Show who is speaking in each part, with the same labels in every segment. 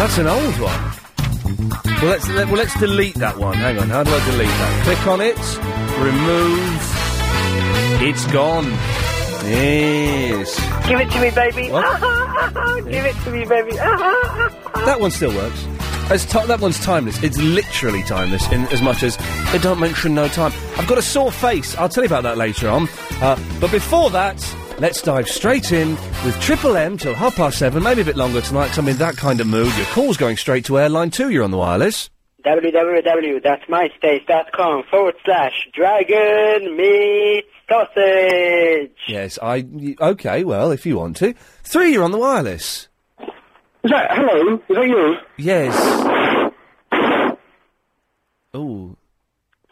Speaker 1: That's an old one. Well, let's let, well let's delete that one. Hang on, how do I delete that? Click on it, remove. It's gone. Yes.
Speaker 2: Give it to me, baby.
Speaker 1: What?
Speaker 2: Give it to me, baby.
Speaker 1: That one still works. It's ti that one's timeless. It's literally timeless in as much as it don't mention no time. I've got a sore face. I'll tell you about that later on. Uh, but before that, let's dive straight in with Triple M till half past seven, maybe a bit longer tonight, 'cause I'm in that kind of mood. Your call's going straight to airline two. You're on the wireless.
Speaker 2: www.myspace.com forward slash dragon meat sausage.
Speaker 1: Yes, I. y- Okay, well, if you want to. Three, you're on the wireless.
Speaker 3: Is that hello? Is that you?
Speaker 1: Yes. Oh.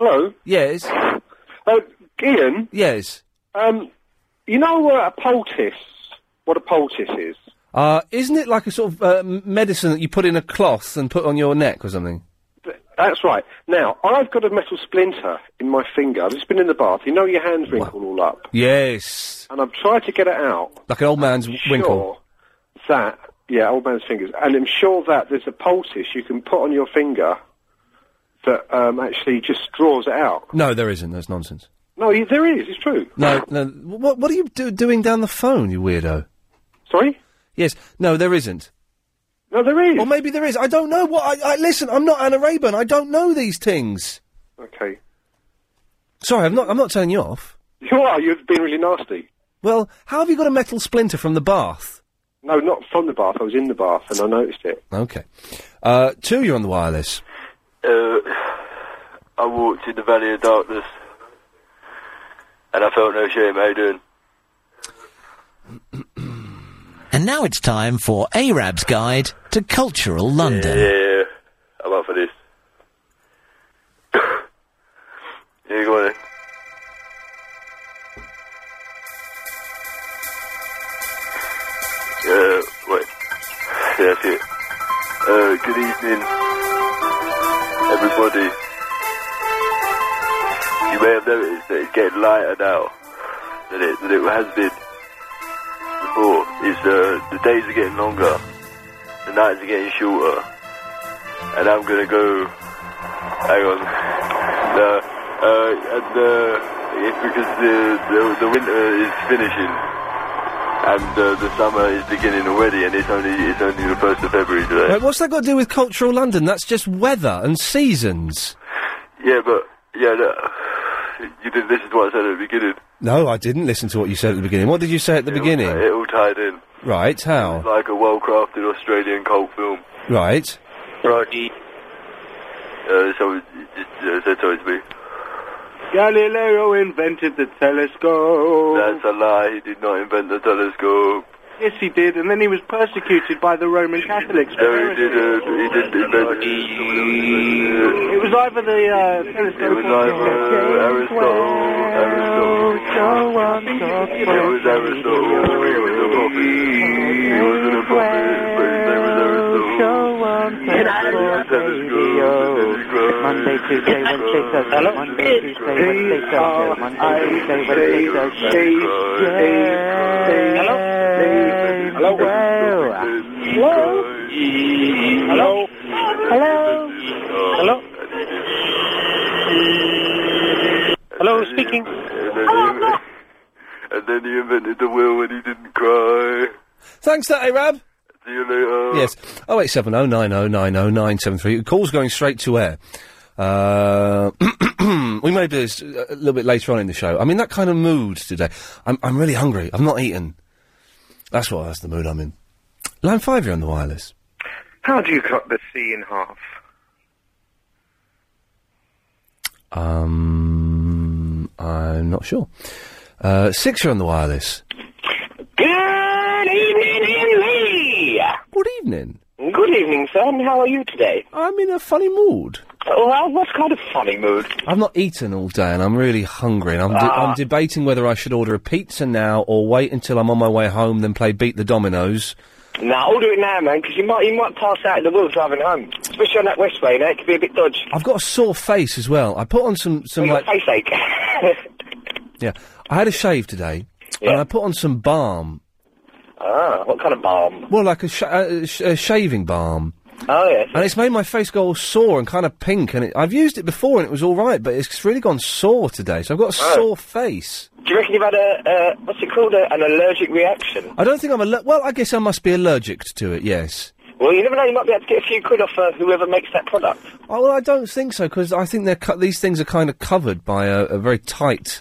Speaker 3: Hello.
Speaker 1: Yes.
Speaker 3: Uh, Ian.
Speaker 1: Yes.
Speaker 3: Um, you know uh, a poultice. What a poultice is?
Speaker 1: Uh, isn't it like a sort of uh, m- medicine that you put in a cloth and put on your neck or something?
Speaker 3: That's right. Now I've got a metal splinter in my finger. I've just been in the bath. You know your hands wrinkle all up,
Speaker 1: Yes.
Speaker 3: and I'm trying to get it out.
Speaker 1: Like an old man's winkle.
Speaker 3: Sure. That yeah, old man's fingers, and I'm sure that there's a poultice you can put on your finger that um, actually just draws it out.
Speaker 1: No, there isn't. That's nonsense.
Speaker 3: No, y- there is. It's true.
Speaker 1: No, no. What, what are you do- doing down the phone, you weirdo?
Speaker 3: Sorry?
Speaker 1: Yes. No, there isn't.
Speaker 3: No, there is.
Speaker 1: Or maybe there is. I don't know. What? I, I listen. I'm not Anna Rayburn. I don't know these things.
Speaker 3: Okay.
Speaker 1: Sorry, I'm not. I'm not turning you off.
Speaker 3: You are. You've been really nasty.
Speaker 1: Well, how have you got a metal splinter from the bath?
Speaker 3: No, not from the bath. I was in the bath and I noticed it.
Speaker 1: Okay. Uh, two, you're on the wireless.
Speaker 4: Uh, I walked in the valley of darkness, and I felt no shame. How you doing?
Speaker 5: And now it's time for Arab's Guide to Cultural London.
Speaker 4: Yeah, I'm up for this. yeah, go on. Then. Uh, wait. Yeah, that's it. Uh, good evening, everybody. You may have noticed that it's getting lighter now than it, than it has been before. It's, uh, the days are getting longer, the nights are getting shorter, and I'm gonna go. Hang on. The, uh, and, uh, it's because the, the, the winter is finishing. And uh, the summer is beginning already, and it's only it's only the first of February today.
Speaker 1: Right, what's that got to do with cultural London? That's just weather and seasons.
Speaker 4: Yeah, but yeah, no, you did. This is what I said at the beginning.
Speaker 1: No, I didn't listen to what you said at the beginning. What did you say at the beginning?
Speaker 4: It all tied in,
Speaker 1: Right, how?
Speaker 4: like a well-crafted Australian cult film.
Speaker 1: Right.
Speaker 4: Righty. Uh, so it- it just uh, said so to me.
Speaker 6: Galileo invented the telescope.
Speaker 4: That's a lie. He did not invent the telescope.
Speaker 6: Yes, he did, and then he was persecuted by the Roman Catholics.
Speaker 4: No, he didn't. He didn't invent.
Speaker 6: It was either the uh, telescope
Speaker 4: It was
Speaker 6: or the-
Speaker 4: either Aristotle, Aristotle. It was Aristotle. He was a prophet. He wasn't a prophet, but his name was Aristotle. Monday, Tuesday, Wednesday, Thursday. Monday, Tuesday, Wednesday,
Speaker 2: oh,
Speaker 4: Thursday. Monday, Tuesday, Wednesday, Thursday. Hello? Hello? Hello? Hello? Hello?
Speaker 2: Hello, speaking.
Speaker 4: And then he invented the wheel and he didn't cry.
Speaker 1: Thanks, that eh, Arab.
Speaker 4: See you later.
Speaker 1: Yes. Oh eight seven oh nine oh nine oh nine seven three. Call's going straight to air. Uh, we may do this a a little bit later on in the show. I'm in that kind of mood today. I'm, I'm really hungry. I've not eaten. That's what. That's the mood I'm in. Line five, you're on the wireless.
Speaker 7: How do you cut the sea in half?
Speaker 1: Um, I'm not sure. Uh, six, you're on the wireless.
Speaker 2: Good evening, Henry.
Speaker 1: Good evening.
Speaker 2: Good evening, son. How are you today?
Speaker 1: I'm in a funny mood.
Speaker 8: Oh,
Speaker 2: Well, what kind of funny mood?
Speaker 1: I've not eaten all day and I'm really hungry and I'm, de-
Speaker 2: Ah.
Speaker 1: I'm debating whether I should order a pizza now or wait until I'm on my way home then play Beat the Dominoes.
Speaker 2: Now, I'll do it now, man, because you might you might pass out in the wheel driving home, especially on that west way. Now it could be a bit dodgy.
Speaker 1: I've got a sore face as well. I put on some, some
Speaker 2: Your
Speaker 1: like,
Speaker 2: face ache.
Speaker 1: yeah, I had a shave today and I put on some balm.
Speaker 2: ah, what kind of balm?
Speaker 1: Well, like a, sh- uh, sh- a shaving balm.
Speaker 2: Oh, yeah.
Speaker 1: And it's made my face go all sore and kind of pink. And it, I've used it before and it was all right, but it's really gone sore today. So I've got a
Speaker 2: Oh.
Speaker 1: sore face.
Speaker 2: Do you reckon you've had a, uh, what's it called, a, an allergic reaction?
Speaker 1: I don't think I'm aller- well. I guess I must be allergic to it. Yes.
Speaker 2: Well, you never know, you might be able to get a few quid off uh, whoever makes that product.
Speaker 1: Oh, well, I don't think so because I think they're cu- these things are kind of covered by a, a very tight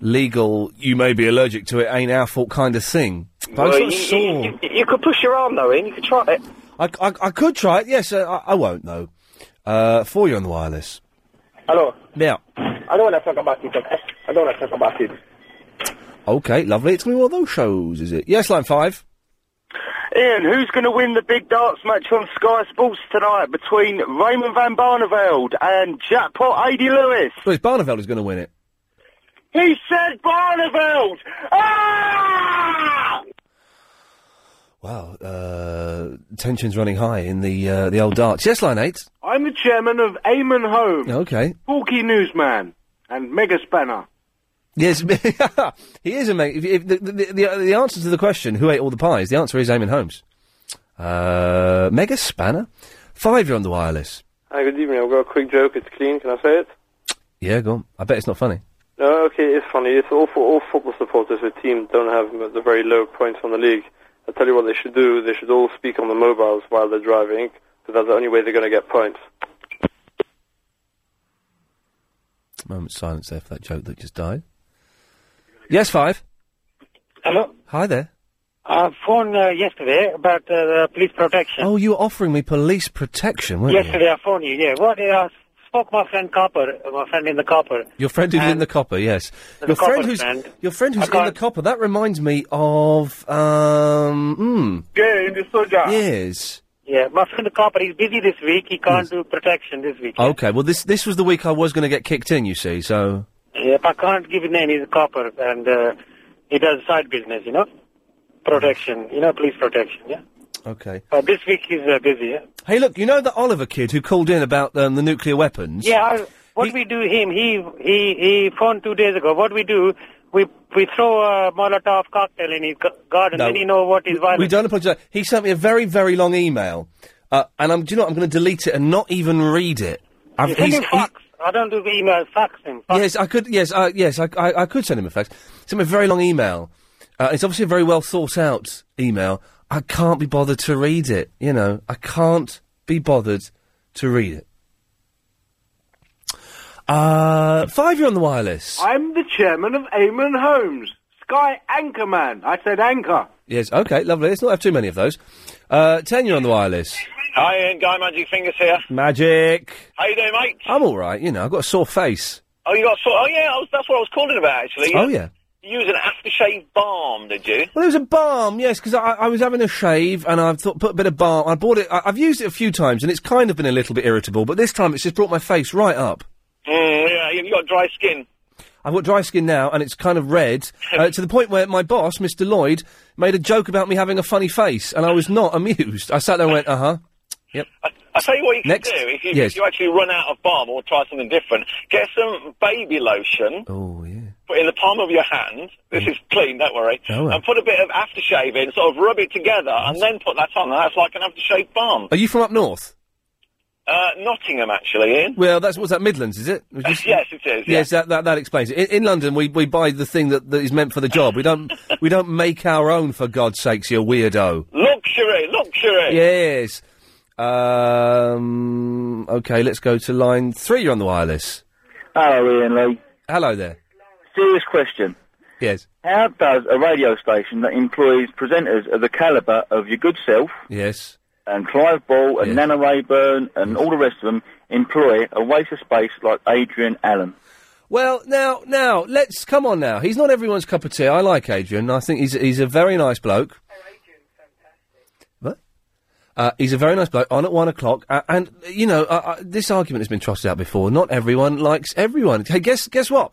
Speaker 1: legal. You may be allergic to it. Ain't our fault kind of thing. But
Speaker 2: well,
Speaker 1: I'm
Speaker 2: you,
Speaker 1: sort of
Speaker 2: you,
Speaker 1: sore.
Speaker 2: you, you could push your arm, though, in. You could try it.
Speaker 1: I, I, I could try it. Yes, uh, I, I won't though. Uh, for you on the wireless.
Speaker 2: Hello.
Speaker 1: Now,
Speaker 2: I don't want to talk about it. okay? I don't want to talk about it.
Speaker 1: okay, lovely. It's gonna be one of those shows, is it? Yes, line five.
Speaker 5: Ian, who's going to win the big darts match on Sky Sports tonight between Raymond van Barneveld and Jackpot AD Lewis?
Speaker 1: Well, it's Barneveld is gonna win it.
Speaker 5: He said Barneveld! Ah!
Speaker 1: Wow, uh, tension's running high in the uh, the old darts. Yes, line eight.
Speaker 9: I'm the chairman of Amon Home,
Speaker 1: Okay.
Speaker 9: Porky Newsman, and Mega Spanner.
Speaker 1: Yes, he is amazing. If, if the, the, the, the answer to the question, who ate all the pies, the answer is Eamon Holmes. Uh, Mega Spanner? Five, you're on the wireless.
Speaker 4: Hi, good evening. I've got a quick joke. It's clean. Can I say it?
Speaker 1: Yeah, go on. I bet it's not funny.
Speaker 4: No, Uh, okay, it's funny. It's all for all football supporters with teams don't have m- the very low points on the league. I tell you what they should do. They should all speak on the mobiles while they're driving, because that's the only way they're going to get points.
Speaker 1: Moment silence there for that joke that just died. Yes, five.
Speaker 10: Hello.
Speaker 1: Hi there.
Speaker 10: I phoned uh, yesterday about uh, the police protection.
Speaker 1: Oh, you were offering me police protection, weren't you?
Speaker 10: yesterday I phoned you. Yeah. What? uh, I spoke my friend Copper, uh, my friend in the Copper.
Speaker 1: Your friend who's in the copper, yes.
Speaker 10: The
Speaker 1: Your friend
Speaker 10: copper
Speaker 1: who's
Speaker 10: friend.
Speaker 1: your friend
Speaker 10: I
Speaker 1: who's in the
Speaker 10: can't-
Speaker 1: copper. That reminds me of um. Mm,
Speaker 10: Yeah, in the soldier.
Speaker 1: yes.
Speaker 10: Yeah, my friend the Copper. He's busy this week. He can't do protection this week.
Speaker 1: Okay. Well, this this was the week I was going to get kicked in. You see, so
Speaker 10: Yep, I can't give his name. He's a Copper, and uh, he does side business. You know, protection. You know, police protection. Yeah.
Speaker 1: okay.
Speaker 10: But this week he's uh, busy. Yeah.
Speaker 1: Hey, look, you know the Oliver kid who called in about um, the nuclear weapons?
Speaker 10: Yeah, I, what we do him, he he he phoned two days ago. What we do, we we throw a Molotov cocktail in his g- garden,
Speaker 1: No.
Speaker 10: then he know what is violent.
Speaker 1: We don't apologise. He sent me a very, very long email, uh, and I'm, do you know what? I'm going to delete it and not even read it. I've,
Speaker 10: You send
Speaker 1: he's-
Speaker 10: him fax. I don't do email. Fax him.
Speaker 1: Yes, I could. Yes, uh, yes, I, I, I could send him a fax. Send me a very long email. Uh, it's obviously a very well thought out email. I can't be bothered to read it. You know, I can't be bothered to read it. Uh, five, you're on the wireless.
Speaker 9: I'm the chairman of Amon Homes, Sky Anchorman. I said anchor.
Speaker 1: Yes, okay, lovely. Let's not have too many of those. Uh, ten, you're on the wireless.
Speaker 8: Hi, Ian. Guy Magic Fingers here.
Speaker 1: Magic.
Speaker 8: How you doing, mate?
Speaker 1: I'm all right. You know, I've got a sore face.
Speaker 8: Oh, you got a sore? Oh, yeah. I was, that's what I was calling about, actually.
Speaker 1: Oh yeah.
Speaker 8: You used an aftershave balm, did you?
Speaker 1: Well, it was a balm, yes, because I, I was having a shave and I've thought, put a bit of balm. I bought it. I, I've used it a few times and it's kind of been a little bit irritable, but this time it's just brought my face right up.
Speaker 8: Mm, yeah. You you got dry skin.
Speaker 1: I've got dry skin now and it's kind of red uh, to the point where my boss, Mr. Lloyd, made a joke about me having a funny face and I was not amused. I sat there and went, uh huh. Yep.
Speaker 8: I tell you what you can
Speaker 1: Next.
Speaker 8: do if you,
Speaker 1: Yes.
Speaker 8: if you actually run out of balm or try something different. Get some baby lotion.
Speaker 1: Oh yeah.
Speaker 8: Put it in the palm of your hand. This is clean. Don't worry.
Speaker 1: Oh,
Speaker 8: And put a bit of aftershave in. Sort of rub it together, and then put that on. That's like an aftershave balm.
Speaker 1: Are you from up north?
Speaker 8: Uh, Nottingham, actually, Ian.
Speaker 1: Well, that's what's that Midlands, is it? Was you-
Speaker 8: yes, it is.
Speaker 1: Yes, that, that that explains it. In, in London, we, we buy the thing that, that is meant for the job. We don't we don't make our own. For God's sakes, you weirdo.
Speaker 8: Luxury, luxury.
Speaker 1: Yes. Um. Okay, let's go to line three. You're on the wireless.
Speaker 11: Hello, Ian Lee.
Speaker 1: Hello there.
Speaker 11: Serious question.
Speaker 1: Yes.
Speaker 11: How does a radio station that employs presenters of the calibre of your good self
Speaker 1: Yes.
Speaker 11: and Clive Ball and Nana Rayburn and all the rest of them employ a waste of space like Adrian Allen?
Speaker 1: Well, now, now, let's come on. Now, he's not everyone's cup of tea. I like Adrian. I think he's he's a very nice bloke. What? Uh, he's a very nice bloke. On at one o'clock, uh, and you know, uh, uh, this argument has been trotted out before. Not everyone likes everyone. Hey, guess guess what?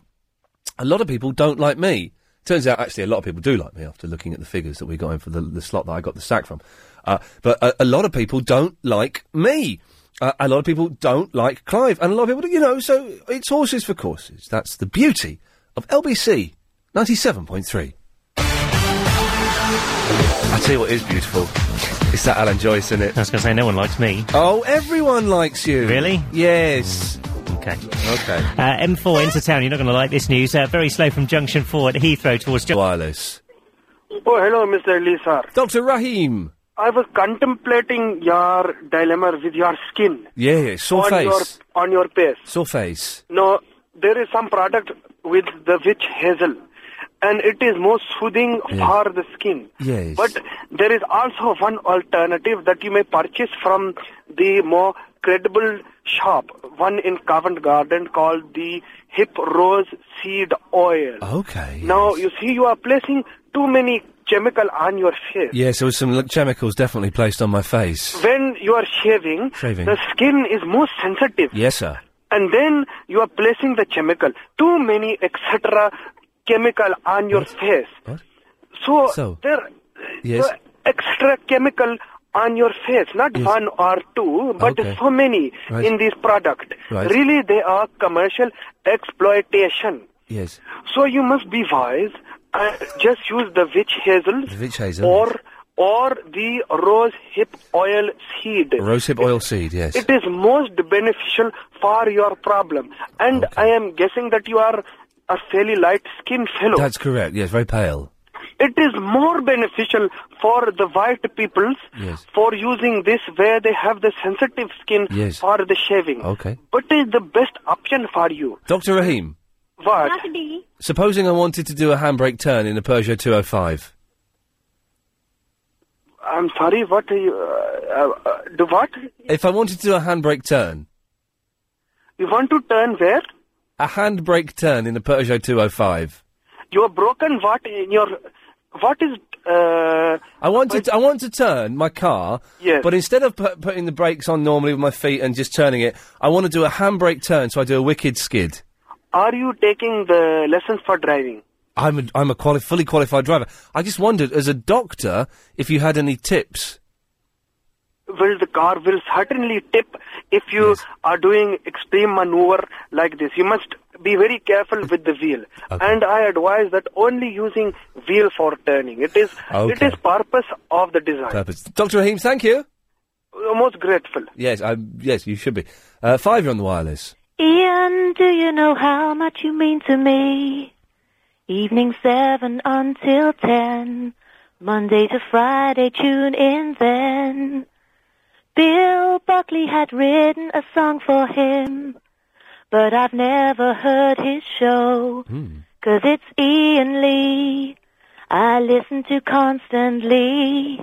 Speaker 1: A lot of people don't like me. Turns out, actually, a lot of people do like me after looking at the figures that we got in for the, the slot that I got the sack from. Uh, but a, a lot of people don't like me. Uh, a lot of people don't like Clive, and a lot of people, do- you know. So it's horses for courses. That's the beauty of LBC ninety-seven point three. I tell you what is beautiful. It's that Alan Joyce, isn't it? I was going to say, no one likes me. Oh, everyone likes you. Really? Yes.
Speaker 5: Okay.
Speaker 1: Okay.
Speaker 5: Uh, M4 into town. You're not going to like this news. Uh, very slow from Junction 4 at Heathrow towards...
Speaker 1: Wireless.
Speaker 12: Oh, hello, Mr. Lee, sir.
Speaker 1: Dr. Rahim.
Speaker 12: I was contemplating your dilemma with your skin
Speaker 1: Yeah, yeah, sore
Speaker 12: on your
Speaker 1: face.
Speaker 12: on your face.
Speaker 1: Sore face.
Speaker 12: No, there is some product with the witch hazel, and it is more soothing for the skin.
Speaker 1: Yes.
Speaker 12: But there is also one alternative that you may purchase from the more credible shop, one in Covent Garden called the Hip Rose Seed Oil.
Speaker 1: Okay.
Speaker 12: Now, you see, you are placing too many chemical on your face.
Speaker 1: Yes, there was some l- chemicals definitely placed on my face.
Speaker 12: When you are shaving,
Speaker 1: Shaving.
Speaker 12: the skin is more sensitive.
Speaker 1: Yes, sir.
Speaker 12: and then you are placing the chemical too many etc chemical on your face so,
Speaker 1: So?
Speaker 12: there
Speaker 1: Yes.
Speaker 12: so extra chemical on your face not one or two but
Speaker 1: Okay.
Speaker 12: so many
Speaker 1: Right.
Speaker 12: in this product
Speaker 1: Right.
Speaker 12: really they are commercial exploitation
Speaker 1: Yes.
Speaker 12: so you must be wise and just use the witch hazel
Speaker 1: The witch hazel.
Speaker 12: or or the rose hip oil seed
Speaker 1: Rosehip oil seed, yes.
Speaker 12: it is most beneficial for your problem. And I am guessing that you are a fairly light skinned fellow.
Speaker 1: That's correct, yes, very pale.
Speaker 12: it is more beneficial for the white peoples
Speaker 1: Yes.
Speaker 12: for using this where they have the sensitive skin
Speaker 1: Yes.
Speaker 12: for the shaving.
Speaker 1: Okay.
Speaker 12: What is the best option for you?
Speaker 1: Dr. Rahim,
Speaker 12: What?
Speaker 1: supposing I wanted to do a handbrake turn in a Peugeot 205.
Speaker 12: I'm sorry, what are you. Uh, uh, uh, do what?
Speaker 1: If I wanted to do a handbrake turn,
Speaker 12: You want to turn where?
Speaker 1: a handbrake turn in a Peugeot 205.
Speaker 12: You are broken what in your. What is. Uh,
Speaker 1: I want to, I want to turn my car,
Speaker 12: Yes.
Speaker 1: but instead of pu- putting the brakes on normally with my feet and just turning it, I want to do a handbrake turn, so I do a wicked skid.
Speaker 12: are you taking the lessons for driving?
Speaker 1: I'm a, I'm a quali- fully qualified driver. I just wondered, as a doctor, if you had any tips.
Speaker 12: will the car will certainly tip if you are doing extreme maneuver like this. You must be very careful with the wheel. And I advise that only using wheel for turning. It is it
Speaker 1: Okay.
Speaker 12: is purpose of the design.
Speaker 1: Purpose. Dr. Raheem, thank you.
Speaker 12: We're most grateful.
Speaker 1: Yes, I, yes, you should be. Uh, five, you're on the wireless.
Speaker 13: Ian, do you know how much you mean to me? Evening seven until ten. Monday to Friday, tune in then. Bill Buckley had written a song for him, but I've never heard his show. 'Cause it's Ian Lee I listen to constantly.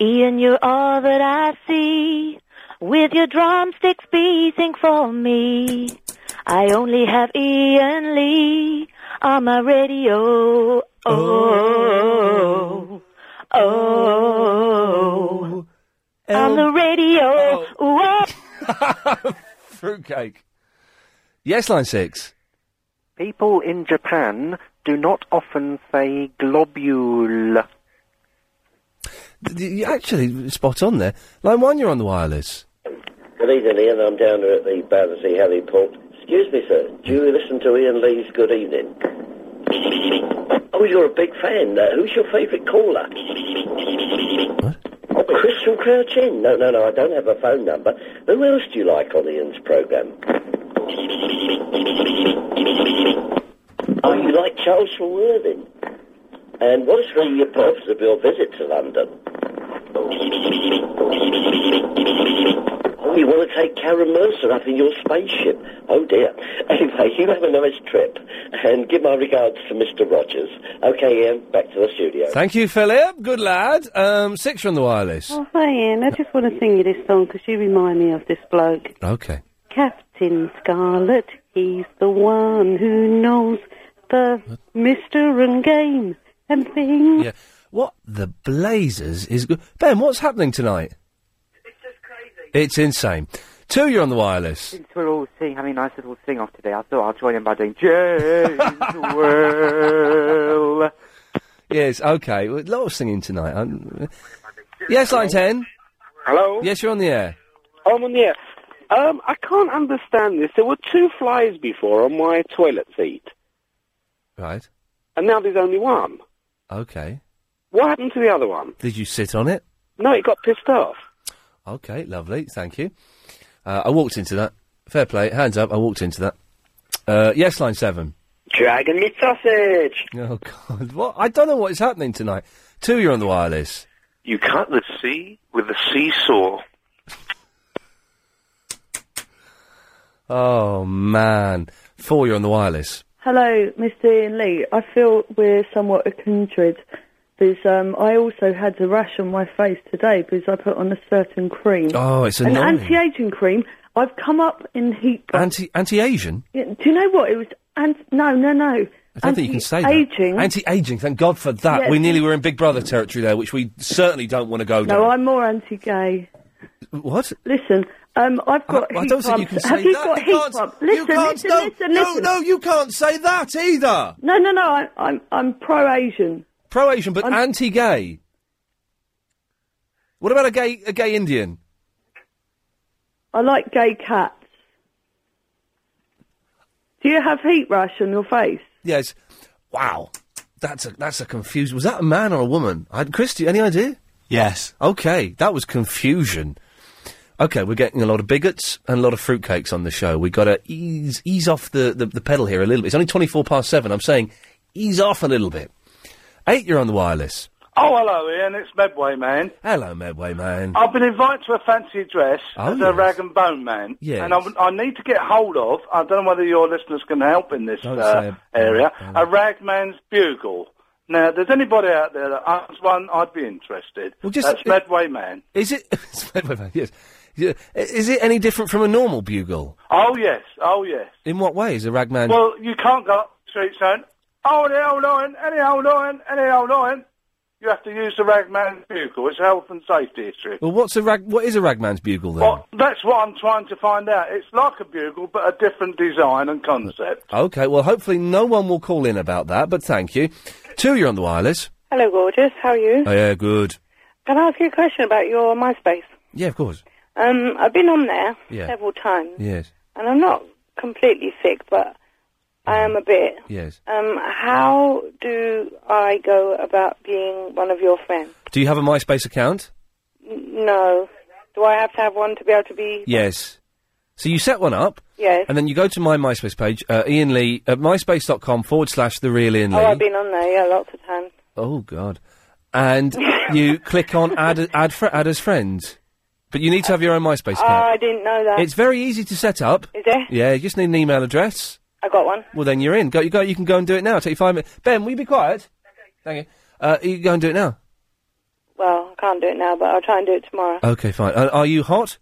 Speaker 13: Ian, you're all that I see. With your drumsticks beating for me. I only have Ian Lee on my radio. Oh, oh, oh. on the radio.
Speaker 1: Fruitcake. Yes, line six.
Speaker 14: People in Japan do not often say globule.
Speaker 1: D- d- you actually, spot on there. Line one, you're on the wireless.
Speaker 15: Good evening, Ian. I'm down here at the Battersea Heliport. Excuse me, sir. Do you listen to Ian Lee's Good Evening? Oh, you're a big fan. Uh, who's your favourite caller? What? Oh, Chris from Crouch End. No, no, no. I don't have a phone number. Who else do you like on Ian's programme? Oh, you like Charles from Worthing. And what is the purpose of your visit to London? Oh, you want to take Karen Mercer up in your spaceship? Oh dear. Anyway, you have a nice trip, and give my regards to Mr. Rogers. Okay, Ian, back to the studio.
Speaker 1: Thank you, Philip. Good lad. Um, six, you're on the wireless.
Speaker 16: Oh, hi Ian. I just want to sing you this song because you remind me of this bloke.
Speaker 1: Okay.
Speaker 16: Captain Scarlet, he's the one who knows the mystery and game and things.
Speaker 1: Yeah. What the blazers is good? Ben, what's happening tonight? It's just crazy. It's insane. Two, you're on the wireless.
Speaker 2: Since we're all sing, having a nice little sing off today, I thought I'd join in by doing James Well.
Speaker 1: Yes, okay. A lot of singing tonight. I'm- Yes, line 10.
Speaker 8: Hello?
Speaker 1: Yes, you're on the air.
Speaker 8: I'm on the air. Um, I can't understand this. There were two flies before on my toilet seat,
Speaker 1: Right.
Speaker 8: and now there's only one.
Speaker 1: Okay.
Speaker 8: What happened to the other one?
Speaker 1: Did you sit on it?
Speaker 2: No, he got pissed off.
Speaker 1: Okay, lovely. Thank you. Uh, I walked into that. Fair play. Hands up. I walked into that. Uh, yes, line seven.
Speaker 2: Dragon meat sausage.
Speaker 1: Oh God! What? I don't know what is happening tonight. Two, you're on the wireless.
Speaker 7: You cut the sea with a seesaw.
Speaker 1: Oh man! Four, you're on the wireless.
Speaker 17: Hello, Mr. Ian Lee. I feel we're somewhat kindred because um, I also had a rash on my face today because I put on a certain cream.
Speaker 1: Oh, it's
Speaker 17: an
Speaker 1: annoying.
Speaker 17: anti-aging cream. I've come up in heat.
Speaker 1: Anti anti Asian.
Speaker 17: Yeah, Do you know what? It was anti. No, no, no.
Speaker 1: I don't think you can say that.
Speaker 17: Anti-aging.
Speaker 1: Anti-aging. Thank God for that.
Speaker 17: Yes.
Speaker 1: We nearly were in Big Brother territory there, which we certainly don't want to go
Speaker 17: No,
Speaker 1: down.
Speaker 17: I'm more anti-gay.
Speaker 1: What?
Speaker 17: Listen, um, I've got
Speaker 1: I
Speaker 17: heat
Speaker 1: don't think you
Speaker 17: pumps.
Speaker 1: can say
Speaker 17: Have you
Speaker 1: that.
Speaker 17: got
Speaker 1: You
Speaker 17: heat
Speaker 1: can't-
Speaker 17: pumps?
Speaker 1: you
Speaker 17: Listen,
Speaker 1: can't-
Speaker 17: listen,
Speaker 1: no,
Speaker 17: listen,
Speaker 1: no,
Speaker 17: listen.
Speaker 1: no, Oh, you can't say that either.
Speaker 17: No, no, no. I, I'm I'm pro-Asian.
Speaker 1: Pro-Asian, but anti-gay. What about a gay a gay Indian?
Speaker 17: I like gay cats. Do you have heat rash on your face?
Speaker 1: Yes. Wow. That's a that's a confusion. Was that a man or a woman? I, Christy, any idea? Yes. Okay, that was confusion. Okay, we're getting a lot of bigots and a lot of fruitcakes on the show. We got to ease ease off the, the, the pedal here a little bit. It's only twenty four past seven. I'm saying ease off a little bit. Eight, you're on the wireless.
Speaker 6: Oh, hello, Ian. It's Medway Man.
Speaker 1: Hello, Medway man.
Speaker 6: I've been invited to a fancy dress
Speaker 1: Oh,
Speaker 6: as
Speaker 1: yes.
Speaker 6: a rag and bone man,
Speaker 1: Yes.
Speaker 6: and I, w- I need to get hold of. I don't know whether your listeners can help in this
Speaker 1: Don't
Speaker 6: uh,
Speaker 1: say
Speaker 6: area. A ragman's bugle. Now, if there's anybody out there that owns one, I'd be interested.
Speaker 1: Well, just-
Speaker 6: That's Medway Man.
Speaker 1: Is it it's Medway man? Yes. Yeah, Is it any different from a normal bugle?
Speaker 6: Oh yes, oh yes.
Speaker 1: In what way is a ragman?
Speaker 6: Well, you can't go up the street saying, "Oh, the old line, any old line, any old line." You have to use the ragman's bugle. It's a health and safety issue.
Speaker 1: Well, what's a rag? What is a ragman's bugle then?
Speaker 6: Well, that's what I'm trying to find out. It's like a bugle, but a different design and concept.
Speaker 1: Okay, well, hopefully no one will call in about that, but thank you. Two, you're on the wireless.
Speaker 16: Hello, gorgeous. How are you?
Speaker 1: Oh, yeah, good.
Speaker 16: Can I ask you a question about your MySpace?
Speaker 1: Yeah, of course.
Speaker 16: Um, I've been on there
Speaker 1: Yeah.
Speaker 16: several times,
Speaker 1: Yes,
Speaker 16: and I'm not completely sick, but I am a bit.
Speaker 1: yes.
Speaker 16: Um, how do I go about being one of your friends?
Speaker 1: Do you have a MySpace account?
Speaker 16: N- no. Do I have to have one to be able to be?
Speaker 1: Yes. So you set one up,
Speaker 16: Yes.
Speaker 1: and then you go to my MySpace page, uh, Ian Lee, at myspace.com forward slash the real Ian Lee.
Speaker 16: oh, I've been on there, yeah, lots of times.
Speaker 1: Oh, God. And you click on add, add, fr- add as friends. But you need to have your own MySpace
Speaker 16: Oh,
Speaker 1: account.
Speaker 16: I didn't know that.
Speaker 1: It's very easy to set up.
Speaker 16: Is it?
Speaker 1: Yeah, you just need an email address.
Speaker 16: I got one.
Speaker 1: Well, then you're in. Go, you go. You can go and do it now. Take you five minutes. Ben, will you be quiet? Thank you. Uh, you go and do it now.
Speaker 16: Well, I can't do it now, but I'll try and do it tomorrow.
Speaker 1: Okay, fine. Uh, are you hot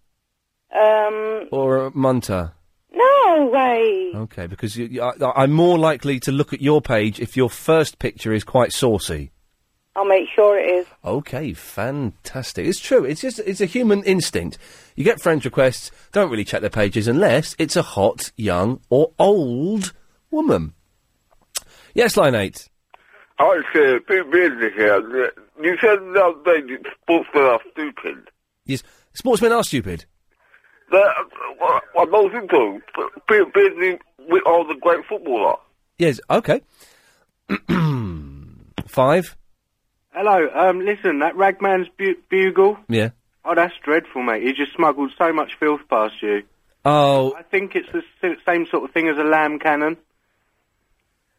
Speaker 16: Um,
Speaker 1: or munter?
Speaker 16: no way.
Speaker 1: Okay, because you, you, I, I'm more likely to look at your page if your first picture is quite saucy.
Speaker 16: I'll make sure it is.
Speaker 1: Okay, fantastic. It's true. It's just it's a human instinct. You get friend requests. Don't really check their pages unless it's a hot, young, or old woman. Yes, line eight.
Speaker 4: I say, big business here. that You said the other day that sportsmen are stupid.
Speaker 1: Yes, sportsmen are stupid.
Speaker 4: They're, uh, I'm not into big business with all the great footballer.
Speaker 1: Yes. Okay. Five.
Speaker 6: Hello, um, listen, that ragman's bu- bugle.
Speaker 1: Yeah.
Speaker 6: Oh, that's dreadful, mate. He just smuggled so much filth past you.
Speaker 1: Oh,
Speaker 6: I think it's the s- same sort of thing as a lamb cannon.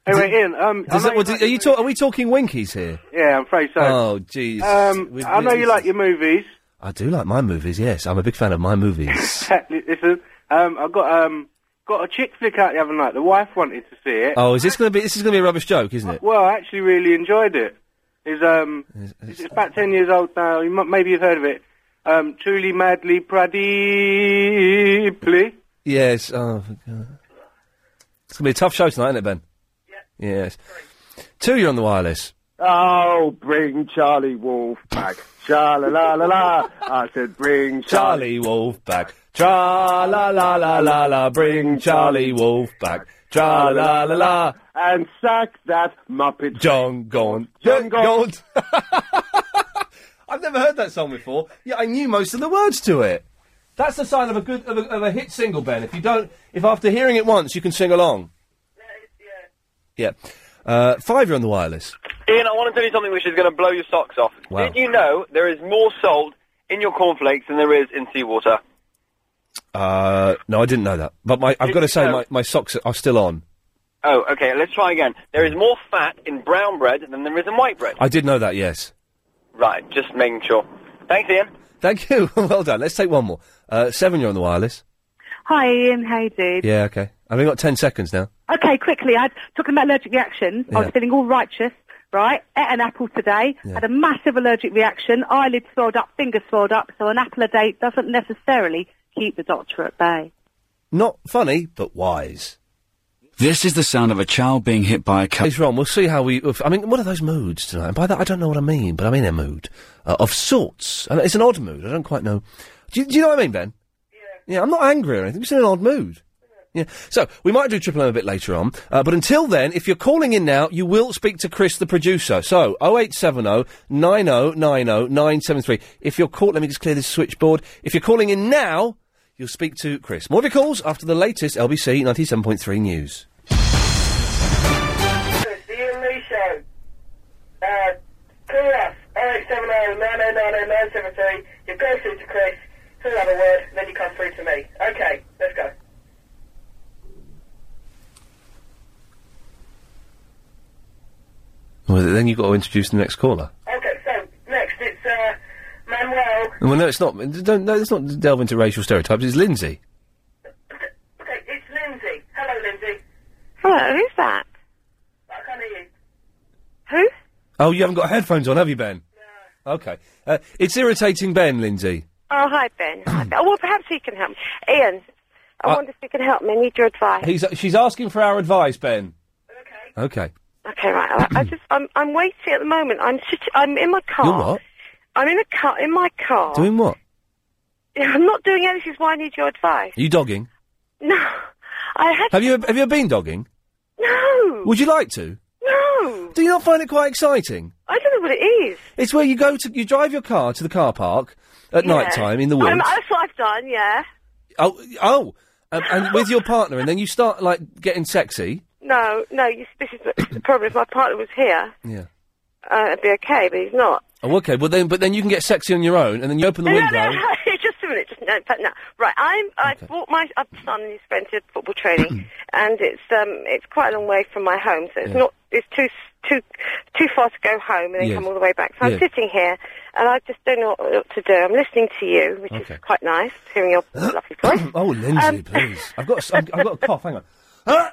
Speaker 6: Anyway, Ian, um, I
Speaker 1: Does
Speaker 6: know
Speaker 1: that, well, do- are you talk, are we talking winkies here?
Speaker 6: Yeah, I'm afraid so.
Speaker 1: Oh, jeez.
Speaker 6: Um,
Speaker 1: We-
Speaker 6: I know
Speaker 1: we-
Speaker 6: you like your movies.
Speaker 1: I do like my movies. Yes, I'm a big fan of my movies.
Speaker 6: Listen, um, I got um, got a chick flick out the other night. The wife wanted to see it.
Speaker 1: oh, is this going to be? This is going to be a rubbish joke, isn't it?
Speaker 6: Well, I actually really enjoyed it. It's um, it's, it's about ten years old now. You m- maybe you've heard of it. Um, truly, madly, pradeeply.
Speaker 1: Yes. Oh, for God. it's going to be a tough show tonight, isn't it, Ben? Yes. Two, you're on the wireless.
Speaker 8: Oh, bring Charlie Wolf back. Sha la la la la. I said, bring Charlie.
Speaker 1: Charlie Wolf back. Tra la la la la la. Bring Charlie Wolf back. Tra la la la.
Speaker 8: And sack that Muppet.
Speaker 1: John Gaunt.
Speaker 8: John
Speaker 1: Gaunt. I've never heard that song before. Yeah, I knew most of the words to it. That's the sign of a good of a, of a hit single, Ben. If you don't, if after hearing it once you can sing along. Yeah. Uh, five, you're on the wireless.
Speaker 18: Ian, I want to tell you something which is going to blow your socks off.
Speaker 1: Wow.
Speaker 18: Did you know there is more salt in your cornflakes than there is in seawater?
Speaker 1: Uh, no, I didn't know that. But my, I've
Speaker 18: Did
Speaker 1: got to
Speaker 18: you
Speaker 1: say,
Speaker 18: know?
Speaker 1: my, my socks are still on.
Speaker 18: Oh, okay, let's try again. There is more fat in brown bread than there is in white bread.
Speaker 1: I did know that, yes.
Speaker 18: Right, just making sure. Thanks, Ian.
Speaker 1: Thank you. well done. Let's take one more. Uh, seven, you're on the wireless.
Speaker 3: Hi, Ian. How you doing?
Speaker 1: Yeah, okay. I've only got ten seconds now.
Speaker 3: Okay, quickly. I talking about allergic reactions. I
Speaker 1: Yeah.
Speaker 3: was feeling all righteous, right? Ate an apple today.
Speaker 1: Yeah.
Speaker 3: Had a massive allergic reaction. Eyelids swelled up, fingers swelled up. So an apple a day doesn't necessarily keep the doctor at bay.
Speaker 1: Not funny, but wise.
Speaker 19: This is the sound of a child being hit by a car.
Speaker 1: It's wrong. We'll see how we. if- I mean, what are those moods tonight? And by that, I don't know what I mean, but I'm in a mood uh, of sorts, and it's an odd mood. I don't quite know. Do you, do you know what I mean, Ben? Yeah. I'm not angry or anything. I'm just in an odd mood. Yeah. So we might do triple M a bit later on, uh, but until then, if you're calling in now, you will speak to Chris, the producer. So 0870 9090 973. If you're call, let me just clear this switchboard. If you're calling in now, you'll speak to Chris. More of your calls after the latest LBC 97.3 news.
Speaker 20: Call us 0870 909 973. You go through to Chris, he'll have a word, then you come through to me. Okay, let's go.
Speaker 1: Well, then you've got to introduce the next caller.
Speaker 20: Okay, so next it's uh, Manuel.
Speaker 1: Well, no, it's not. Don't, no, let's not delve into racial stereotypes. It's Lindsay.
Speaker 20: Okay, it's Lindsay. Hello, Lindsay.
Speaker 16: Hello, who's that?
Speaker 20: I can't hear you.
Speaker 16: Who?
Speaker 1: Oh, you haven't got headphones on, have you, Ben? No. Okay. Uh, it's irritating Ben, Lindsay.
Speaker 16: Oh, hi, Ben. Hi, Ben. Oh, well, perhaps he can help me. Ian, I
Speaker 1: Uh,
Speaker 16: wonder if you can help me. I need your advice.
Speaker 1: He's, uh, she's asking for our advice, Ben. Okay. Okay.
Speaker 16: Okay, right. all right. I just, I'm, I'm waiting at the moment. I'm, sit- I'm in my car.
Speaker 1: You're what?
Speaker 16: I'm in a car, in my car.
Speaker 1: Doing what?
Speaker 16: I'm not doing anything. This is why I need your advice.
Speaker 1: Are you dogging?
Speaker 16: No, I had
Speaker 1: Have you have you been dogging?
Speaker 16: no,
Speaker 1: Would you like to?
Speaker 16: no.
Speaker 1: Do you not find it quite exciting?
Speaker 16: I don't know what it is.
Speaker 1: It's where you go to you drive your car to the car park at
Speaker 16: Yeah.
Speaker 1: night time in the woods.
Speaker 16: I'm, that's what I've done. Yeah.
Speaker 1: Oh, oh, and, and with your partner, and then you start like getting sexy.
Speaker 16: No, no. You, this is the- the problem. If my partner was here,
Speaker 1: Yeah.
Speaker 16: uh, it'd be okay. But he's not.
Speaker 1: Oh, okay. Well, then, but then you can get sexy on your own, and then you open the window.
Speaker 16: No, no, no, just a minute. Just, no, in fact, no. Right, I'm. I brought my uh, son and his friend to football training, and it's um, it's quite a long way from my home, so it's
Speaker 21: Yeah.
Speaker 16: not. It's too s- too too far to go home and then
Speaker 21: Yes.
Speaker 16: come all the way back. So
Speaker 21: Yes.
Speaker 16: I'm sitting here, and I just don't know what to do. I'm listening to you, which
Speaker 1: Okay.
Speaker 16: is quite nice, hearing your lovely voice.
Speaker 1: oh, Lindsay,
Speaker 16: Um,
Speaker 1: please. I've got, a s- I've, I've got a cough. Hang on.
Speaker 16: Oh,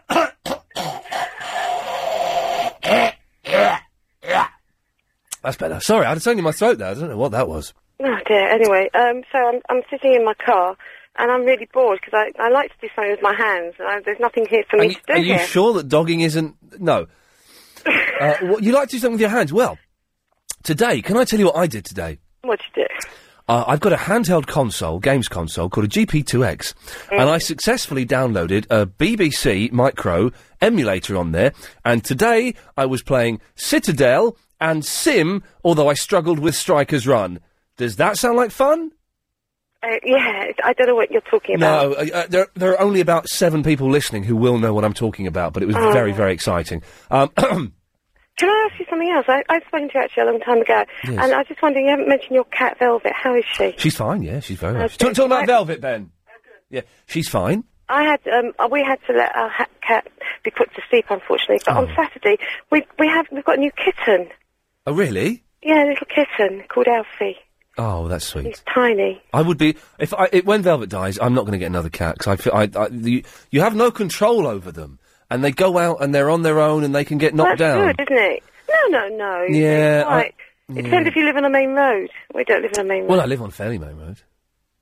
Speaker 1: That's better. Sorry, I had a something in my throat there. I don't know what that was.
Speaker 16: Oh dear. Anyway, um, so I'm I'm sitting in my car. And I'm really bored because I, I like to do something with my hands, and I, there's nothing here for me
Speaker 1: Are you,
Speaker 16: to do
Speaker 1: are you
Speaker 16: here.
Speaker 1: sure that dogging isn't? No. uh, what, you like to do something with your hands? Well, today, can I tell you what I did today?
Speaker 16: What do you do?
Speaker 1: Uh, I've got a handheld console, games console, called a GP2X,
Speaker 16: Mm.
Speaker 1: and I successfully downloaded a BBC Micro emulator on there. And today I was playing Citadel and Sim, although I struggled with Striker's Run. Does that sound like fun?
Speaker 16: Uh, yeah, it- I don't know what you're talking about.
Speaker 1: No, uh, uh, there, there are only about seven people listening who will know what I'm talking about, but it was
Speaker 16: Oh.
Speaker 1: very, very exciting. Um,
Speaker 16: Can I ask you something else? I, I've spoken to you actually a long time ago,
Speaker 1: Yes.
Speaker 16: and I was just wondering, you haven't mentioned your cat Velvet. How is she?
Speaker 1: she's fine, yeah, she's very nice.
Speaker 16: Okay.
Speaker 1: Talk, talk about Velvet, Ben. Yeah, she's fine.
Speaker 16: I had, um, uh, we had to let our ha- cat be put to sleep, unfortunately. But on Saturday, we we have we've got a new kitten.
Speaker 1: Oh, really?
Speaker 16: Yeah, a little kitten called Alfie.
Speaker 1: Oh, that's sweet.
Speaker 16: He's tiny.
Speaker 1: I would be if I it, when Velvet dies. I'm not going to get another cat because I feel I, I you, you have no control over them, and they go out and they're on their own and they can get knocked
Speaker 16: That's
Speaker 1: down.
Speaker 16: good, isn't it? No, no, no.
Speaker 1: Yeah,
Speaker 16: It's right.
Speaker 1: I-
Speaker 16: It
Speaker 1: yeah.
Speaker 16: depends if you live on a main road. We don't live on a main road.
Speaker 1: Well, I live on Fairley Main Road.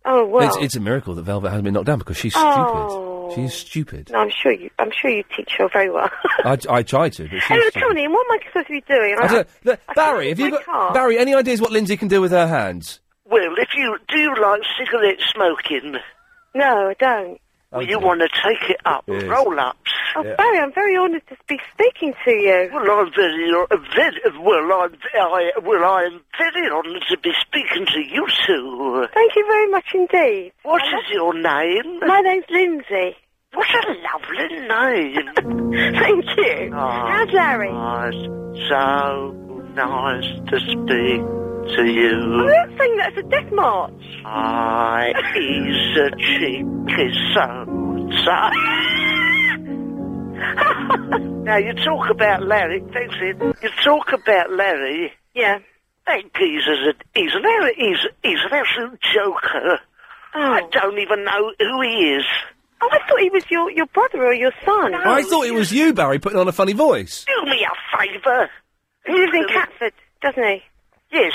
Speaker 16: oh well.
Speaker 1: It's, it's a miracle that Velvet hasn't been knocked down because she's
Speaker 16: Oh.
Speaker 1: stupid. She's stupid.
Speaker 16: No, I'm sure you. I'm sure you teach her very well.
Speaker 1: I, I try to, but she's.
Speaker 16: Anyway,
Speaker 1: stupid.
Speaker 16: tell me, what am I supposed to be doing?
Speaker 1: I don't, look,
Speaker 16: I
Speaker 1: Barry,
Speaker 16: can't
Speaker 1: have you
Speaker 16: my
Speaker 1: got
Speaker 16: car.
Speaker 1: Barry? Any ideas what Lindsay can do with her hands?
Speaker 16: Well, if you
Speaker 18: Do you like cigarette smoking?
Speaker 16: no, I don't.
Speaker 18: Well, you want to take it up,
Speaker 1: Yes.
Speaker 18: roll ups.
Speaker 16: Oh, Barry, I'm very honoured to be speaking to you.
Speaker 18: Well, I'm very, uh, very well, I'm, I, well, I am very honoured to be speaking to you two.
Speaker 16: Thank you very much indeed.
Speaker 18: What is your name?
Speaker 16: My name's Lindsay.
Speaker 18: What a lovely name.
Speaker 16: Thank you. How's Larry?
Speaker 18: Nice. So nice to speak to
Speaker 16: I'm
Speaker 18: you.
Speaker 16: not saying that's a death march.
Speaker 18: I is a cheeky so Now you talk about Larry, thanks it. You talk about Larry.
Speaker 16: Yeah.
Speaker 18: Hey, he's a, he's an he's he's an absolute joker. I don't even know who he is.
Speaker 16: Oh, I thought he was your, your brother or your son.
Speaker 1: I thought it was you, Barry, putting on a funny voice.
Speaker 18: Do me a favour.
Speaker 16: He lives in Catford, doesn't he?
Speaker 18: Yes.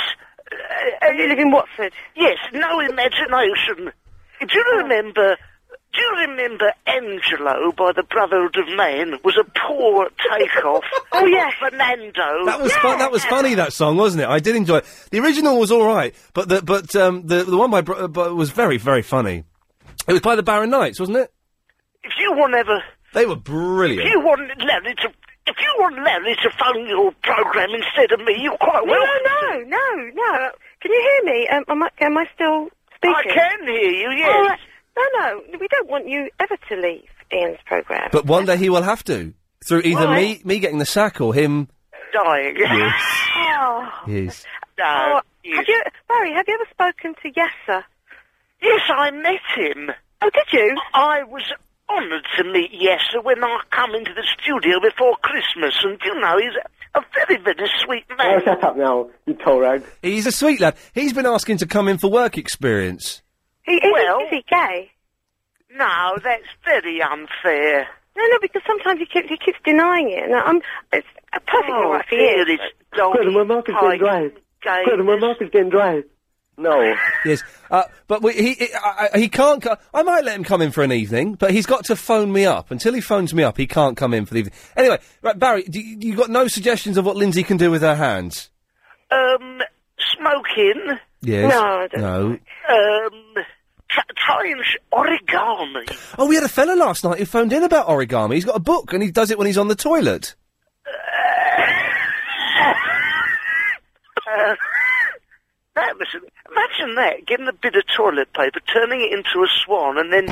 Speaker 18: Uh,
Speaker 16: you live in Watford?
Speaker 18: Yes, no imagination. Do you remember? Do you remember Angelo by the Brotherhood of Man was a poor takeoff? oh yes, Fernando.
Speaker 1: That was fun, that was funny that song, wasn't it? I did enjoy it. The original was all right, but the but um, the the one by Bro- uh, but was very very funny. It was by the Baron Knights, wasn't it?
Speaker 18: If you want
Speaker 16: Uh,
Speaker 18: ever,
Speaker 1: They were
Speaker 18: if
Speaker 1: brilliant.
Speaker 18: you want Larry to, if you want Larry to phone your program instead of me, you're quite
Speaker 16: No,
Speaker 18: welcome.
Speaker 16: no, no, no, no. Can you hear me? Um, am, I, am I still speaking?
Speaker 18: I can hear you. Yes.
Speaker 16: All right. No, no, we don't want you ever to leave Ian's programme.
Speaker 1: But one day he will have to through either me
Speaker 16: Why?
Speaker 1: me getting the sack or him.
Speaker 18: Dying.
Speaker 1: Yes,
Speaker 16: Oh,
Speaker 1: yes.
Speaker 16: oh, have you, Barry, have you ever spoken to Yasser?
Speaker 18: Yes, I met him.
Speaker 16: Oh, did you?
Speaker 18: I was honoured to meet Yasser when I come into the studio before Christmas, and you know he's a very, very sweet man.
Speaker 1: shut up now, you rag. He's a sweet lad. He's been asking to come in for work experience.
Speaker 16: He, is, well, is he gay?
Speaker 18: No, that's very unfair.
Speaker 16: No, no, because sometimes he keeps he keeps denying it. And I'm it's uh, perfectly all right for
Speaker 18: Oh, dear,
Speaker 16: you.
Speaker 18: it's doggy.
Speaker 16: Good, my mouth is getting dry.
Speaker 18: Gay.
Speaker 1: my mouth is getting dry.
Speaker 18: Oh.
Speaker 1: No. yes, uh, but we, he he- I, I- he can't. Co- I might let him come in for an evening, but he's got to phone me up. Until he phones me up, he can't come in for the evening. Anyway, right, Barry, do you, you got no suggestions of what Lindsay can do with her hands?
Speaker 18: Um, smoking.
Speaker 1: Yes.
Speaker 18: No, I don't.
Speaker 1: no.
Speaker 18: Um, tr- try and sh- origami.
Speaker 1: Oh, we had a fella last night who phoned in about origami. He's got a book and he does it when he's on the toilet.
Speaker 18: Uh, that was imagine that getting a bit of toilet paper, turning it into a swan, and then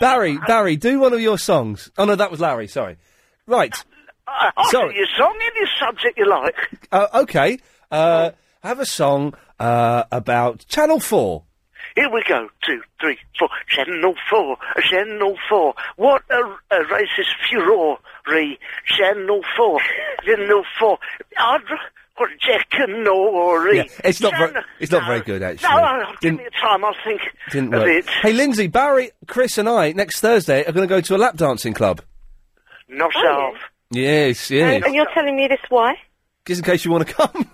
Speaker 1: Barry, Barry, do one of your songs. Oh no, that was Larry. Sorry. Right.
Speaker 18: uh, after
Speaker 1: Sorry.
Speaker 18: your song, any subject you like.
Speaker 1: Uh, okay. Uh, have a song uh, about Channel Four.
Speaker 18: Here we go. Two, three, four. Channel four. Channel four. What a, a racist furore. Channel four. Channel four. I'd r- what a Jack and Nori.
Speaker 1: Yeah, it's not.
Speaker 18: Channel-
Speaker 1: Very, it's not very good actually.
Speaker 18: No, I'll give
Speaker 1: Didn't-
Speaker 18: me a time. I'll think
Speaker 1: Didn't
Speaker 18: of
Speaker 1: work.
Speaker 18: it.
Speaker 1: Hey, Lindsay, Barry, Chris, and I next Thursday are going to go to a lap dancing club.
Speaker 18: Not
Speaker 16: Oh,
Speaker 18: off.
Speaker 1: Yes, yes.
Speaker 16: And, and you're telling me this why?
Speaker 1: Just in case you want to come,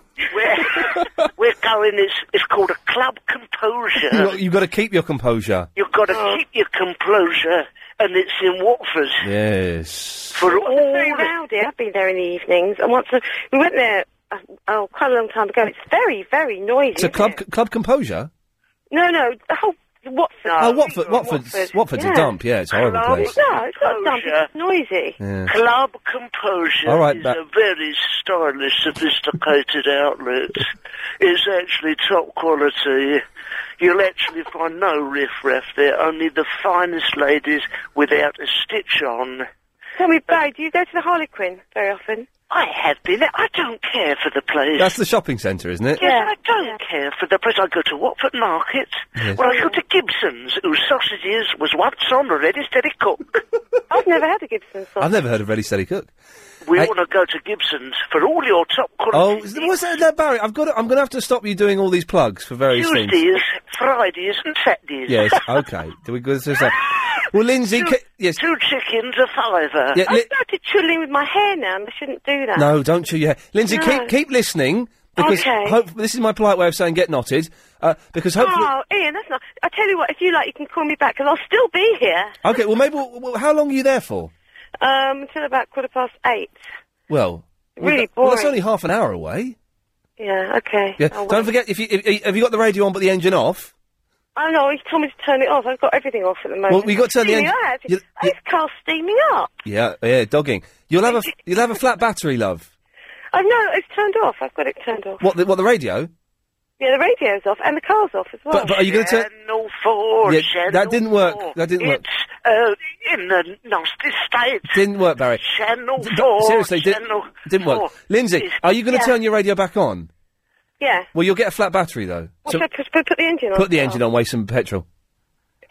Speaker 18: We're, we're going. It's, it's called a club composure.
Speaker 1: You've got- you've got to keep your composure.
Speaker 18: You've got to keep your composure, and it's in Watford.
Speaker 1: Yes.
Speaker 18: For all
Speaker 16: very rowdy. I've been there in the evenings. And once I, we went there, uh, oh, quite a long time ago. It's very, very noisy.
Speaker 1: It's a
Speaker 16: isn't
Speaker 1: club
Speaker 16: it?
Speaker 1: club composure.
Speaker 16: No, no, the whole Watford.
Speaker 1: oh, Watford, Watford's,
Speaker 16: Watford,
Speaker 1: Watford's
Speaker 16: yeah.
Speaker 1: a dump. Yeah, it's a horrible
Speaker 16: No,
Speaker 1: place.
Speaker 16: it's not a dump. It's noisy.
Speaker 1: Yeah.
Speaker 18: Club Composure
Speaker 1: All right,
Speaker 18: is
Speaker 1: that-
Speaker 18: a very stylish, sophisticated outlet. It's actually top quality. You'll actually find no riffraff there, only the finest ladies without a stitch on.
Speaker 16: Tell me, Barry, do you go to the Harlequin very often?
Speaker 18: I have been there. I don't care for the place.
Speaker 1: That's the shopping centre, isn't it?
Speaker 18: Yes, I don't care for the place. I go to Watford Market.
Speaker 1: Yes.
Speaker 18: Well, I go to Gibson's, whose sausages was once on a ready, steady cook.
Speaker 16: I've never had a Gibson sausage.
Speaker 1: I've never heard of Ready Steady Cook.
Speaker 18: We
Speaker 1: Hey.
Speaker 18: want to go to Gibson's for all your top
Speaker 1: Oh,
Speaker 18: quality.
Speaker 1: is- what's that, no, Barry? I've got. To, I'm going to have to stop you doing all these plugs for various
Speaker 18: Tuesdays,
Speaker 1: things.
Speaker 18: Fridays, and Saturdays.
Speaker 1: Yes. Okay. Do we go to say? Well, Lindsay. ca- yes.
Speaker 18: Two chickens a fiver.
Speaker 1: Yeah, li-
Speaker 16: I started twiddling with my hair now, and I shouldn't do that.
Speaker 1: No, don't you? Yeah, Lindsay,
Speaker 16: No.
Speaker 1: keep keep listening because
Speaker 16: Okay.
Speaker 1: hope, this is my polite way of saying get knotted. Uh, because hopefully,
Speaker 16: Oh, Ian, that's not. I tell you what, if you like, you can call me back because I'll still be here
Speaker 1: okay. Well, maybe. We'll, well, how long are you there for?
Speaker 16: um, until about quarter past eight.
Speaker 1: Well, we've
Speaker 16: Really
Speaker 1: got- Well, that's
Speaker 16: boring. Oh,
Speaker 1: only half an hour away.
Speaker 16: Yeah, okay.
Speaker 1: Yeah.
Speaker 16: I'll
Speaker 1: Don't forget if you if, if, have you got the radio on but the engine off.
Speaker 16: I know, he's told me to turn it off. I've got everything off at the moment.
Speaker 1: Well, we got to turn the
Speaker 16: Steaming
Speaker 1: engine-
Speaker 16: up.
Speaker 1: you-
Speaker 16: Oh, this car's steaming up.
Speaker 1: Yeah. Yeah. Dogging. You'll have a f- you'll have a flat battery, love.
Speaker 16: Oh, no, it's turned off. I've got it turned off.
Speaker 1: What the what the radio?
Speaker 18: Yeah, the radio's off and the car's off as well.
Speaker 1: But- but are you gonna turn-
Speaker 18: Channel
Speaker 16: Oh,
Speaker 18: Four.
Speaker 1: Yeah, that didn't work. That didn't work.
Speaker 18: Uh, in the nasty state.
Speaker 1: Didn't work, Barry.
Speaker 18: Channel
Speaker 1: D- d-
Speaker 18: Four.
Speaker 1: seriously, di-
Speaker 18: channel
Speaker 1: didn't work. Lindsay, are you going to
Speaker 18: Yeah.
Speaker 1: turn your radio back on?
Speaker 18: Yeah.
Speaker 1: Well, you'll get a flat battery though.
Speaker 18: What should I put, put, put the engine on?
Speaker 1: put the engine on, waste some petrol.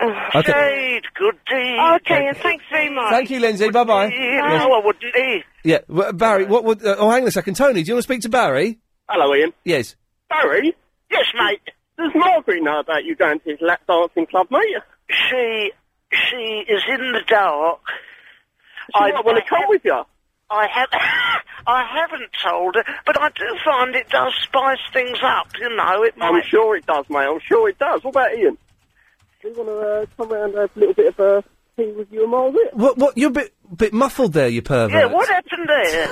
Speaker 18: Oh,
Speaker 1: Okay.
Speaker 18: Shade, good deed. Okay, and thanks very much.
Speaker 1: Thank you, Lindsay. Bye bye.
Speaker 18: No, I wouldn't eat.
Speaker 1: Yeah, w- Barry. What would? Uh, oh, hang on a second, Tony. Do you want to speak to Barry?
Speaker 8: Hello, Ian.
Speaker 1: Yes.
Speaker 8: Barry? Yes, mate. Does Margaret know about you going to his lap dancing club, mate?
Speaker 18: She, she is in the dark. I
Speaker 8: might wanna
Speaker 18: come
Speaker 8: with you.
Speaker 18: I have, I haven't told her, but I do find it does spice things up. You know, it might.
Speaker 8: I'm sure it does, mate. I'm sure it does. What about Ian? Do you want to uh, come round and have a little bit of a tea with you and Margaret?
Speaker 1: What? What? You're a bit, bit muffled there, you pervert.
Speaker 18: yeah, what happened there?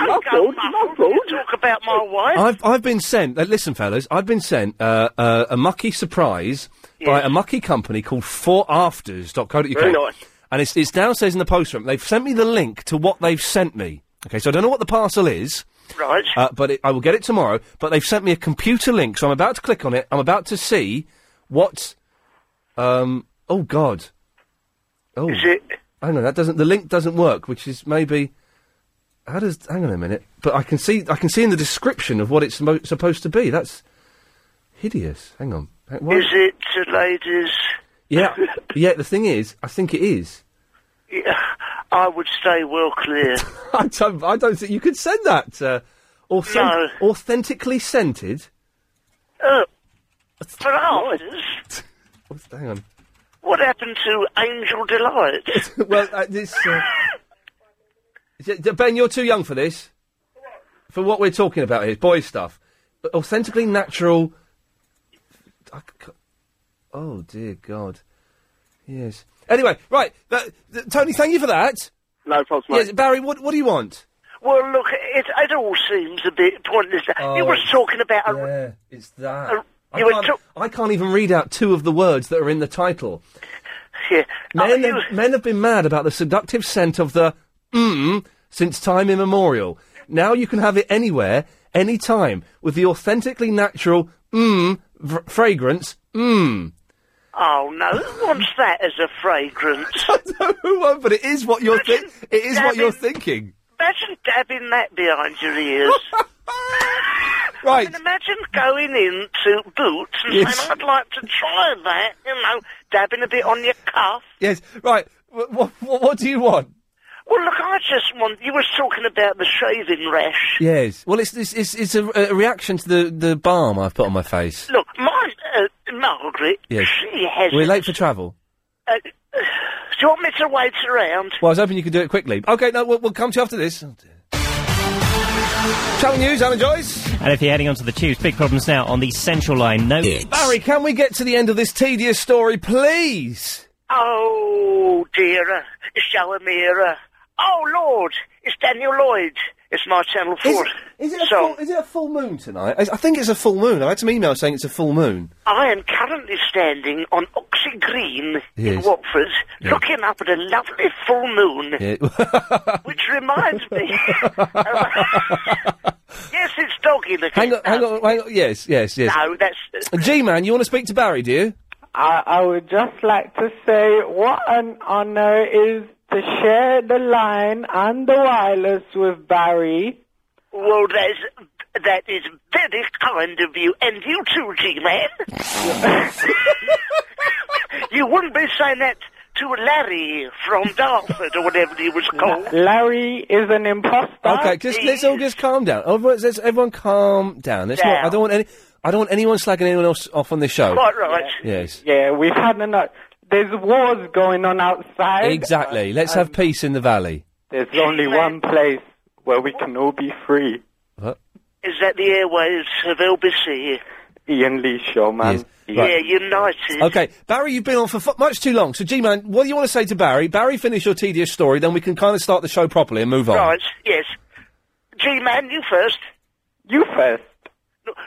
Speaker 18: Don't go muffled. You Talk about my wife.
Speaker 1: I've I've been sent. Uh, listen, fellas, I've been sent uh, uh, a mucky surprise by a mucky company called FourAfters.co.uk.
Speaker 8: Very nice.
Speaker 1: And it's it's downstairs in the post room. They've sent me the link to what they've sent me. Okay, so I don't know what the parcel is.
Speaker 18: Right.
Speaker 1: Uh, but it, I will get it tomorrow. But they've sent me a computer link, so I'm about to click on it. I'm about to see what. Um. Oh God. Oh. Is
Speaker 18: it?
Speaker 1: Hang on. That doesn't. The link doesn't work, which is maybe. How does? Hang on a minute. But I can see. I can see in the description of what it's mo- supposed to be. That's hideous. Hang on. Hang- why-
Speaker 18: Is it, uh, ladies?
Speaker 1: Yeah. yeah. The thing is, I think it is.
Speaker 18: Yeah, I would stay well clear.
Speaker 1: I don't. I don't think you could send that. Uh, authen- Authentically scented.
Speaker 18: Uh, for ours,
Speaker 1: Oh, hang on.
Speaker 18: what happened to Angel Delight?
Speaker 1: well, uh, this. Uh, is it- ben, you're too young for this. For what we're talking about here, boy stuff. But authentically natural. I c- oh dear God. Yes. Anyway, right. That, th- Tony, thank you for that.
Speaker 8: No problem,
Speaker 1: Yes, Barry. What What do you want?
Speaker 18: Well, look, it it all seems a bit pointless.
Speaker 1: Oh,
Speaker 18: you were talking about a,
Speaker 1: Yeah, it's that. I
Speaker 18: you were
Speaker 1: can't,
Speaker 18: talk-
Speaker 1: I can't even read out two of the words that are in the title.
Speaker 18: Yeah.
Speaker 1: Men, have, men have been mad about the seductive scent of the mmm since time immemorial. Now you can have it anywhere, anytime, with the authentically natural mmm v- fragrance. Mmm.
Speaker 18: Oh no, who wants that as a fragrance? I
Speaker 1: don't know, but it is what you're thinking. It is what you're
Speaker 18: dabbing-
Speaker 1: thinking.
Speaker 18: Imagine dabbing that behind your ears.
Speaker 1: right.
Speaker 18: I mean, imagine going into Boots and
Speaker 1: Yes.
Speaker 18: saying, I'd like to try that, you know, dabbing a bit on your cuff.
Speaker 1: Yes. Right. What, what, what do you want?
Speaker 18: Well, look, I just want. You were talking about the shaving rash.
Speaker 1: Yes. Well, it's it's, it's, it's a, a reaction to the, the balm I've put on my face.
Speaker 18: Look, my uh, Margaret,
Speaker 1: Yes.
Speaker 18: she has.
Speaker 1: We're late for travel.
Speaker 18: Uh, do you want me to wait around?
Speaker 1: Well, I was hoping you could do it quickly. Okay, no, we'll, we'll come to you after this. Travel news, Alan Joyce.
Speaker 22: And if you're heading onto the tubes, big problems now on the central line. No.
Speaker 1: Barry, can we get to the end of this tedious story, please?
Speaker 18: Oh, dear. It's Joe Amira. Oh, Lord. It's Daniel Lloyd. It's my Channel 4.
Speaker 1: Is it a, full, is it a full moon tonight? I, I think it's a full moon. I had some email saying it's a full moon.
Speaker 18: I am currently standing on Oxy Green in
Speaker 1: Yes.
Speaker 18: Watford,
Speaker 1: Yeah.
Speaker 18: looking up at a lovely full moon,
Speaker 1: Yeah.
Speaker 18: which reminds me. yes, it's doggy looking.
Speaker 1: hang on, hang on, hang on. Yes, yes, yes.
Speaker 18: No, that's.
Speaker 1: G-Man, you want to speak to Barry, do you?
Speaker 2: I, I would just like to say what an honor it is to share the line and the wireless with Barry.
Speaker 18: Well, that is, that is very kind of you, and you too, G-Man. you wouldn't be saying that to Larry from Dartford or whatever he was called.
Speaker 2: Larry is an imposter.
Speaker 1: Okay, just let's all just calm down. Everyone, let's, everyone calm down. Let's Not, I don't want any. I don't want anyone slagging anyone else off on this show.
Speaker 2: Quite right.
Speaker 1: Yes.
Speaker 2: Yeah, we've had enough. There's wars going on outside.
Speaker 1: Exactly. Let's have peace in the valley.
Speaker 2: There's only one place where we can all be free.
Speaker 18: Is that the airways of LBC?
Speaker 2: Ian Lee Show, man.
Speaker 18: Yeah, United.
Speaker 1: Okay, Barry, you've been on for f- much too long. So, G-Man, what do you want to say to Barry? Barry, finish your tedious story, then we can kind of start the show properly and move on.
Speaker 18: Right, yes. G-Man, you first.
Speaker 2: You first.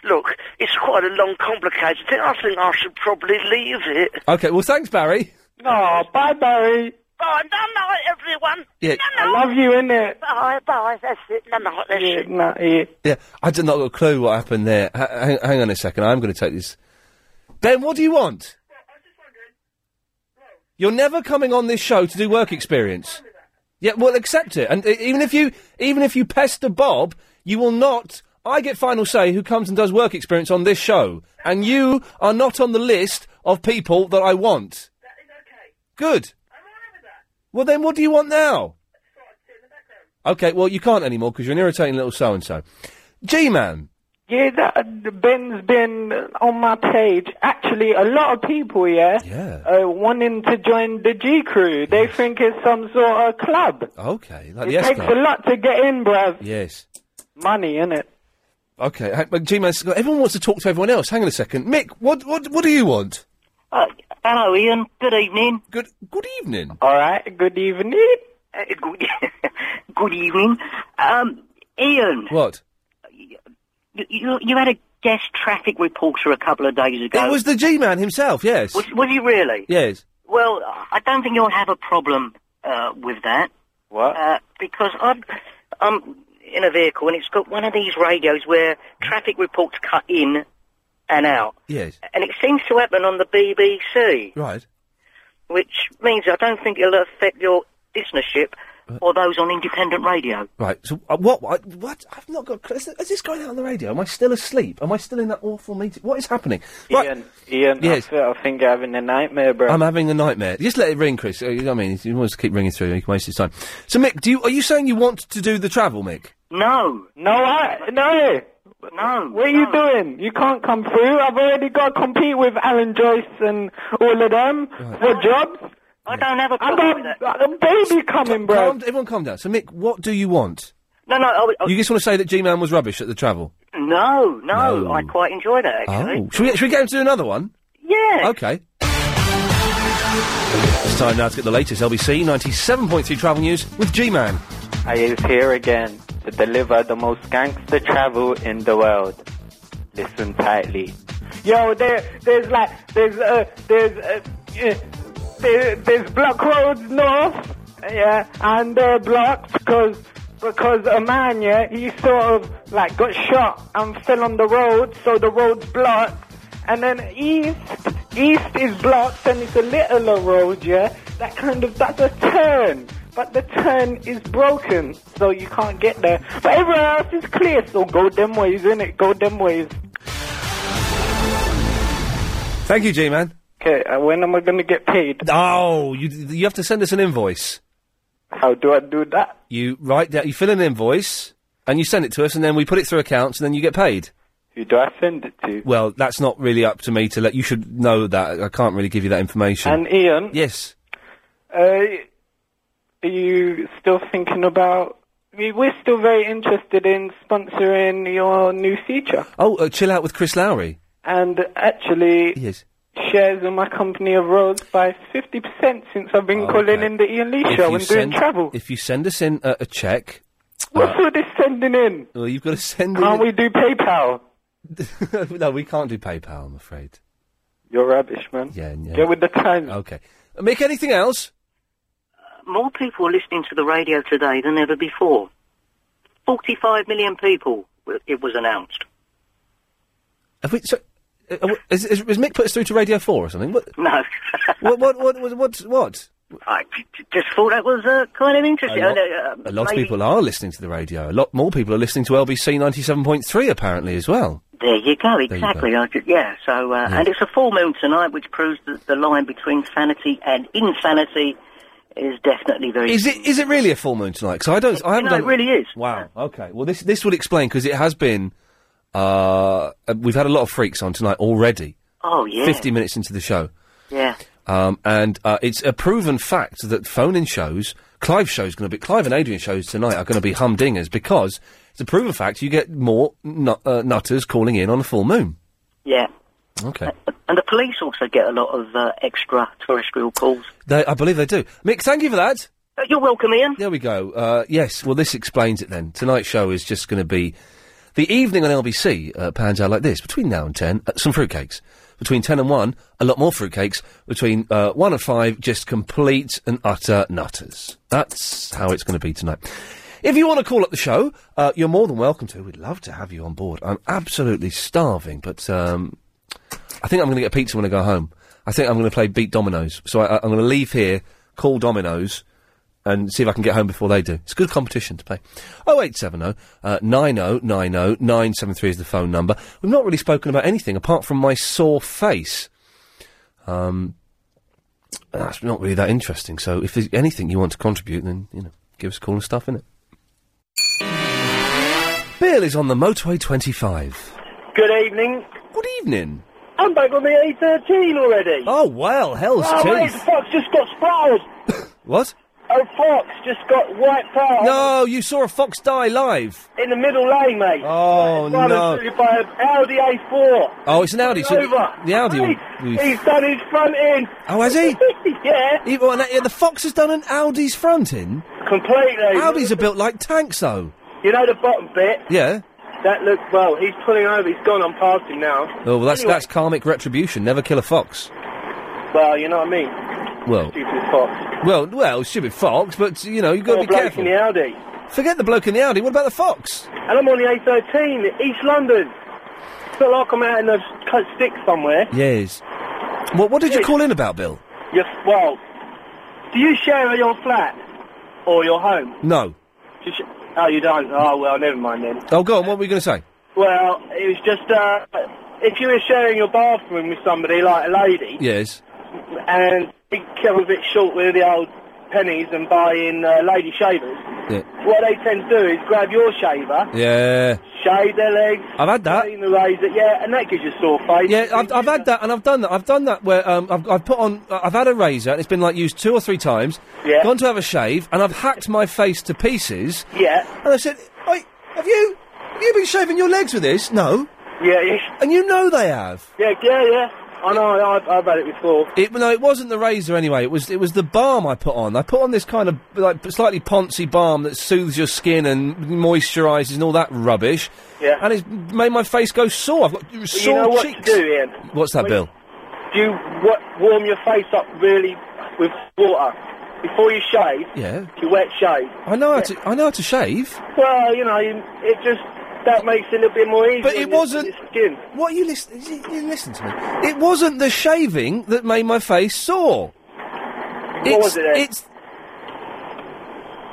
Speaker 18: Look, it's quite a long, complicated thing. I think I should probably leave it.
Speaker 1: Okay, well, thanks, Barry.
Speaker 2: No, bye, Barry.
Speaker 18: Bye. Night night, everyone.
Speaker 1: Yeah.
Speaker 8: I love you, innit?
Speaker 18: Bye bye. That's it. Night night. That's
Speaker 8: Yeah,
Speaker 18: it.
Speaker 8: nah, yeah.
Speaker 1: Yeah, I did not got a clue what happened there. H- hang, hang on a second, I'm going to take this. Ben, what do you want? You're never coming on this show to do work experience. Yeah, well, accept it. And uh, even if you even if you pester Bob, you will not. I get final say who comes and does work experience on this show, and you are not on the list of people that I want. That is okay. Good. Well, then, what do you want now? Okay, well, you can't anymore because you're an irritating little so and so. G Man.
Speaker 8: Yeah, that Ben's been on my page. Actually, a lot of people, yeah,
Speaker 1: yeah.
Speaker 8: Uh, wanting to join the G Crew. They think it's some sort of club.
Speaker 1: Okay, like
Speaker 8: it
Speaker 1: the S
Speaker 8: takes
Speaker 1: Club.
Speaker 8: a lot to get in, bruv.
Speaker 1: Yes.
Speaker 8: Money, innit?
Speaker 1: Okay, ha- but G Man's. Everyone wants to talk to everyone else. Hang on a second. Mick, what, what, what do you want?
Speaker 23: Uh,
Speaker 18: Oh,
Speaker 23: hello, Ian. Good evening.
Speaker 1: Good good evening.
Speaker 8: All right. Good evening.
Speaker 23: Uh, good, good evening. Um, Ian,
Speaker 1: What?
Speaker 23: you, you, you had a guest traffic reporter a couple of days ago.
Speaker 1: It was the G Man himself, yes.
Speaker 23: Was, was he really?
Speaker 1: Yes.
Speaker 23: Well, I don't think you'll have a problem uh, with that.
Speaker 1: What?
Speaker 23: Uh, because I'm, I'm in a vehicle and it's got one of these radios where traffic reports cut in and out.
Speaker 1: Yes.
Speaker 23: And it seems to happen on the BBC,
Speaker 1: Right.
Speaker 23: which means I don't think it'll affect your listenership or those on independent radio.
Speaker 1: Right. So uh, what? What? what? I've not got. cl- Is, th- is this going out on the radio? Am I still asleep? Am I still in that awful meeting? What is happening? Right.
Speaker 8: Ian, Ian,
Speaker 1: Yes.
Speaker 8: I, feel, I think you're having a nightmare, bro.
Speaker 1: I'm having a nightmare. Just let it ring, Chris. Uh, you know what I mean, if you want to keep ringing through, you can waste his time. So, Mick, do you are you saying you want to do the travel, Mick?
Speaker 23: No.
Speaker 8: No, I, no.
Speaker 23: No.
Speaker 8: What are you doing? You can't come through. I've already got to compete with Alan Joyce and all of them for jobs.
Speaker 23: I don't have a
Speaker 8: I
Speaker 23: problem with
Speaker 8: got I got a Um, baby coming, bro.
Speaker 1: Calm, everyone, calm down. So, Mick, what do you want?
Speaker 23: No, no, I, I,
Speaker 8: Oh.
Speaker 1: You just want to say that G Man was rubbish at the travel.
Speaker 23: no, no,
Speaker 1: No.
Speaker 23: I quite enjoy that, actually.
Speaker 1: Oh, should we, should we get him to do another one?
Speaker 23: Yeah.
Speaker 1: Okay. It's time now to get the latest LBC 97.3 travel news with G Man.
Speaker 8: I is here again to deliver the most gangster travel in the world. Listen tightly. Yo, there, there's like, there's, uh, there's, uh, yeah, there, there's block roads north, yeah, and uh, they're blocked because, because a man, yeah, he sort of like got shot and fell on the road, so the road's blocked. And then east, east is blocked and it's a littler road, yeah? That kind of, that's a turn. But the turn is broken, so you can't get there. But everywhere else is clear, so go them ways, innit? Go them ways.
Speaker 1: Thank you, G Man.
Speaker 8: Okay, uh, when am I gonna get paid?
Speaker 1: Oh, you you have to send us an invoice.
Speaker 8: How do I do that?
Speaker 1: You write down, you fill in an invoice, and you send it to us, and then we put it through accounts, and then you get paid.
Speaker 8: Who do I send it to?
Speaker 1: Well, that's not really up to me to let. You should know that. I can't really give you that information.
Speaker 8: And Ian,
Speaker 1: yes.
Speaker 8: uh, are you still thinking about... we- We're still very interested in sponsoring your new feature.
Speaker 1: Oh, uh, chill out with Chris Lowry.
Speaker 8: And actually,
Speaker 1: Yes.
Speaker 8: shares in my company have rose by 50% since I've been calling in the Ian Lee
Speaker 1: If
Speaker 8: show
Speaker 1: you
Speaker 8: and
Speaker 1: send-
Speaker 8: doing travel.
Speaker 1: If you send us in a, a check, uh,
Speaker 8: What's all this sending in?
Speaker 1: well, you've got to send.
Speaker 8: Can't we do PayPal?
Speaker 1: we? no, we can't do PayPal. I'm afraid.
Speaker 8: You're rubbish, man.
Speaker 1: Yeah, yeah.
Speaker 8: Get with the times.
Speaker 1: Okay. Make anything else?
Speaker 23: Uh, More people are listening to the radio today than ever before. 45 million people, w- it was announced.
Speaker 1: Have we, so, uh, uh, is, is, is Mick put us through to Radio Four or something? What?
Speaker 23: No.
Speaker 1: what? What? What? What? What? what?
Speaker 23: I j- j- just thought that was uh, kind of interesting.
Speaker 1: A lot,
Speaker 23: Uh, uh,
Speaker 1: a lot of
Speaker 23: maybe-
Speaker 1: people are listening to the radio. A lot more people are listening to LBC 97.3 apparently as well.
Speaker 23: There you go,
Speaker 1: go.
Speaker 23: exactly. I ju- yeah, so, uh, and it's a full moon tonight, which proves that the line between sanity and insanity is definitely very.
Speaker 1: Is it is it really a full moon tonight? Because I don't. I haven't
Speaker 23: No,
Speaker 1: done.
Speaker 23: it really is.
Speaker 1: Wow. Okay. Well, this this would explain because it has been. Uh, uh, we've had a lot of freaks on tonight already.
Speaker 23: Oh, yeah.
Speaker 1: Fifty minutes into the show.
Speaker 23: Yeah.
Speaker 1: Um, and uh, it's a proven fact that phone-in shows, Clive's show's going to be, Clive and Adrian's shows tonight are going to be humdingers because it's a proven fact you get more nut- uh, nutters calling in on a full moon.
Speaker 23: Yeah.
Speaker 1: Okay.
Speaker 23: And the police also get a lot of uh, extraterrestrial calls.
Speaker 1: They, I believe they do. Mick, thank you for that.
Speaker 23: Uh, You're welcome, Ian.
Speaker 1: There we go. Uh, yes, well, this explains it then. Tonight's show is just going to be the evening on LBC uh, pans out like this between now and 10. Uh, some fruitcakes. between 10 and 1, a lot more fruitcakes. Between uh, 1 and 5, just complete and utter nutters. That's how it's going to be tonight. If you want to call up the show, uh, you're more than welcome to. We'd love to have you on board. I'm absolutely starving, but um, I think I'm going to get pizza when I go home. I think I'm going to play Beat Dominoes. So I, I- I'm going to leave here, call Dominoes, and see if I can get home before they do. It's a good competition to play. 0870 uh, 9090 973 is the phone number. We've not really spoken about anything apart from my sore face. Um, that's not really that interesting. So if there's anything you want to contribute, then, you know, give us a call and stuff, innit? Bill is on the motorway 25.
Speaker 7: Good evening.
Speaker 1: Good evening.
Speaker 7: I'm back on the A13 already.
Speaker 1: Oh, well, hell's
Speaker 7: oh, Wait,
Speaker 1: teeth.
Speaker 7: Fox just got sprouted.
Speaker 1: What?
Speaker 7: Oh, Fox just got wiped out
Speaker 1: No, you saw a fox die live.
Speaker 7: in the middle lane, mate.
Speaker 1: Oh,
Speaker 7: Run
Speaker 1: no.
Speaker 7: and through by an Audi A4.
Speaker 1: Oh, it's an Audi. So
Speaker 7: Over.
Speaker 1: the Audi. will-
Speaker 7: He's, he's done his front end.
Speaker 1: Oh, has he?
Speaker 7: yeah.
Speaker 1: He- well, yeah, the fox has done an Audi's front in.
Speaker 7: Completely.
Speaker 1: Audis are built like tanks, though.
Speaker 7: You know the bottom bit?
Speaker 1: Yeah.
Speaker 7: That looks, well, he's pulling over. He's gone. I'm past him now.
Speaker 1: Oh, well, that's
Speaker 7: Anyway,
Speaker 1: that's karmic retribution. Never kill a fox.
Speaker 7: Well, you know what I mean?
Speaker 1: Well,
Speaker 7: Stupid Fox.
Speaker 1: well, well, stupid fox, but you know you've got
Speaker 7: Poor
Speaker 1: to be
Speaker 7: bloke
Speaker 1: careful.
Speaker 7: in the Audi.
Speaker 1: Forget the bloke in the Audi. What about the fox?
Speaker 7: And I'm on the A13, East London. It's not like I'm out in the cut stick somewhere.
Speaker 1: Yes. What what did you call in about, Bill?
Speaker 7: You're, well, do you share your flat or your home?
Speaker 1: No.
Speaker 7: Do you sh- oh, you don't? Oh, well, never mind then.
Speaker 1: Oh, go on. What were you going to say?
Speaker 7: Well, it was just, uh, if you were sharing your bathroom with somebody, like a lady,
Speaker 1: Yes.
Speaker 7: and they come a bit short with the old pennies and buying uh, lady shavers,
Speaker 1: Yeah.
Speaker 7: what they tend to do is grab your shaver,
Speaker 1: Yeah.
Speaker 7: shave their legs,
Speaker 1: I've had that.
Speaker 7: clean the razor, yeah, and that gives you a sore face.
Speaker 1: Yeah, I've, I've had that, and I've done that. I've done that where um, I've, I've put on, I've had a razor, and it's been like used two or three times.
Speaker 7: Yeah.
Speaker 1: Gone to have a shave, and I've hacked my face to pieces.
Speaker 7: Yeah.
Speaker 1: And I said, "Oi, have you, have you been shaving your legs with this?" No.
Speaker 7: Yeah. yeah.
Speaker 1: And you know they have.
Speaker 7: Yeah, yeah, yeah. I know, I- I've, I've had it before.
Speaker 1: It, no, it wasn't the razor anyway. It was it was the balm I put on. I put on this kind of like slightly poncy balm that soothes your skin and moisturises and all that rubbish.
Speaker 7: Yeah.
Speaker 1: And it's made my face go sore. I've got
Speaker 7: But
Speaker 1: sore
Speaker 7: you know what
Speaker 1: cheeks.
Speaker 7: to do, Ian?
Speaker 1: What's that,
Speaker 7: When-
Speaker 1: Bill?
Speaker 7: Do you wa- warm your face up really with water before you shave?
Speaker 1: Yeah.
Speaker 7: You wet shave.
Speaker 1: I know how to. I know how to shave.
Speaker 7: Well, you know, you, it just that makes it a little bit more easy.
Speaker 1: But
Speaker 7: on
Speaker 1: it
Speaker 7: your- on
Speaker 1: wasn't-
Speaker 7: your skin.
Speaker 1: What are you listening? You, you listen to me. It wasn't the shaving that made my face sore.
Speaker 7: What
Speaker 1: it's,
Speaker 7: was it then?
Speaker 1: It's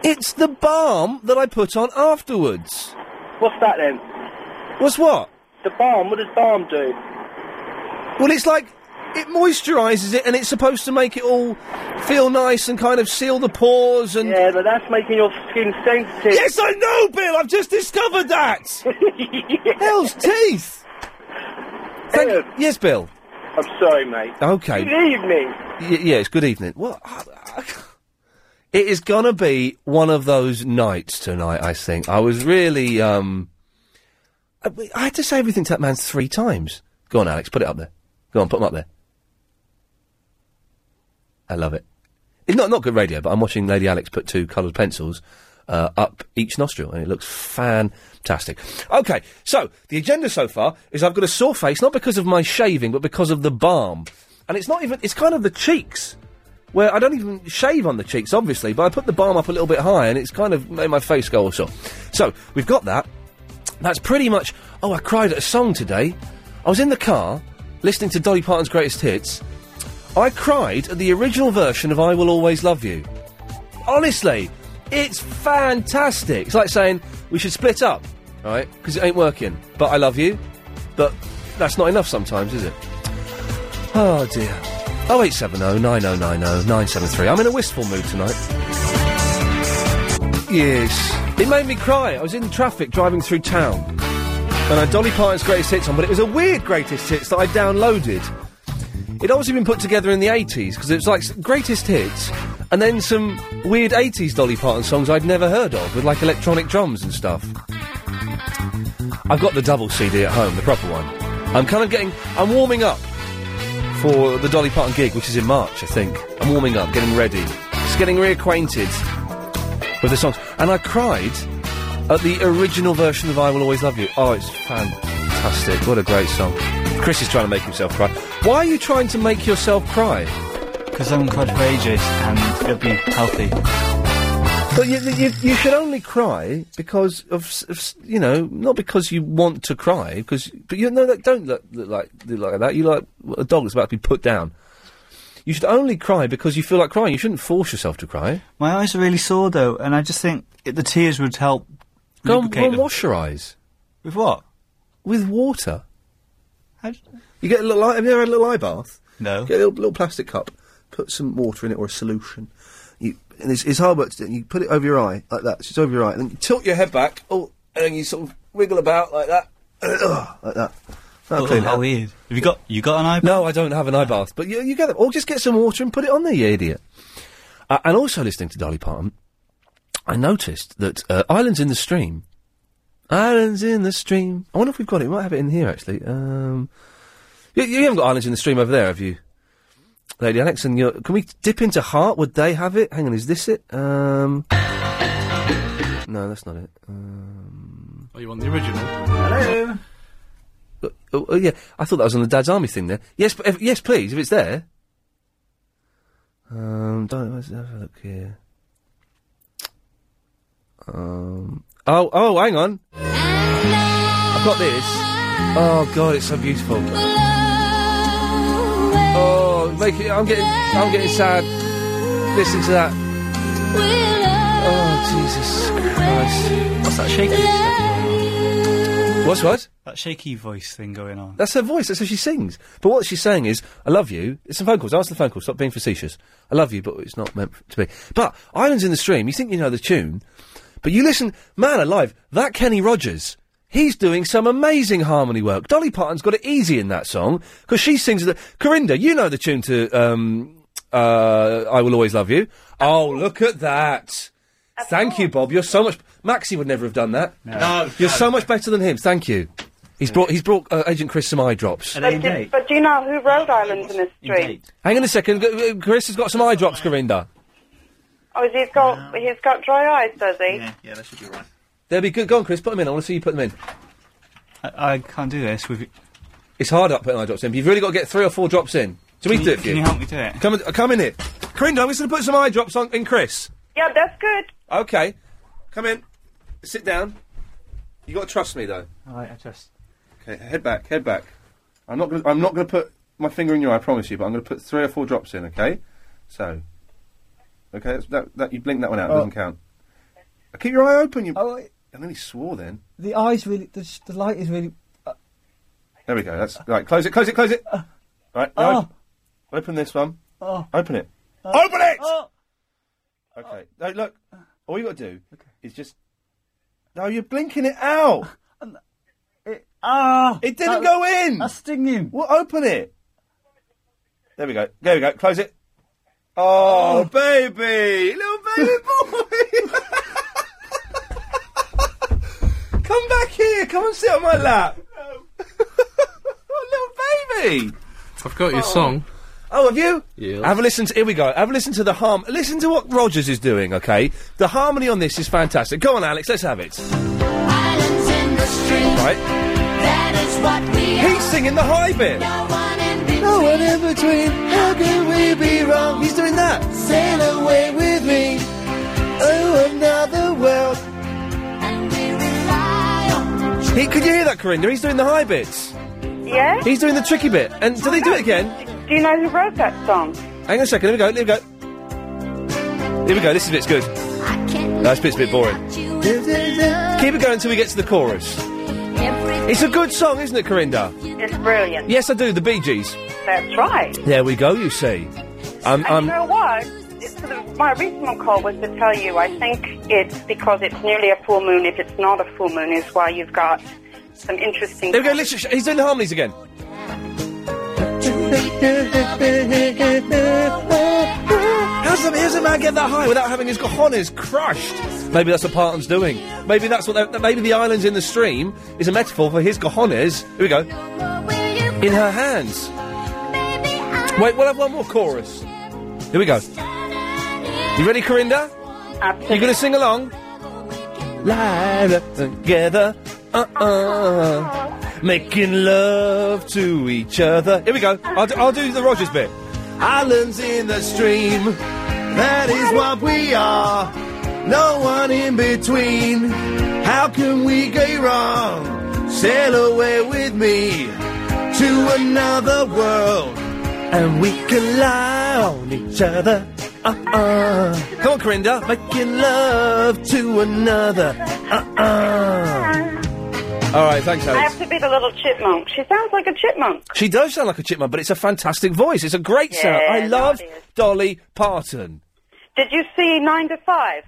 Speaker 1: it's the balm that I put on afterwards.
Speaker 7: What's that then?
Speaker 1: What's what?
Speaker 7: The balm. What does balm do?
Speaker 1: Well, it's like it moisturises it, and it's supposed to make it all feel nice and kind of seal the pores. And
Speaker 7: yeah, but that's making your skin sensitive.
Speaker 1: Yes, I know, Bill. I've just discovered that. Hell's teeth. Thank- yes, Bill.
Speaker 7: I'm sorry, mate.
Speaker 1: Okay.
Speaker 7: Good evening.
Speaker 1: Y- yes, good evening. What? It is gonna be one of those nights tonight. I think I was really. um I, I had to say everything to that man three times. Go on, Alex, put it up there. Go on, put him up there. I love it. It's not not good radio, but I'm watching Lady Alex put two coloured pencils uh, up each nostril, and it looks fantastic. Okay, so the agenda so far is I've got a sore face, not because of my shaving, but because of the balm, and it's not even. It's kind of the cheeks. Where I don't even shave on the cheeks, obviously, but I put the balm up a little bit high, and it's kind of made my face go all sore. So we've got that. That's pretty much. Oh, I cried at a song today. I was in the car listening to Dolly Parton's greatest hits. I cried at the original version of I Will Always Love You. Honestly, it's fantastic. It's like saying we should split up, right? Because it ain't working. But I love you. But that's not enough sometimes, is it? Oh dear. 0870 9090 973. I'm in a wistful mood tonight. Yes. It made me cry. I was in traffic driving through town. And I had Dolly Parton's greatest hits on, but it was a weird greatest hits that I downloaded. It'd obviously been put together in the 80s, because it was like s- greatest hits, and then some weird 80s Dolly Parton songs I'd never heard of, with like electronic drums and stuff. I've got the double CD at home, the proper one. I'm kind of getting. I'm warming up for the Dolly Parton gig, which is in March, I think. I'm warming up, getting ready. Just getting reacquainted with the songs. And I cried at the original version of I Will Always Love You. Oh, it's fantastic. What a great song. Chris is trying to make himself cry. Why are you trying to make yourself cry?
Speaker 24: Because I'm quadriplegic and it'll be healthy.
Speaker 1: But you, you, you should only cry because of, s- of s- you know, not because you want to cry. Because but you know that don't look, look like look like that. You like a dog that's about to be put down. You should only cry because you feel like crying. You shouldn't force yourself to cry.
Speaker 24: My eyes are really sore though, and I just think it, the tears would help.
Speaker 1: Go and,
Speaker 24: lubricate
Speaker 1: go and
Speaker 24: them.
Speaker 1: wash your eyes.
Speaker 24: With what?
Speaker 1: With water.
Speaker 24: How d-
Speaker 1: You get a little. Eye, have you ever had a little eye bath?
Speaker 24: No.
Speaker 1: Get a little, little plastic cup. Put some water in it or a solution. You, and it's, it's hard work to do. You put it over your eye like that. So it's over your eye. And then you tilt your head back. Oh, and then you sort of wiggle about like that. Ugh, like that. That'll
Speaker 24: Oh,
Speaker 1: clean it
Speaker 24: how
Speaker 1: up.
Speaker 24: weird. Have you got you got an Ah. eye?
Speaker 1: No, I don't have an eye bath. But you, you get it. Or just get some water and put it on there, you idiot. Uh, and also listening to Dolly Parton, I noticed that uh, Islands in the Stream. Islands in the Stream. I wonder if we've got it. We might have it in here, actually. Um, you, you haven't got Islands in the Stream over there, have you? Lady Alex, and you can we dip into Heart? Would they have it? Hang on, is this it? Um, no, that's not it.
Speaker 12: Are you on the original?
Speaker 24: Hello.
Speaker 1: Uh, Oh, oh, yeah, I thought that was on the Dad's Army thing there. Yes, but if, yes, please, if it's there. Um, don't let's have a look here. Um, oh, oh, hang on. I've got this. Oh God, it's so beautiful. Oh, make it, I'm getting, I'm getting sad. Listen to that. Oh Jesus Christ!
Speaker 24: What's that shaky? stuff?
Speaker 1: What's what?
Speaker 24: That shaky voice thing going on.
Speaker 1: That's her voice. That's how she sings. But what she's saying is, "I love you." It's some phone calls. Answer the phone call. Stop being facetious. I love you, but it's not meant to be. But Islands in the Stream. You think you know the tune, but you listen. Man alive, that Kenny Rogers. He's doing some amazing harmony work. Dolly Parton's got it easy in that song because she sings the. Corinda, you know the tune to um, uh, "I Will Always Love You." Oh, look at that! Thank you, Bob. You're so much. Maxie would never have done that. No, you're so much better than him. Thank you. He's brought. He's brought uh, Agent Chris some eye drops.
Speaker 20: But
Speaker 25: E.
Speaker 20: do, but do you know who Rhode Island's in this street?
Speaker 1: Hang on a second. G- uh, Chris has got some eye drops, Corinda.
Speaker 20: Oh, he's got he's got dry eyes, does he?
Speaker 24: Yeah, that should be right.
Speaker 1: They'll be good. Go on, Chris. Put them in. I want to see you put them in.
Speaker 24: I, I can't do this with.
Speaker 1: It's hard up putting eye drops in. But you've really got to get three or four drops in. Do we
Speaker 24: Can
Speaker 1: do
Speaker 24: you-
Speaker 1: it for you?
Speaker 24: can you help me do it?
Speaker 1: Come, in- uh, come in here, Corinda. I'm just going to put some eye drops on in Chris.
Speaker 20: Yeah, that's good.
Speaker 1: Okay. Come in. Sit down. You got to trust me though.
Speaker 24: Alright, I just.
Speaker 1: Okay. Head back. Head back. I'm not. Gonna, I'm not going to put my finger in your eye. I promise you. But I'm going to put three or four drops in. Okay. So. Okay. That's, that that you blink that one out. It
Speaker 24: Oh.
Speaker 1: doesn't count. Keep your eye open. You. I nearly swore then.
Speaker 24: The eyes really. The, sh- the light is really.
Speaker 1: There we go. That's right. Close it. Close it. Close it. Right. now op- Open this one.
Speaker 24: Uh. Oh.
Speaker 1: Open it.
Speaker 24: Open it!
Speaker 1: Okay. No, look. All you got to do is just. No, you're blinking it out.
Speaker 24: It, ah!
Speaker 1: It didn't go in. That's
Speaker 24: stinging.
Speaker 1: Well, open it. There we go. There we go. Close it. Oh, baby, little baby boy. Come back here. Come and sit on my lap. oh, little baby.
Speaker 12: I've got your song.
Speaker 1: Oh, have you?
Speaker 12: Yeah.
Speaker 1: Have a listen to. Here we go. Have a listen to the harm. Listen to what Rogers is doing. Okay, the harmony on this is fantastic. Go on, Alex. Let's have it. Right. He's singing the high bit. No one in between. How can we be wrong? He's doing that. Sail away with me. Oh, another world. He, could you hear that, Corinda? He's doing the high bits.
Speaker 20: Yeah.
Speaker 1: He's doing the tricky bit. And do they do it again?
Speaker 20: Do you know who wrote that song?
Speaker 1: Hang on a second. Here we go. Here we go. Here we go. This bit's good. No, this bit's a bit boring. Keep it going until we get to the chorus. It's a good song, isn't it, Corinda?
Speaker 20: It's brilliant.
Speaker 1: Yes, I do. The Bee Gees.
Speaker 20: That's right.
Speaker 1: There we go. You see. Um,
Speaker 20: And
Speaker 1: um,
Speaker 20: you know what? It's sort of- my original call was to tell you. I think it's because it's nearly a full moon. If it's not a full moon, is why you've got some interesting.
Speaker 1: there we go. Listen, sh- he's doing the harmonies again. How's a, how's a man get that high without having his cojones crushed? Maybe that's what Parton's doing. Maybe that's what. they're- Maybe the islands in the stream is a metaphor for his cojones. Here we go. In her hands. Wait, we'll have one more chorus. Here we go. You ready, Corinda? You gonna sing along? Live together. Uh uh. uh-uh. making love to each other. Here we go. I'll, do- I'll do the Rogers bit.
Speaker 26: Islands in the stream, that is what we are. No one in between. How can we go wrong? Sail away with me to another world, and we can lie on each other. Uh-uh.
Speaker 1: Come on, Corinda.
Speaker 26: Making love to another. Uh-uh.
Speaker 1: All right, thanks,
Speaker 25: I
Speaker 1: Alex.
Speaker 25: have to be the little chipmunk. She sounds like a chipmunk.
Speaker 1: She does sound like a chipmunk, but it's a fantastic voice. It's a great
Speaker 25: Yeah,
Speaker 1: sound. I
Speaker 25: no,
Speaker 1: love
Speaker 25: it is.
Speaker 1: Dolly Parton.
Speaker 25: Did you see Nine to Five?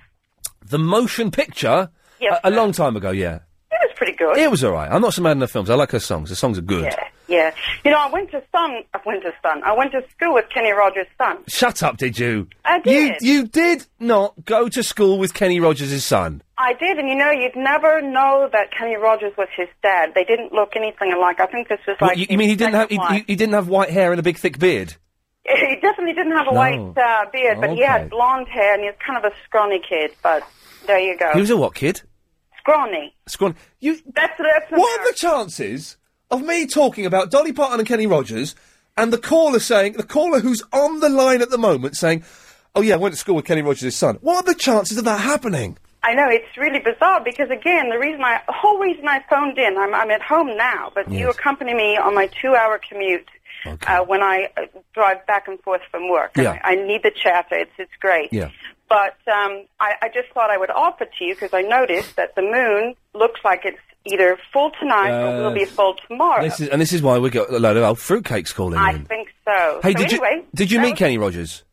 Speaker 1: The motion picture
Speaker 25: Yes,
Speaker 1: a, a long time ago, yeah.
Speaker 25: It was pretty good.
Speaker 1: It was all right. I'm not so mad in the films. I like her songs. The songs are good.
Speaker 25: Yeah, yeah. You know, I went to son. I went to son. I went to school with Kenny Rogers' son.
Speaker 1: Shut up, did you?
Speaker 25: I did.
Speaker 1: You, you did not go to school with Kenny Rogers' son.
Speaker 25: I did, and you know, you'd never know that Kenny Rogers was his dad. They didn't look anything alike. I think this was
Speaker 1: What,
Speaker 25: like
Speaker 1: you, you mean he didn't have he, he- he didn't have white hair and a big thick beard?
Speaker 25: he definitely didn't have a
Speaker 1: No.
Speaker 25: white uh, beard, but he
Speaker 1: Okay.
Speaker 25: had blonde hair, and he was kind of a scrawny kid. But there you go.
Speaker 1: He was a what kid?
Speaker 25: scrawny.
Speaker 1: Scrawny. You.
Speaker 25: That's that's.
Speaker 1: What are the chances of me talking about Dolly Parton and Kenny Rogers, and the caller saying the caller who's on the line at the moment saying, "Oh yeah, I went to school with Kenny Rogers' son." What are the chances of that happening?
Speaker 25: I know it's really bizarre because again, the reason I the whole reason I phoned in, I'm I'm at home now, but you accompany me on my two-hour commute uh, when I uh, drive back and forth from work.
Speaker 15: Yeah.
Speaker 25: I, I need the chatter. It's it's great.
Speaker 15: Yeah.
Speaker 25: But um, I, I just thought I would offer to you because I noticed that the moon looks like it's either full tonight or will be
Speaker 1: Yes.
Speaker 25: full tomorrow.
Speaker 1: Uh, This is, and this is why we got a load of old fruitcakes calling
Speaker 25: I
Speaker 1: in.
Speaker 25: think so.
Speaker 1: Hey,
Speaker 25: so
Speaker 1: did
Speaker 25: anyway,
Speaker 1: you did you
Speaker 25: that
Speaker 1: meet
Speaker 25: was-
Speaker 1: Kenny Rogers?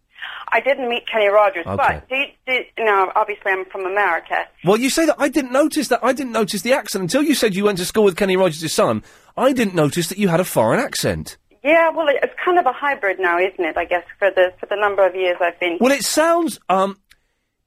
Speaker 25: I didn't meet Kenny Rogers,
Speaker 1: Okay.
Speaker 25: but do you, do you, now obviously I'm from America.
Speaker 1: Well, you say that I didn't notice that. I didn't notice the accent until you said you went to school with Kenny Rogers' son. I didn't notice that you had a foreign accent.
Speaker 25: Yeah, well, it- it's kind of a hybrid now, isn't it? I guess for the for the number of years I've been.
Speaker 1: Well, it sounds um,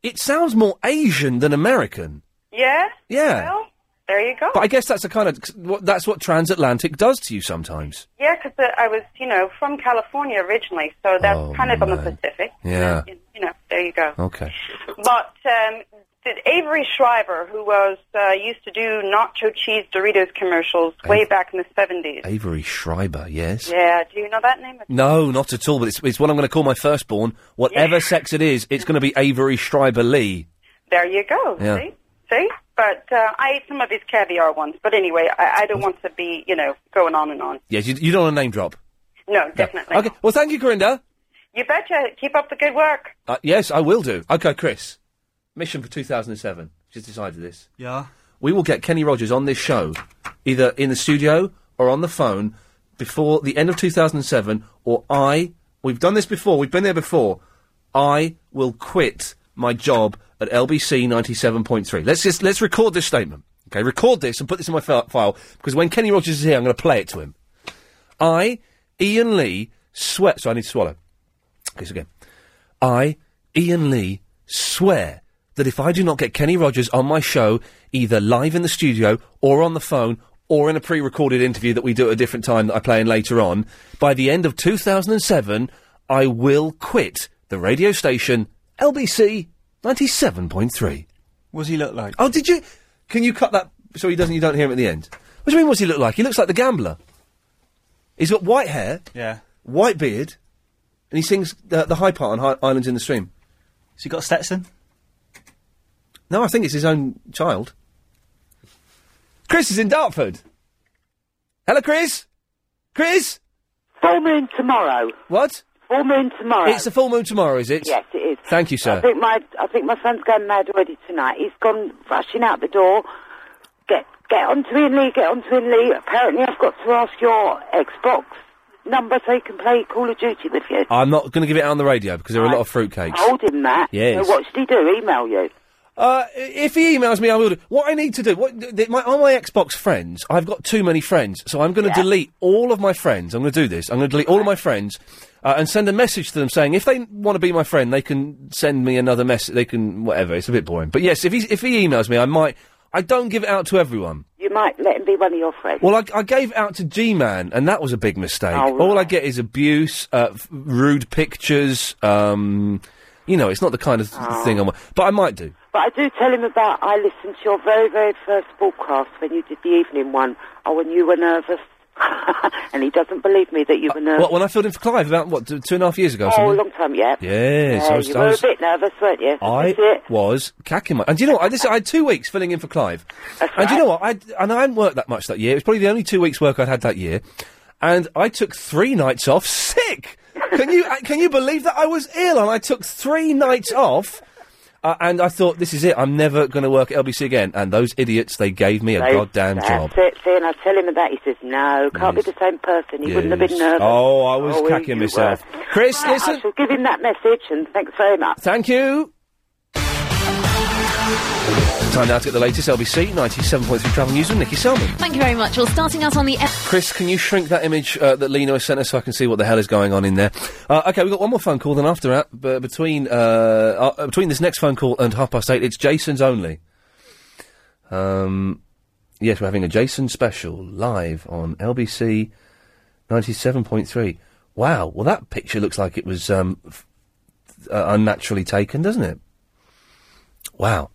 Speaker 1: it sounds more Asian than American.
Speaker 25: yeah.
Speaker 1: Yeah.
Speaker 25: Well, there you go.
Speaker 1: But I guess that's the kind of what- that's what transatlantic does to you sometimes.
Speaker 25: Yeah, because I was, you know, from California originally, so that's
Speaker 1: Oh,
Speaker 25: kind of on the Pacific.
Speaker 1: Yeah.
Speaker 25: You know, there you go.
Speaker 1: Okay.
Speaker 25: But um, did Avery Schreiber, who was uh, used to do nacho cheese Doritos commercials way back in the seventies?
Speaker 1: Avery Schreiber. Yes.
Speaker 25: Yeah. Do you know that name?
Speaker 1: No, not at all. But it's, it's what I'm going to call my firstborn. Whatever sex it is, it's going to be Avery Schreiber Lee.
Speaker 25: There you go.
Speaker 1: Yeah.
Speaker 25: See, see. But uh, I ate some of his caviar once. But anyway, I, I
Speaker 1: Mm.
Speaker 25: don't want to be, you know, going on and on.
Speaker 1: Yes, you, you don't want to name drop.
Speaker 25: No, definitely.
Speaker 1: Okay. Well, thank you, Corinda.
Speaker 25: You betcha. Keep up the good work.
Speaker 1: Uh, yes, I will do. Okay, Chris. Mission for 2007. Just decided this.
Speaker 24: Yeah.
Speaker 1: We will get Kenny Rogers on this show, either in the studio or on the phone, before the end of 2007, or I, we've done this before, we've been there before, I will quit my job at LBC 97.3. Let's just, let's record this statement. Okay, record this and put this in my fi- file, because when Kenny Rogers is here, I'm going to play it to him. I, Ian Lee, swear, so I need to swallow. This again. I, Ian Lee, swear that if I do not get Kenny Rogers on my show, either live in the studio or on the phone or in a pre recorded interview that we do at a different time that I play in later on, by the end of 2007, I will quit the radio station LBC 97.3.
Speaker 24: What does he look like?
Speaker 1: Oh, did you? Can you cut that so he doesn't? You don't hear him at the end. What do you mean? What's he look like? He looks like the gambler. He's got white hair,
Speaker 24: Yeah.
Speaker 1: white beard, and he sings the, the high part on Hi- Islands in the Stream.
Speaker 24: Has he got Stetson?
Speaker 1: No, I think it's his own child. Chris is in Dartford. Hello, Chris. Chris.
Speaker 27: Full moon tomorrow.
Speaker 1: What?
Speaker 27: Full moon tomorrow.
Speaker 1: It's the full moon tomorrow, is it?
Speaker 27: Yes, it is.
Speaker 1: Thank you, sir.
Speaker 27: I think my I think my son's gone mad already tonight. He's gone rushing out the door. Get get on to Ian Lee. Get on to Ian Lee. Apparently, I've got to ask your Xbox number so he can play Call of Duty with you.
Speaker 1: I'm not going to give it out on the radio because there are a lot of
Speaker 27: I
Speaker 1: fruitcakes.
Speaker 27: told him that.
Speaker 1: Yes.
Speaker 27: Oh, So what should he do? Email you.
Speaker 1: Uh, i- if he emails me, I will. Do. What I need to do, what, th- th- my, on my Xbox friends, I've got too many friends, so I'm going to delete all of my friends. I'm going to do this. I'm going to delete all of my friends uh, and send a message to them saying if they want to be my friend, they can send me another message. They can whatever. It's a bit boring, but yes, if he if he emails me, I might. I don't give it out to everyone.
Speaker 27: You might let him be one of your friends.
Speaker 1: Well, I, I gave it out to G-Man, and that was a big mistake.
Speaker 27: Oh, right.
Speaker 1: All I get is abuse, uh, f- rude pictures. Um, you know, it's not the kind of th-
Speaker 27: Oh.
Speaker 1: thing I want. But I might do.
Speaker 28: But I do tell him about I listened to your very, very first broadcast when you did the evening one. Oh, when you were nervous. and he doesn't believe me that you were nervous.
Speaker 1: Uh, What, when I filled in for Clive about, what, two two and a half years ago? or
Speaker 28: oh, a
Speaker 1: something?
Speaker 28: long time, yeah.
Speaker 1: Yes, I
Speaker 28: Yeah,
Speaker 1: was-
Speaker 28: you
Speaker 1: I
Speaker 28: were
Speaker 1: was-
Speaker 28: a bit nervous, weren't you? That's
Speaker 1: I
Speaker 28: it.
Speaker 1: was cacking my. And do you know what? I, this, I had two weeks filling in for Clive. and do you know what? I and I hadn't worked that much that year. It was probably the only two weeks' work I'd had that year. And I took three nights off sick. can you uh, can you believe that I was ill and I took three nights off? Uh, and I thought, this is it. I'm never going to work at LBC again. And those idiots, they gave me a
Speaker 28: They-
Speaker 1: goddamn
Speaker 28: that's
Speaker 1: job.
Speaker 28: it, see, and I tell him that. He says, no, can't be the same person. He wouldn't have been
Speaker 1: Yes.
Speaker 28: nervous.
Speaker 1: Oh, I was
Speaker 28: Oh, he-
Speaker 1: cacking
Speaker 28: you
Speaker 1: myself.
Speaker 28: were.
Speaker 1: Chris,
Speaker 28: Right,
Speaker 1: listen-
Speaker 28: I shall give him that message, and thanks very much.
Speaker 1: Thank you. Time now to get the latest LBC 97.3 travel news with Nikki Selman.
Speaker 26: Thank you very much. Well, starting out on the. F-
Speaker 1: Chris, can you shrink that image uh, that Lino has sent us so I can see what the hell is going on in there? Uh, okay, we've got one more phone call, then after that, b- between, uh, uh, between this next phone call and half past eight, it's Jason's only. Um, yes, we're having a Jason special live on LBC 97.3. Wow, well, that picture looks like it was um, f- uh, unnaturally taken, doesn't it? Wow.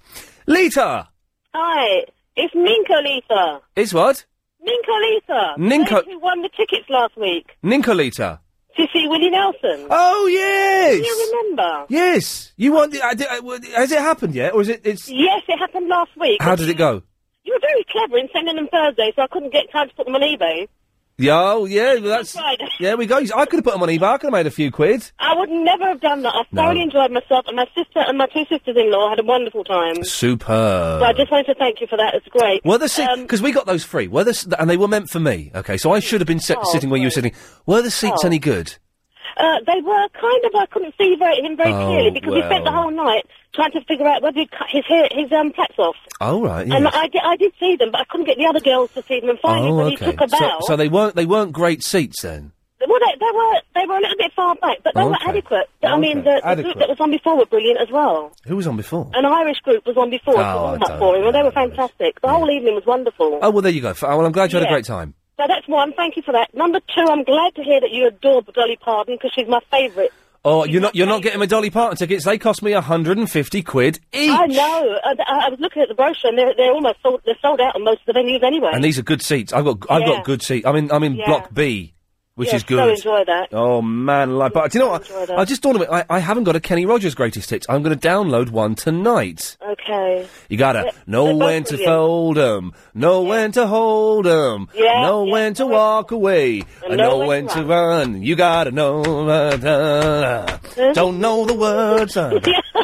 Speaker 1: Lita!
Speaker 16: Hi, it's Ninko Lisa.
Speaker 1: Is what?
Speaker 16: Ninko Lisa.
Speaker 1: Ninko-
Speaker 16: Who won the tickets last week
Speaker 1: Ninkolita.
Speaker 16: to see Willie Nelson?
Speaker 1: Oh, yes.
Speaker 16: Do you remember?
Speaker 1: Yes, you want. I, di- I, has it happened yet, or is it? It's.
Speaker 16: Yes, it happened last week.
Speaker 1: How did it go?
Speaker 16: You were very clever in sending them Thursday, so I couldn't get time to put them on eBay.
Speaker 1: Yeah, oh, yeah, well, that's.
Speaker 16: Friday.
Speaker 1: Yeah, we go. I could have put them on eBay. I could have made a few quid.
Speaker 16: I would never have done that. I
Speaker 1: No.
Speaker 16: thoroughly enjoyed myself, and my sister and my two sisters-in-law had a wonderful time. so I
Speaker 1: Superb.
Speaker 16: just wanted to thank you for that. It's great.
Speaker 1: Were the seats
Speaker 16: Um,
Speaker 1: because we got those free? Were the s- and they were meant for me? Okay, so I should have been sit-
Speaker 16: Oh,
Speaker 1: sitting where you were sitting. Were the seats
Speaker 16: Oh.
Speaker 1: any good?
Speaker 16: Uh, they were kind of. I couldn't see very, him very
Speaker 1: Oh,
Speaker 16: clearly because we spent the
Speaker 1: well.
Speaker 16: whole night trying to figure out whether he'd cut his hair, his um, plaits off.
Speaker 1: All right.
Speaker 16: And
Speaker 1: yes.
Speaker 16: I did, I did see them, but I couldn't get the other girls to see them. And finally,
Speaker 1: oh,
Speaker 16: when he
Speaker 1: okay.
Speaker 16: took a
Speaker 1: So,
Speaker 16: bow,
Speaker 1: so they weren't they weren't great seats then.
Speaker 16: well, they, they were they were a little bit far back, but they were
Speaker 1: Okay.
Speaker 16: adequate. I mean, the, the
Speaker 1: Adequate.
Speaker 16: group that was on before were brilliant as well.
Speaker 1: Who was on before?
Speaker 16: An Irish group was on before to
Speaker 1: Oh, I
Speaker 16: warm
Speaker 1: don't
Speaker 16: up for him, and they were fantastic. The whole evening was wonderful.
Speaker 1: Oh well, there you go. F- oh, Well, I'm glad you had a
Speaker 16: Yeah.
Speaker 1: great time.
Speaker 16: So that's one. Thank you for that. Number two, I'm glad to hear that you adore Dolly Parton because she's my favourite.
Speaker 1: Oh, you're not you're not getting my Dolly Parton tickets. They cost me hundred and fifty quid each.
Speaker 16: I know. I, I- I was looking at the brochure, and they're, they're almost sold, they're sold out on most of the venues anyway.
Speaker 1: And these are good seats. I've got I've
Speaker 16: Yeah.
Speaker 1: got good seats. I'm in I'm in
Speaker 16: Yeah.
Speaker 1: block B, which
Speaker 16: Yeah,
Speaker 1: is good.
Speaker 16: So enjoy that.
Speaker 1: Oh man, like, but do you know what?
Speaker 16: enjoy that.
Speaker 1: I just thought of it. I, I haven't got a Kenny Rogers greatest hits. I'm going to download one tonight.
Speaker 16: Okay.
Speaker 1: You gotta
Speaker 16: They're-
Speaker 1: know
Speaker 16: they're both
Speaker 1: when to
Speaker 16: brilliant.
Speaker 1: fold 'em, know when to hold 'em,
Speaker 16: Yeah,
Speaker 1: know when to walk away, and know when to run. You gotta know. uh, uh, uh. Don't know the words. uh,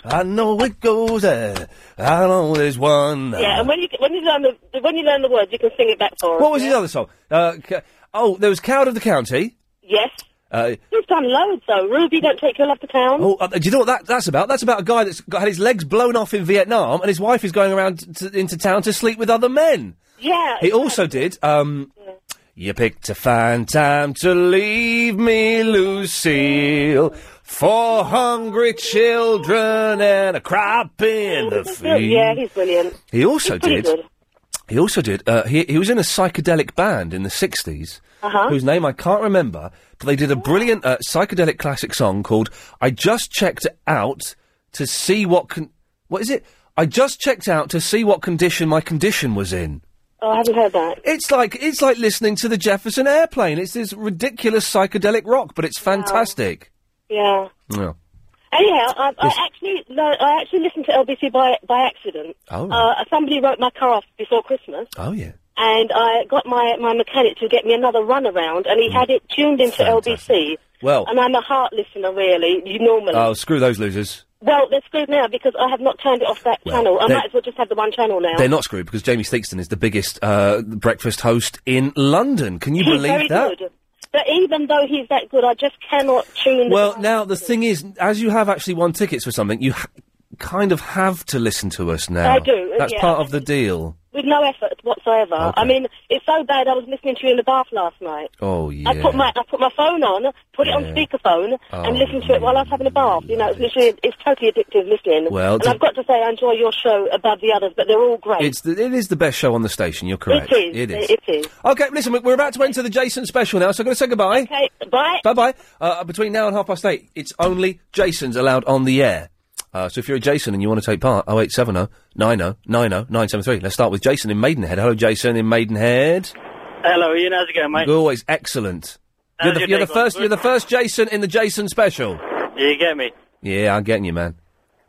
Speaker 1: I know it goes. uh, I know there's one. uh,
Speaker 16: Yeah, and when you when you learn the when you learn the words, you can sing it back for us.
Speaker 1: What was his other song? Uh, ca- oh, there was Coward of the County.
Speaker 16: Yes,
Speaker 1: Uh,
Speaker 16: he's done loads though. Ruby, don't take your love to town.
Speaker 1: oh, uh, do you know what that, that's about? That's about a guy that's got, had his legs blown off in Vietnam, and his wife is going around t- into town to sleep with other men.
Speaker 16: Yeah.
Speaker 1: He also did. Um, You picked a fine time to leave me, Lucille. Four hungry children and a crop in the
Speaker 16: Yeah,
Speaker 1: field.
Speaker 16: yeah, he's brilliant.
Speaker 1: He also
Speaker 16: He's pretty
Speaker 1: did.
Speaker 16: good.
Speaker 1: He also did. Uh, he he was in a psychedelic band in the 60s
Speaker 16: Uh-huh.
Speaker 1: whose name I can't remember, but they did a brilliant uh, psychedelic classic song called "I Just Checked Out to See What Con- What is it? I just checked out to see what condition my condition was in.
Speaker 16: Oh, I haven't heard that.
Speaker 1: It's like it's like listening to the Jefferson Airplane. It's this ridiculous psychedelic rock, but it's fantastic.
Speaker 16: Yeah.
Speaker 1: Yeah.
Speaker 16: Anyhow, I,
Speaker 1: Yes.
Speaker 16: I actually lear- I actually listened to LBC by by accident.
Speaker 1: Oh,
Speaker 16: Uh, somebody wrote my car off before Christmas.
Speaker 1: Oh yeah.
Speaker 16: And I got my, my mechanic to get me another runaround, and he had it tuned into LBC.
Speaker 1: Well-
Speaker 16: and I'm a heart listener, really. You normally.
Speaker 1: Oh, screw those losers.
Speaker 16: Well, they're screwed now because I have not turned it off that
Speaker 1: Well,
Speaker 16: channel. I
Speaker 1: they-
Speaker 16: might as well just have the one channel now.
Speaker 1: They're not screwed because Jamie Steakston is the biggest uh, breakfast host in London. Can you
Speaker 16: he's
Speaker 1: believe
Speaker 16: very
Speaker 1: that?
Speaker 16: good. But even though he's that good, I just cannot tune.
Speaker 1: Well, now the thing is, as you have actually won tickets for something, you ha- kind of have to listen to us now.
Speaker 16: I do, uh,
Speaker 1: That's
Speaker 16: yeah.
Speaker 1: part of the deal.
Speaker 16: the- with no effort whatsoever. I mean, it's so bad. I was listening to you in the bath last night.
Speaker 1: Oh yeah.
Speaker 16: I put my I put my phone on, put it on speakerphone,
Speaker 1: Oh,
Speaker 16: and listened to it while I was having a bath. You know, it's literally it's totally addictive listening.
Speaker 1: Well,
Speaker 16: and
Speaker 1: d-
Speaker 16: I've got to say, I enjoy your show above the others, but they're all great.
Speaker 1: It's the, it is the best show on the station. You're correct.
Speaker 16: It is.
Speaker 1: It is.
Speaker 16: It is.
Speaker 1: Okay, listen, we- we're about to enter the Jason special now, so I'm going to say goodbye.
Speaker 16: Okay, bye.
Speaker 1: Uh, Bye bye. Uh, between now and half past eight, it's only Jason's allowed on the air. Uh, so if you're a Jason and you want to take part, 0870 90 90 973. Let's start with Jason in Maidenhead. Hello, Jason in Maidenhead.
Speaker 10: Hello, Ian. How's it going, mate?
Speaker 1: You're always excellent. You're
Speaker 10: How's
Speaker 1: the,
Speaker 10: your
Speaker 1: you're the
Speaker 10: day gone?
Speaker 1: first. You're the first Jason in the Jason special.
Speaker 10: You get me.
Speaker 1: Yeah, I'm getting you, man.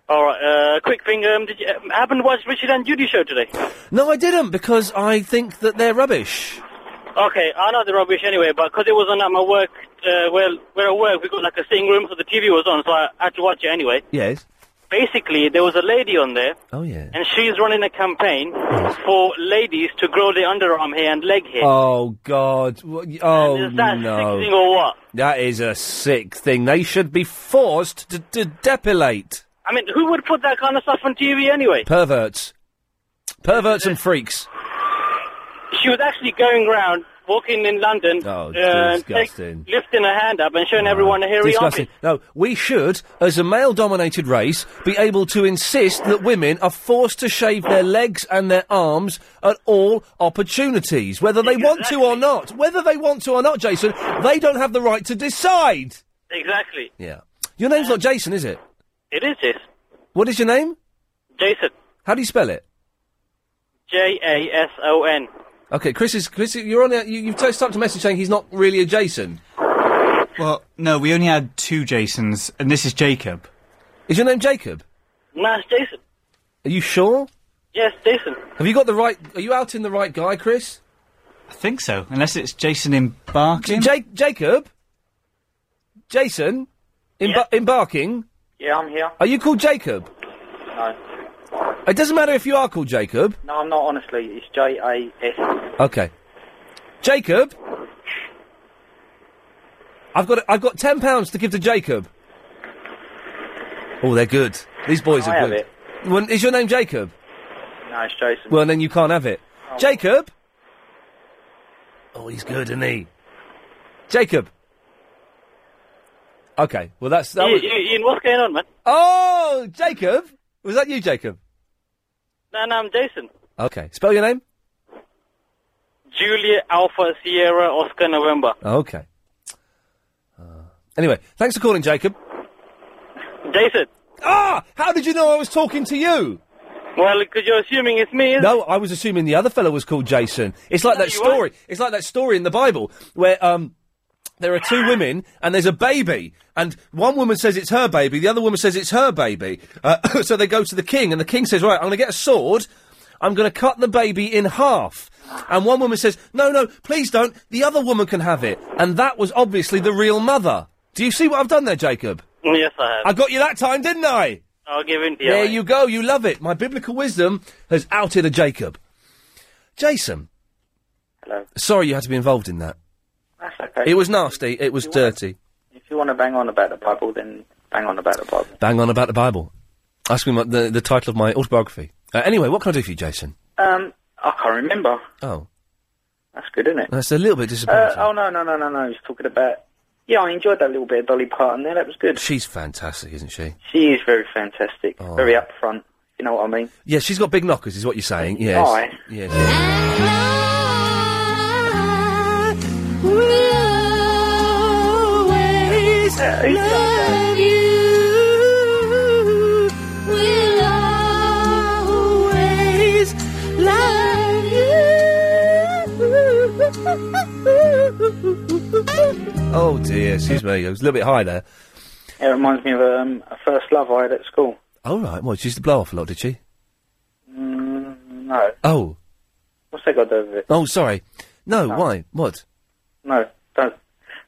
Speaker 10: All right. Uh, quick thing. Um, did you um, happen to watch Richard and Judy show today?
Speaker 1: No, I didn't because I think that they're rubbish.
Speaker 10: Okay, I know the rubbish anyway, but 'cause it was on at my work, uh, where where I work, we got like a sitting room, so the TV was on, so I had to watch it anyway.
Speaker 1: Yes.
Speaker 10: Basically, there was a lady on there,
Speaker 1: Oh yeah.
Speaker 10: and she's running a campaign for ladies to grow their underarm hair and leg hair.
Speaker 1: Oh God. Wha- Oh
Speaker 10: is that
Speaker 1: no.
Speaker 10: sickening or what?
Speaker 1: That is a sick thing. They should be forced to, to depilate.
Speaker 10: I mean, who would put that kind of stuff on TV anyway?
Speaker 1: Perverts. Perverts and freaks.
Speaker 10: She was actually going round, walking in London, uh, and take-
Speaker 1: Oh, disgusting.
Speaker 10: lifting her hand up and showing everyone a hairy
Speaker 1: Disgusting.
Speaker 10: armpit.
Speaker 1: No, we should, as a male dominated race, be able to insist that women are forced to shave their legs and their arms at all opportunities, whether they want to or not. Whether they want to or not, Jason, they don't have the right to decide.
Speaker 10: Exactly.
Speaker 1: Yeah. Your name's not Jason, is it?
Speaker 10: It is this.
Speaker 1: What is your name?
Speaker 10: Jason.
Speaker 1: How do you spell it?
Speaker 10: J A S O N.
Speaker 1: Okay, Chris is Chris. You're on. A, you, you've t- typed a message saying he's not really a Jason.
Speaker 29: Well, no, we only had two Jasons, and this is Jacob.
Speaker 1: Is your name Jacob?
Speaker 10: No, it's Jason.
Speaker 1: Are you sure?
Speaker 10: Yes, Jason.
Speaker 1: Have you got the right? Are you out in the right guy, Chris?
Speaker 29: I think so, unless it's Jason in Barking.
Speaker 1: Jake, Jacob, Jason, in Ba- embarking.
Speaker 2: Yeah, I'm here.
Speaker 1: Are you called Jacob?
Speaker 2: No,
Speaker 1: It doesn't matter if you are called Jacob.
Speaker 2: no, I'm not. Honestly, it's J A S.
Speaker 1: Okay, Jacob. I've got I've got ten pounds to give to Jacob. Oh, they're good. These boys
Speaker 2: Can
Speaker 1: are
Speaker 2: I have
Speaker 1: good. Well, is your name Jacob?
Speaker 2: No, it's Jason.
Speaker 1: Well, then you can't have it.
Speaker 2: Oh.
Speaker 1: Jacob? Oh, he's good, isn't he? Jacob. Okay, well, that's. That
Speaker 10: Ian,
Speaker 1: was...
Speaker 10: Ian, what's going on, man?
Speaker 1: Oh, Jacob? Was that you, Jacob?
Speaker 10: No, no, I'm Jason.
Speaker 1: Okay, spell your name?
Speaker 10: Julia Alpha Sierra Oscar November.
Speaker 1: Okay. Uh, anyway, thanks for calling, Jacob.
Speaker 10: Jason.
Speaker 1: Ah! How did you know I was talking to you?
Speaker 10: Well, because you're assuming it's me, isn't
Speaker 1: No, I was assuming the other fellow was called Jason. It's like that story. It's like that story in the Bible where um, there are two women and there's a baby, and one woman says it's her baby, the other woman says it's her baby. Uh, so they go to the king, and the king says, "Right, I'm going to get a sword. I'm going to cut the baby in half." And one woman says, "No, no, please don't. The other woman can have it." And that was obviously the real mother. Do you see what I've done there, Jacob?
Speaker 10: it? Yes, I
Speaker 1: I
Speaker 10: have.
Speaker 1: got you that time, didn't I?
Speaker 10: I'll give in to you.
Speaker 1: There
Speaker 10: mate.
Speaker 1: you go. You love it. My biblical wisdom has outed a Jacob. Jason.
Speaker 2: Hello.
Speaker 1: Sorry you had to be involved in that.
Speaker 2: That's okay.
Speaker 1: It was nasty. It was dirty.
Speaker 2: If you want to bang on about the Bible, then bang on about the Bible.
Speaker 1: Bang on about the Bible. Ask me my, the, the title of my autobiography. Uh, anyway, what can I do for you, Jason?
Speaker 2: Um, I can't remember.
Speaker 1: Oh,
Speaker 2: That's good, isn't it?
Speaker 1: that's a little bit disappointing.
Speaker 2: Uh, oh no, no, no, no, no. He's talking about. Yeah, I enjoyed that little bit of Dolly Parton there. That was good.
Speaker 1: She's fantastic, isn't she?
Speaker 2: She is very fantastic.
Speaker 1: Oh.
Speaker 2: Very upfront. You know what I mean?
Speaker 1: Yeah, she's got big knockers, is what you're saying. Yes.
Speaker 2: Aye.
Speaker 1: Yes. Oh dear, excuse me. I was a little bit high there.
Speaker 2: It reminds me of um, a first love I had at school.
Speaker 1: All right. Well, she used to blow off a lot, did she?
Speaker 2: Mm, no.
Speaker 1: Oh.
Speaker 2: What's that got to do with it?
Speaker 1: Oh, sorry. No. Why? What?
Speaker 2: No, don't.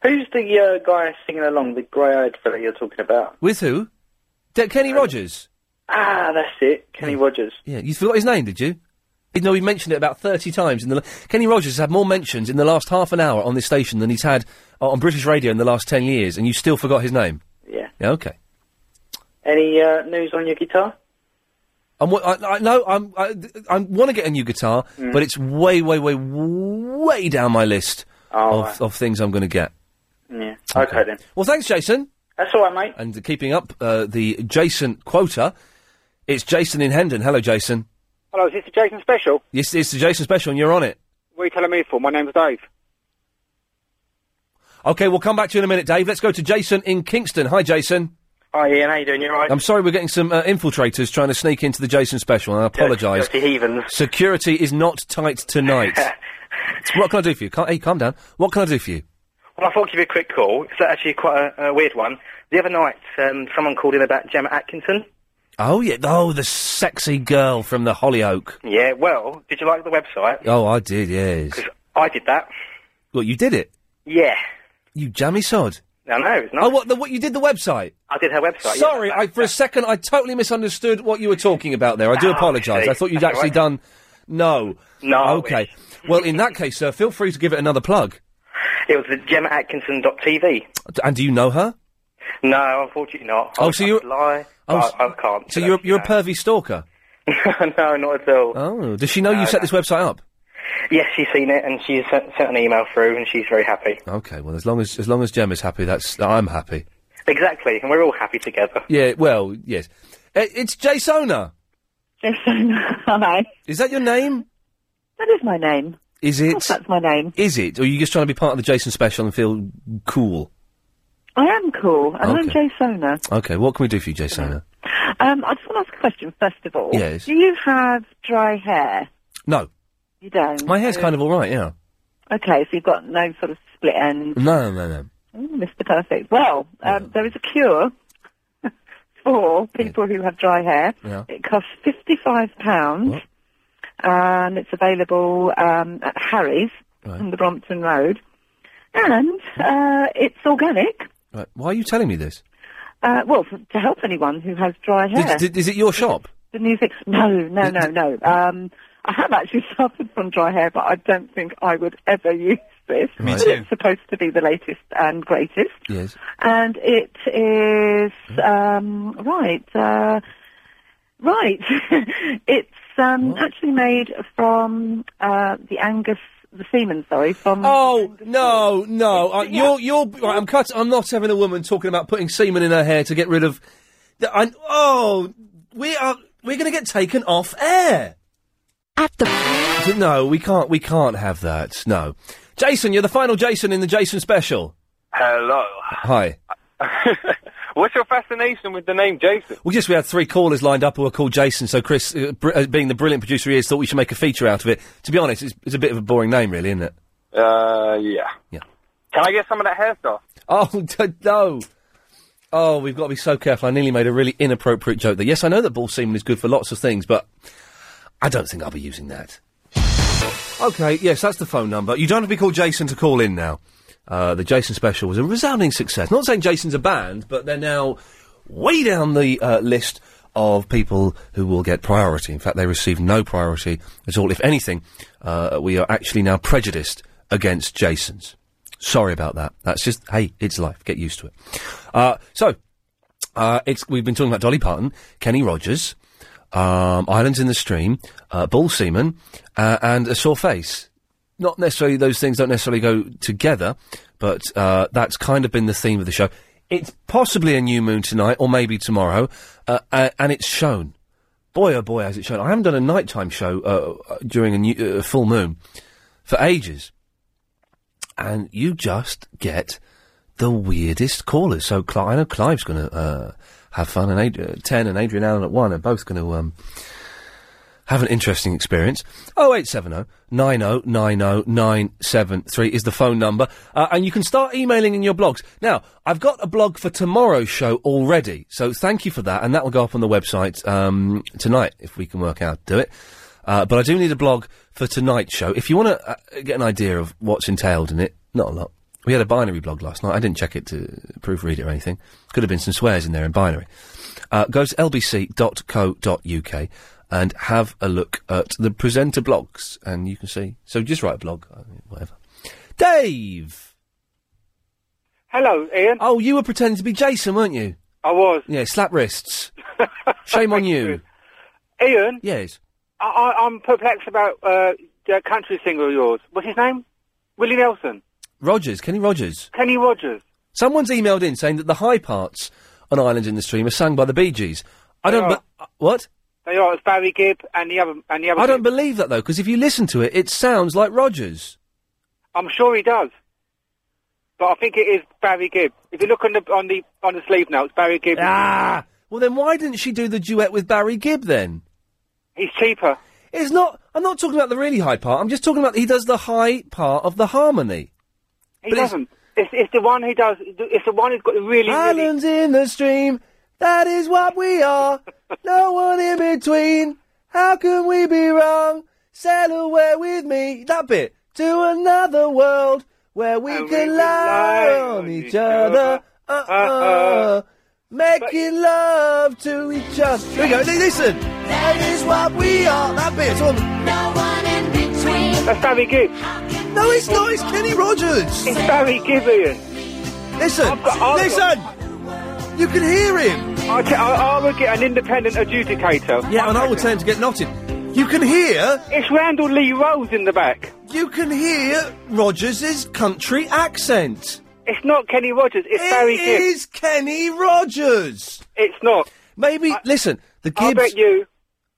Speaker 2: Who's the uh, guy singing along, the grey-eyed fella you're talking about?
Speaker 1: With who? De-
Speaker 2: Uh,
Speaker 1: Kenny Hmm. Rogers.
Speaker 2: Ah, that's it, Kenny Rogers.
Speaker 1: Yeah, you forgot his name, did you? Even though we mentioned it about 30 times in the... la- Kenny Rogers has had more mentions in the last half an hour on this station than he's had uh, on British radio in the last 10 years, and you still forgot his name?
Speaker 2: Yeah.
Speaker 1: Yeah, okay.
Speaker 2: Any uh, news on your guitar?
Speaker 1: I'm, wa- I, I, no, I'm, I, I want to get a new guitar,
Speaker 2: Mm.
Speaker 1: but it's way, way, way, way down my list
Speaker 2: Oh,
Speaker 1: of,
Speaker 2: right.
Speaker 1: of things I'm going to get.
Speaker 2: Yeah. Okay, then.
Speaker 1: Well, thanks, Jason.
Speaker 2: That's all right, mate.
Speaker 1: And keeping up uh, the Jason quota, it's Jason in Hendon. Hello, Jason.
Speaker 30: Hello, is this the Jason Special?
Speaker 1: Yes, it's the Jason special, and you're on it.
Speaker 30: What are you telling me for? My name's Dave.
Speaker 1: Okay, we'll come back to you in a minute, Dave. Let's go to Jason in Kingston. Hi, Jason.
Speaker 2: Hi Ian, how you doing? You alright?
Speaker 1: I'm sorry, we're getting some uh, infiltrators trying to sneak into the Jason special, and I apologise.
Speaker 2: dirty heathens.
Speaker 1: Security is not tight tonight. what can I do for you? Cal- hey, calm down. What can I do for you?
Speaker 2: Well, I thought I'd give you a quick call. It's actually quite a, a weird one. The other night, um, someone called in about Gemma Atkinson.
Speaker 1: Oh, yeah. Oh, the sexy girl from the Hollyoak.
Speaker 2: Yeah, well, did you like the website?
Speaker 1: Oh, I did, yes.
Speaker 2: I did that.
Speaker 1: Look, you did it.
Speaker 2: Yeah.
Speaker 1: You jammy sod.
Speaker 2: I know, it's not.
Speaker 1: Oh, what, the, what? You did the website?
Speaker 2: I did her website. yeah.
Speaker 1: Sorry, I, for a second, I totally misunderstood what you were talking about there. I do
Speaker 2: Oh,
Speaker 1: apologise.
Speaker 2: see.
Speaker 1: I thought you'd
Speaker 2: That's
Speaker 1: actually
Speaker 2: all
Speaker 1: done. No.
Speaker 2: No, I
Speaker 1: Okay. Well, in that case, sir, feel free to give it another plug.
Speaker 2: It was the Gemma Atkinson TV.
Speaker 1: And do you know her?
Speaker 2: No, unfortunately not.
Speaker 1: Oh,
Speaker 2: I
Speaker 1: so
Speaker 2: I
Speaker 1: you-
Speaker 2: could lie.
Speaker 1: Oh,
Speaker 2: but
Speaker 1: s-
Speaker 2: I, can't. uh,
Speaker 1: So you're you're a pervy stalker.
Speaker 2: no, not at all.
Speaker 1: Oh, does she know you set this website up?
Speaker 2: Yes, she's seen it and she's sent, sent an email through and she's very happy.
Speaker 1: Okay. Well, as long as as long as Gemma's happy, that's I'm happy.
Speaker 2: Exactly, and we're all happy together.
Speaker 1: Yeah. Well, yes. I- It's Jasona.
Speaker 16: Hi.
Speaker 1: Is that your name?
Speaker 16: That is my name.
Speaker 1: Is it? That's
Speaker 16: my name.
Speaker 1: Is it? Or are you just trying to be part of the Jason special and feel cool?
Speaker 16: I am cool, and I'm Jasona.
Speaker 1: Okay. What can we do for you, Jasona?
Speaker 16: Um, I just want to ask a question first of all.
Speaker 1: Yes.
Speaker 16: Do you have dry hair?
Speaker 1: No,
Speaker 16: You don't.
Speaker 1: my hair's kind of all right. Yeah.
Speaker 16: Okay, so you've got no sort of split end.
Speaker 1: No, no, no.
Speaker 16: Ooh, Mr. Perfect. Well, um, there is a cure for people who have dry hair.
Speaker 1: Yeah.
Speaker 16: It costs fifty-five pounds, and it's available um, at Harry's on the Brompton Road, and uh, it's organic.
Speaker 1: Right. Why are you telling me this?
Speaker 16: Uh, well, f- to help anyone who has dry
Speaker 1: Did-
Speaker 16: hair.
Speaker 1: did- is it your shop?
Speaker 16: The music. No, no, no, no. Um, I have actually suffered from dry hair, but I don't think I would ever use this.
Speaker 1: Me
Speaker 16: But
Speaker 1: too.
Speaker 16: It's supposed to be the latest and greatest.
Speaker 1: Yes.
Speaker 16: And it is
Speaker 1: Hmm?
Speaker 16: um, right, uh, right. it's um, actually made from uh, the Angus, the semen. Sorry, from
Speaker 1: Oh no, no! Uh, you're you're. Right, I'm cut. I'm not having a woman talking about putting semen in her hair to get rid of. The, I, oh, we are. We're going to get taken off air. At the. No, we can't. We can't have that. No, Jason, you're the final Jason in the Jason special.
Speaker 5: Hello.
Speaker 1: Hi.
Speaker 5: What's your fascination with the name Jason?
Speaker 1: Well, yes, we had three callers lined up who were called Jason. So Chris, uh, br- uh, being the brilliant producer he is, thought we should make a feature out of it. To be honest, it's, it's a bit of a boring name, really, isn't it?
Speaker 5: Uh, yeah.
Speaker 1: Yeah.
Speaker 5: Can I get some of that hair stuff?
Speaker 1: Oh d- no! Oh, we've got to be so careful. I nearly made a really inappropriate joke there. Yes, I know that ball semen is good for lots of things, but I don't think I'll be using that. Okay, yes, that's the phone number. You don't have to be called Jason to call in now. Uh, the Jason special was a resounding success. Not saying Jason's a band, but they're now way down the uh, list of people who will get priority. In fact, they receive no priority at all. If anything, uh, we are actually now prejudiced against Jasons. Sorry about that. That's just hey, it's life. Get used to it. Uh, so uh, it's we've been talking about Dolly Parton, Kenny Rogers, um, Islands in the Stream, uh, Bull Seaman, uh, and a sore face. Not necessarily those things don't necessarily go together, but uh, that's kind of been the theme of the show. It's possibly a new moon tonight, or maybe tomorrow, uh, uh, and it's shown. Boy, oh boy, has it shown! I haven't done a nighttime show uh, uh, during a new, uh, full moon for ages and you just get the weirdest callers. So Cli I know Clive's going to uh, have fun, and Ad- uh, ten and Adrian Allen at one are both going to um, have an interesting experience. Oh eight seven zero nine zero nine zero nine seven three is the phone number, uh, and you can start emailing in your blogs. Now I've got a blog for tomorrow's show already, so thank you for that, and that will go up on the website um, tonight if we can work out how to do it. Uh, but I do need a blog for tonight's show. If you want to uh, get an idea of what's entailed in it, not a lot. We had a binary blog last night. I didn't check it to proofread it or anything. Could have been some swears in there in binary. Uh, go to lbc.co.uk and have a look at the presenter blogs, and you can see. So just write a blog, I mean, whatever. Dave!
Speaker 31: Hello, Ian.
Speaker 1: Oh, you were pretending to be Jason, weren't you?
Speaker 31: I was.
Speaker 1: Yeah, slap wrists. Shame on you.
Speaker 31: Ian,
Speaker 1: Yes.
Speaker 31: I, I, I'm perplexed about uh, the country singer of yours. What's his name? Willie Nelson.
Speaker 1: Rogers, Kenny Rogers.
Speaker 31: Kenny Rogers.
Speaker 1: Someone's emailed in saying that the high parts on Islands in the Stream are sung by the Bee Gees. I don't.
Speaker 31: They are.
Speaker 1: be- Uh, what?
Speaker 31: They are. It's Barry Gibb and the other. And the other.
Speaker 1: I don't believe that though, because if you listen to it, it sounds like Rogers.
Speaker 31: I'm sure he does.
Speaker 2: But I think it is Barry Gibb. If you look on the on the on the sleeve now, it's Barry Gibb.
Speaker 1: Ah, well then why didn't she do the duet with Barry Gibb then?
Speaker 2: He's cheaper.
Speaker 1: It's not. I'm not talking about the really high part. I'm just talking about he does the high part of the harmony.
Speaker 2: He
Speaker 1: But it's-
Speaker 2: doesn't. It's, it's the one who does. It's the one who's got the really.
Speaker 1: Islands in the stream. That is what we are. no one in between. How can we be wrong? Sail away with me. That bit. To another world where we can lie on each other. Uh uh. Making love to each other. Here we go. li- Listen. That is what we are. That bit. It's all-
Speaker 20: No one in between.
Speaker 2: That's Barry Gibb.
Speaker 1: No, it's not. It's Kenny Rogers.
Speaker 2: It's Barry Gibb, Ian.
Speaker 1: Listen. listen. You can hear him.
Speaker 2: I, t- I, I would get an independent adjudicator.
Speaker 1: Yeah, and I would tell him to get knotted. You can hear.
Speaker 2: It's Randall Lee Rose in the back.
Speaker 1: You can hear Rogers's country accent.
Speaker 2: It's not Kenny Rogers. It's
Speaker 1: It
Speaker 2: Barry Gibb.
Speaker 1: is Kenny Rogers.
Speaker 2: It's not.
Speaker 1: Maybe listen. The Gibbs.
Speaker 2: I bet you.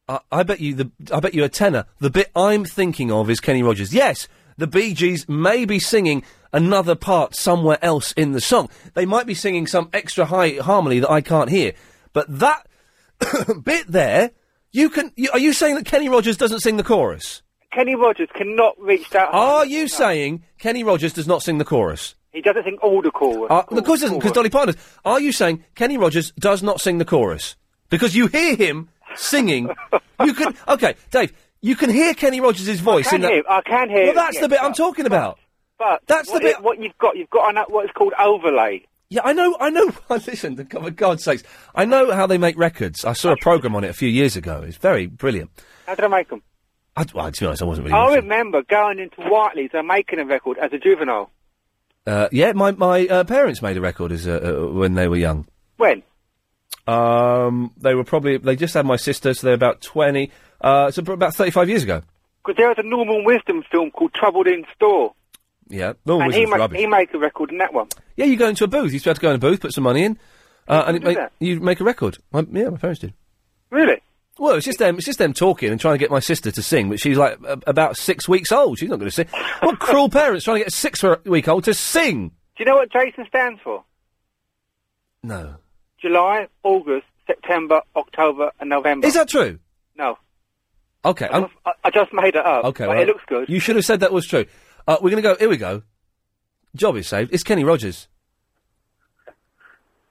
Speaker 1: I, I bet you the. I bet you a tenner. The bit I'm thinking of is Kenny Rogers. Yes, the Bee Gees may be singing another part somewhere else in the song. They might be singing some extra high harmony that I can't hear. But that bit there, you can. You, are you saying that Kenny Rogers doesn't sing the chorus?
Speaker 2: Kenny Rogers cannot reach that.
Speaker 1: Are you saying Kenny Rogers does not sing the chorus?
Speaker 2: He doesn't think all the chorus.
Speaker 1: Uh, of course, doesn't because Dolly Parton. does. Are you saying Kenny Rogers does not sing the chorus because you hear him singing? you can okay, Dave. You can hear Kenny Rogers' voice.
Speaker 2: can
Speaker 1: in that,
Speaker 2: hear- I can hear
Speaker 1: Well, that's
Speaker 2: it,
Speaker 1: the
Speaker 2: yeah,
Speaker 1: bit I'm talking about.
Speaker 2: But
Speaker 1: That's the
Speaker 2: what
Speaker 1: bit-
Speaker 2: i- what you've got, you've got an, what's called overlay.
Speaker 1: Yeah, I know. I know. Listen, for God- for God's sakes, I know how they make records. I saw a program on it a few years ago. It's very brilliant.
Speaker 2: How did I make them?
Speaker 1: I, well, to be honest, I wasn't really.
Speaker 2: I remember going into Whiteley's and making a record as a juvenile.
Speaker 1: Uh, yeah, my my uh, parents made a record as uh, uh, when they were young.
Speaker 2: When?
Speaker 1: Um, they were probably they just had my sister, so they're about twenty. Uh, so pr- about thirty-five years ago.
Speaker 2: Because there was a Norman Wisdom film called Troubled in Store.
Speaker 1: Yeah, no one
Speaker 2: and
Speaker 1: was
Speaker 2: he,
Speaker 1: just
Speaker 2: ma-
Speaker 1: rubbish.
Speaker 2: he made a record in that one.
Speaker 1: Yeah, you go into a booth. You used to have to go in a booth, put some money in, uh, and it
Speaker 2: do
Speaker 1: make,
Speaker 2: that?
Speaker 1: you make a record. My, yeah, my parents did.
Speaker 2: Really?
Speaker 1: Well, it's just them. It's just them talking and trying to get my sister to sing, but she's like a- about six weeks old. She's not going to sing. What cruel parents trying to get a six-week-old to sing?
Speaker 2: Do you know what Jason stands for?
Speaker 1: No,
Speaker 2: July, August, September, October, and November.
Speaker 1: is that true?
Speaker 2: No.
Speaker 1: Okay, I'm,
Speaker 2: I, I just made it up.
Speaker 1: okay.
Speaker 2: But
Speaker 1: well,
Speaker 2: it looks good.
Speaker 1: You should have said that was true. Uh, we're going to go. Here we go. Job is saved. It's Kenny Rogers.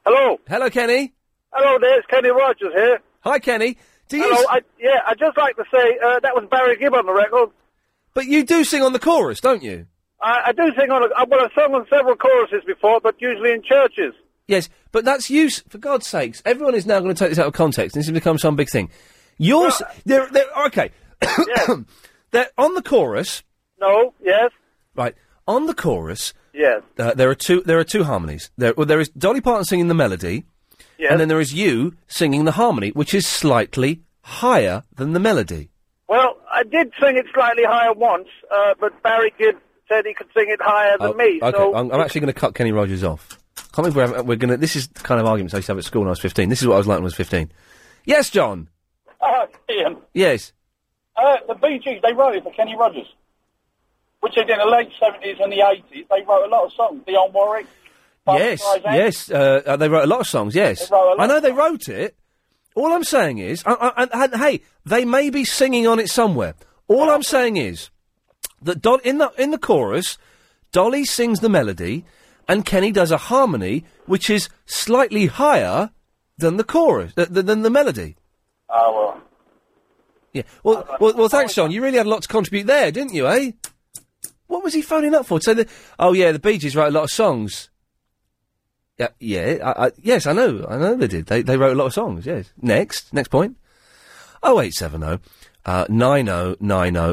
Speaker 8: Hello.
Speaker 1: Hello, Kenny.
Speaker 8: Hello there, it's Kenny Rogers here.
Speaker 1: Hi, Kenny. Do you?
Speaker 8: Hello, I, yeah, I'd just like to say uh, that was Barry Gibb on the record.
Speaker 1: But you do sing on the chorus, don't you?
Speaker 8: I, I do sing on, a, uh, well, I've sung on several choruses before, but usually in churches.
Speaker 1: Yes, but that's use for God's sakes. Everyone is now going to take this out of context. and This has become some big thing. Yours, they're, they're okay. they're on the chorus,
Speaker 8: No, yes,
Speaker 1: right? On the chorus,
Speaker 8: yes,
Speaker 1: uh, there are two. There are two harmonies. There, well, there is Dolly Parton singing the melody,
Speaker 8: yes.
Speaker 1: and then there is you singing the harmony, which is slightly higher than the melody.
Speaker 8: well, I did sing it slightly higher once, uh, but Barry Gibb said he could sing it higher than
Speaker 1: Oh,
Speaker 8: me,
Speaker 1: okay,
Speaker 8: so...
Speaker 1: I'm, I'm actually going to cut Kenny Rogers off. Can't believe we're, having, we're going to. This is the kind of arguments I used to have at school when I was 15. This is what I was like when I was 15. Yes, John.
Speaker 6: Uh, Ian,
Speaker 1: Yes.
Speaker 6: uh, the Bee Gees, they wrote it for Kenny Rogers, which they did in the late 70s and the 80s. They wrote a lot of songs. Dionne Warwick.
Speaker 1: Yes, yes. Uh, uh, they wrote a lot of songs. Yes,
Speaker 6: They wrote a lot
Speaker 1: I know they wrote it. All I'm saying is, I, I, and- and, hey, they may be singing on it somewhere. All I'm saying is that Do- in the in the chorus, Dolly sings the melody, and Kenny does a harmony which is slightly higher than the chorus uh, th- than the melody.
Speaker 6: Oh,
Speaker 1: Yeah. Well, well, well. Thanks, John. You really had a lot to contribute there, didn't you? Eh? What was he phoning up for? So the oh yeah, the Bee Gees wrote a lot of songs. Yeah, Uh, yeah. I, I, yes, I know. I know they did. They they wrote a lot of songs. Yes. Next, next point. Oh eight seven zero. Uh, oh,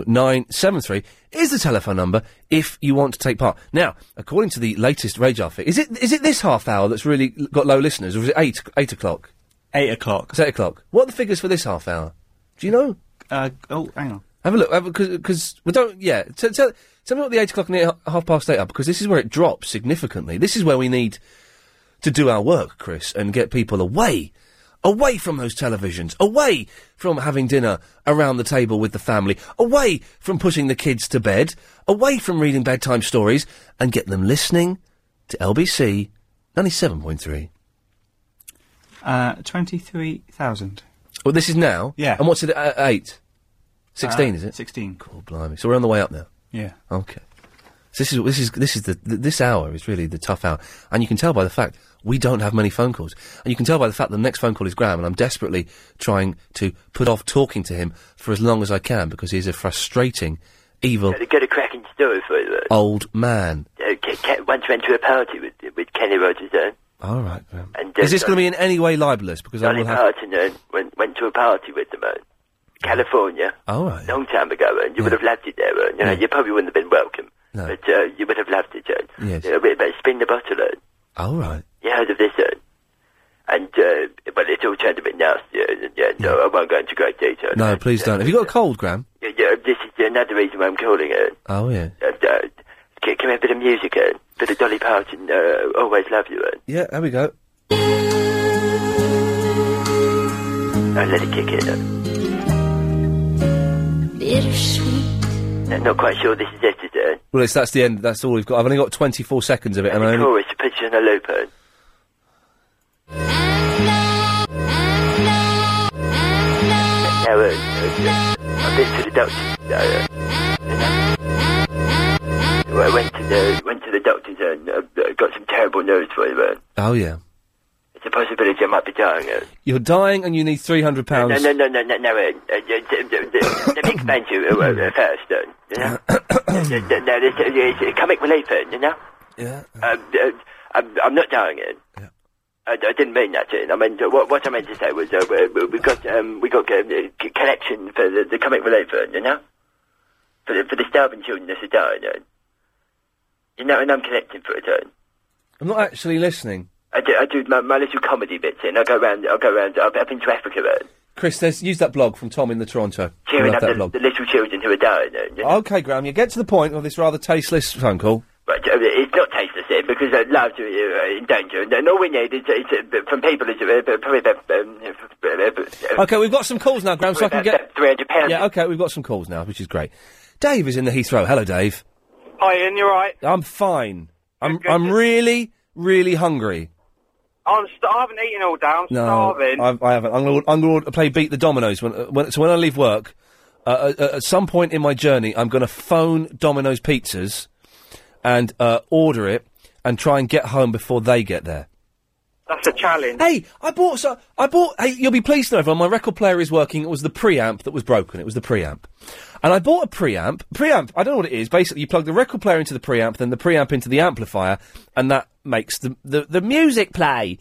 Speaker 1: 9090973 is the telephone number if you want to take part. Now, according to the latest radar figure, is it is it this half hour that's really l- got low listeners, or is it eight eight o'clock? Eight o'clock. It's eight o'clock. What are the figures for this half hour? Do you know? Uh, oh, hang on. Have a look, because we don't. Yeah, t- tell tell me what the eight o'clock and the h- half past eight are, because this is where it drops significantly. This is where we need to do our work, Chris, and get people away, away from those televisions, away from having dinner around the table with the family, away from pushing the kids to bed, away from reading bedtime stories, and get them listening to LBC 97.3.
Speaker 24: Uh, 23,000.
Speaker 1: Well, this is now?
Speaker 24: Yeah.
Speaker 1: And what's it at 8? 16,
Speaker 24: Uh,
Speaker 1: is it?
Speaker 24: 16.
Speaker 1: Cool, blimey. So we're on the way up now?
Speaker 24: Yeah.
Speaker 1: Okay. So this is this is this is the th- this hour is really the tough hour, and you can tell by the fact we don't have many phone calls, and you can tell by the fact the next phone call is Graham, and I'm desperately trying to put off talking to him for as long as I can because he's a frustrating, evil Oh.
Speaker 32: I've got a cracking story for you. though.
Speaker 1: old man.
Speaker 32: Uh, Ke- Ke- once went to a party with with Kenny Rogers then,
Speaker 1: All right, Graham.
Speaker 32: and uh,
Speaker 1: Is this going to be in any way libelous? Because I
Speaker 32: Dolly
Speaker 1: will have.
Speaker 32: Parton uh, went went to a party with them, uh, California,
Speaker 1: All right.
Speaker 32: long time ago, and you would have loved it there. uh, You know, you probably wouldn't have been welcome,
Speaker 1: No.
Speaker 32: but uh, you would have loved it. Uh,
Speaker 1: Yes.
Speaker 32: you know, but they spin the bottle. Uh,
Speaker 1: All right.
Speaker 32: you heard of this? Uh, and uh, but it's all turned a bit nasty. Uh, yeah, no, I won't go into great detail.
Speaker 1: No, please don't. Have you got a cold, Graham?
Speaker 32: Yeah, yeah, this is another reason why I'm calling it.
Speaker 1: Oh yeah.
Speaker 32: Uh, uh, can, can we have a bit of music? Uh, bit of Dolly Parton. Uh, always love you. Uh,
Speaker 1: Yeah. There we go.
Speaker 32: uh, let it kick in. Uh,
Speaker 33: Bittersweet.
Speaker 32: n- not quite sure this is it. Is it?
Speaker 1: Well, it's, that's the end. That's all we've got. I've only got 24 seconds of it, and I
Speaker 32: Uh,
Speaker 1: only.
Speaker 32: chorus, picture in a loop. Uh, now, uh, uh, I've been to the doctor's. Uh, uh, so I went to the went to the doctor's and uh, uh, got some terrible news for you. Uh,
Speaker 1: Oh yeah.
Speaker 32: it's a possibility I might be dying. Uh,
Speaker 1: You're dying, and you need 300
Speaker 32: No,
Speaker 1: pounds.
Speaker 32: no, no, no, no, no. Uh, uh, uh, let me explain to you uh,
Speaker 1: Hmm.
Speaker 32: uh, first. Uh, you know? uh, uh, no, this uh, it's a comic relief, uh, you know?
Speaker 1: Yeah.
Speaker 32: Um, uh, I'm, I'm not dying it. I, I didn't mean that. uh, I meant uh, what, what I meant to say was uh, we- we- we've got um, we got uh, the c- collection for the, the comic relief, uh, you know, for the, for the starving children that are dying. Uh, you know, and I'm collecting for it. Uh,
Speaker 1: I'm not actually listening.
Speaker 32: I do, I do my, my little comedy bits, and I go round. I go round. I've, I've been to Africa, uh,
Speaker 1: Chris, there's, use that blog from Tom in the Toronto. I
Speaker 32: cheering
Speaker 1: love
Speaker 32: up
Speaker 1: that
Speaker 32: the,
Speaker 1: blog.
Speaker 32: the little children who are dying. Uh, you know?
Speaker 1: Okay, Graham, you get to the point of this rather tasteless phone call.
Speaker 32: But uh, it's not tasteless here because uh, lives are uh, in danger, and, and all we need is, is uh, from people is uh, probably about um, uh,
Speaker 1: Okay, we've got some calls now, Graham, so I can get.
Speaker 32: three hundred pounds.
Speaker 1: Yeah, okay, we've got some calls now, which is great. Dave is in the Heathrow. Hello, Dave.
Speaker 4: Hi, Ian, you're right.
Speaker 1: I'm fine. I'm I'm really, really hungry.
Speaker 4: I'm st- I haven't eaten all day. I'm
Speaker 1: No,
Speaker 4: starving.
Speaker 1: I've, I haven't. I'm going to I'm going to play Beat the Dominoes when, uh, when so when I leave work. Uh, uh, uh, at some point in my journey, I'm going to phone Domino's Pizzas and uh, order it and try and get home before they get there.
Speaker 4: That's a challenge.
Speaker 1: Hey, I bought so I bought. Hey, you'll be pleased to know everyone. My record player is working. It was the preamp that was broken. It was the preamp, and I bought a preamp. Preamp. I don't know what it is. Basically, you plug the record player into the preamp, then the preamp into the amplifier, and that makes the the, the music play.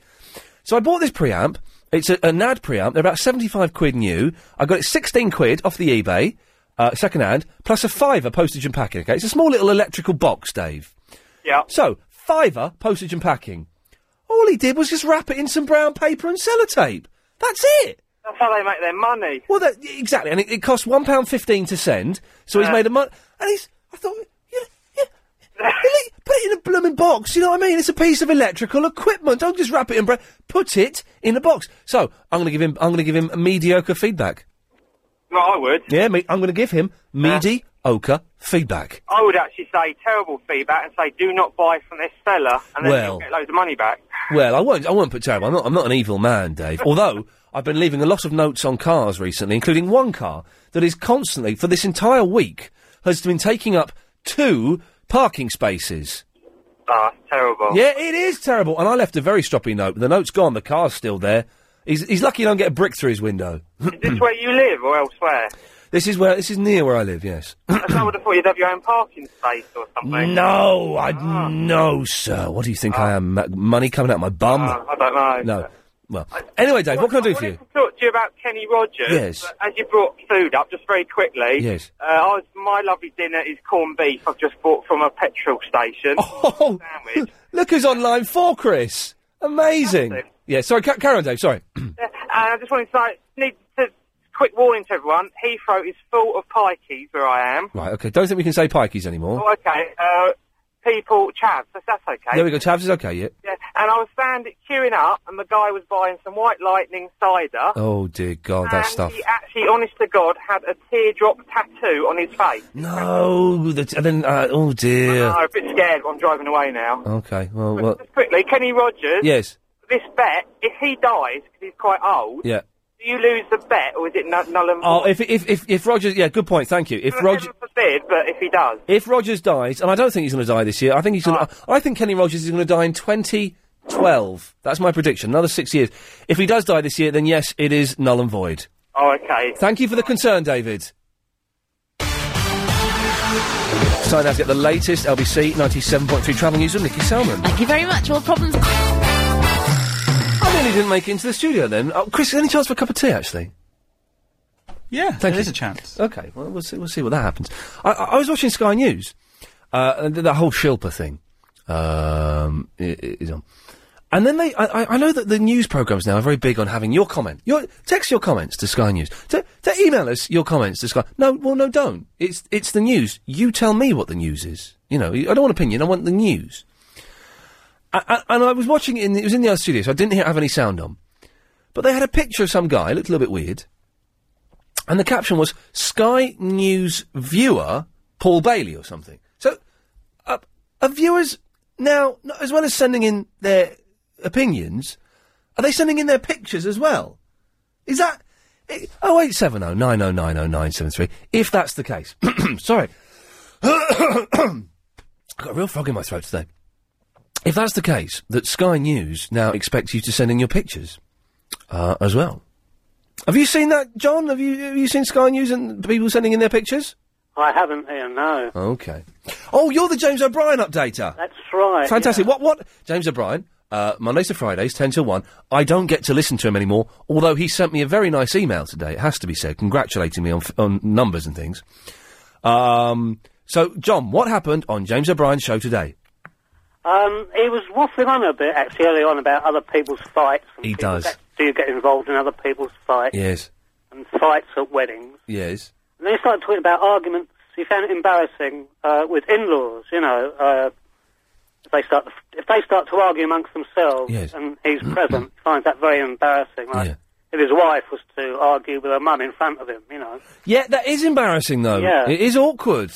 Speaker 1: So I bought this preamp. It's a, a NAD preamp. They're about seventy five quid new. I got it sixteen quid off the eBay, uh, second hand, plus a fiver postage and packing. Okay, it's a small little electrical box, Dave.
Speaker 4: Yeah.
Speaker 1: So fiver postage and packing. All he did was just wrap it in some brown paper and sellotape. That's it.
Speaker 4: That's how they make their money.
Speaker 1: Well, that, exactly, and it, it costs one pound fifteen to send. So he's
Speaker 4: Yeah.
Speaker 1: made a month, and he's. I thought, you, you, you li- put it in a blooming box. You know what I mean? It's a piece of electrical equipment. Don't just wrap it in. Bra- put it in a box. So I'm going to give him. I'm going to give him mediocre feedback.
Speaker 4: Well, I would.
Speaker 1: Yeah, me, I'm going to give him mediocre feedback.
Speaker 4: I would actually say terrible feedback and say do not buy from this seller and then
Speaker 1: Well.
Speaker 4: you'll get loads of money back.
Speaker 1: Well, I won't. I won't put terrible. I'm not. I'm not an evil man, Dave. Although I've been leaving a lot of notes on cars recently, including one car that is constantly for this entire week has been taking up two parking spaces.
Speaker 4: Ah, it's terrible.
Speaker 1: Yeah, it is terrible. And I left a very stroppy note. The note's gone. The car's still there. He's, he's lucky he don't get a brick through his window.
Speaker 4: Is this where you live or elsewhere?
Speaker 1: this is where. This is near where I live. Yes.
Speaker 4: I would have thought you'd have your own parking space or something. Ah.
Speaker 1: no, I no, sir. What do you think I am? Ma- Money coming out of my bum?
Speaker 4: Ah, I don't know.
Speaker 1: no. Well, anyway, Dave, what can I do for you?
Speaker 4: talk to you about Kenny Rogers.
Speaker 1: Yes.
Speaker 4: but As you brought food up, just very quickly.
Speaker 1: Yes.
Speaker 4: Uh, I was, my lovely dinner is corned beef I've just bought from a petrol station.
Speaker 1: Oh, look who's on line four, Chris. Amazing. Yeah, sorry, ca- carry on, Dave. Sorry.
Speaker 4: Uh, and I just wanted to say, need to quick warning to everyone. Heathrow is full of pikeys where I am.
Speaker 1: Oh. right, okay. Don't think we can say pikeys anymore.
Speaker 4: Oh, okay. Uh, people chavs. That's, that's okay.
Speaker 1: There we go. Chavs is okay, yeah?
Speaker 4: Yeah, and I was standing queuing up, and the guy was buying some White Lightning cider.
Speaker 1: Oh, dear God, that
Speaker 4: and
Speaker 1: stuff.
Speaker 4: He actually, honest to God, had a teardrop tattoo on his face.
Speaker 1: No, the t- and then, uh, oh, dear.
Speaker 4: I'm a bit scared. I'm driving away now.
Speaker 1: Okay, well, well,
Speaker 4: Just quickly, Kenny Rogers.
Speaker 1: yes,
Speaker 4: This bet, if he dies because he's quite old,
Speaker 1: yeah.
Speaker 4: do you lose the bet, or is it nu- null and
Speaker 1: Oh, if, if, if, if Rogers, yeah, good point, thank you. If Rogers,
Speaker 4: forbid? But if he does, Ah.
Speaker 1: if Rogers dies, and I don't think he's going to die this year, I think he's going. to I think Kenny Rogers is going to die in 2012. That's my prediction. Another six years. If he does die this year, then yes, it is null and void.
Speaker 4: oh, okay.
Speaker 1: Thank you for the concern, David. It's time now to get the latest LBC 97.3 travel news with Nikki Salmon.
Speaker 8: Thank you very much. All problems.
Speaker 1: I nearly didn't make it into the studio then. Oh, Chris, any chance for a cup of tea, actually? Yeah, Thank there is a chance. Okay, well, we'll see, we'll see what that happens. I, I I was watching Sky News, uh, and th- that whole Shilpa thing um, i- i- is on. And then they, I, I- I know that the news programmes now are very big on having your comment. Your, text your comments to Sky News. To, to email us your comments to Sky. No, well, no, don't. It's, it's the news. You tell me what the news is. You know, I don't want opinion, I want the news. I, I, and I was watching it, in, it was in the other studio, so I didn't hear, have any sound on. But they had a picture of some guy, looked a little bit weird. And the caption was Sky News viewer Paul Bailey or something. So, uh, are viewers now, n- as well as sending in their opinions, are they sending in their pictures as well? Is that. oh, i- 0870 oh, 9090973. If that's the case. Sorry. I've got a real frog in my throat today. If that's the case, that Sky News now expects you to send in your pictures uh, as well. Have you seen that, John? Have you have you seen Sky News and people sending in their pictures?
Speaker 10: I haven't, Ian, no.
Speaker 1: Okay. Oh, you're the James O'Brien updater.
Speaker 10: That's right.
Speaker 1: Fantastic. What what James O'Brien? Uh, Mondays to Fridays, ten till one. I don't get to listen to him anymore. Although he sent me a very nice email today. It has to be said, congratulating me on f- on numbers and things. Um. So, John, what happened on James O'Brien's show today?
Speaker 10: Um, he was waffling on a bit, actually, early on about other people's fights.
Speaker 1: He does.
Speaker 10: Do you get involved in other people's fights?
Speaker 1: Yes.
Speaker 10: And fights at weddings.
Speaker 1: Yes.
Speaker 10: And then he started talking about arguments he found it embarrassing uh, with in-laws, you know, uh, if they start to, if they start to argue amongst themselves
Speaker 1: Yes.
Speaker 10: and he's
Speaker 2: Mm-hmm.
Speaker 10: present, he finds that very embarrassing. Like
Speaker 1: Yeah.
Speaker 10: if his wife was to argue with her mum in front of him, you know.
Speaker 1: Yeah, that is embarrassing though.
Speaker 10: Yeah.
Speaker 1: It is awkward.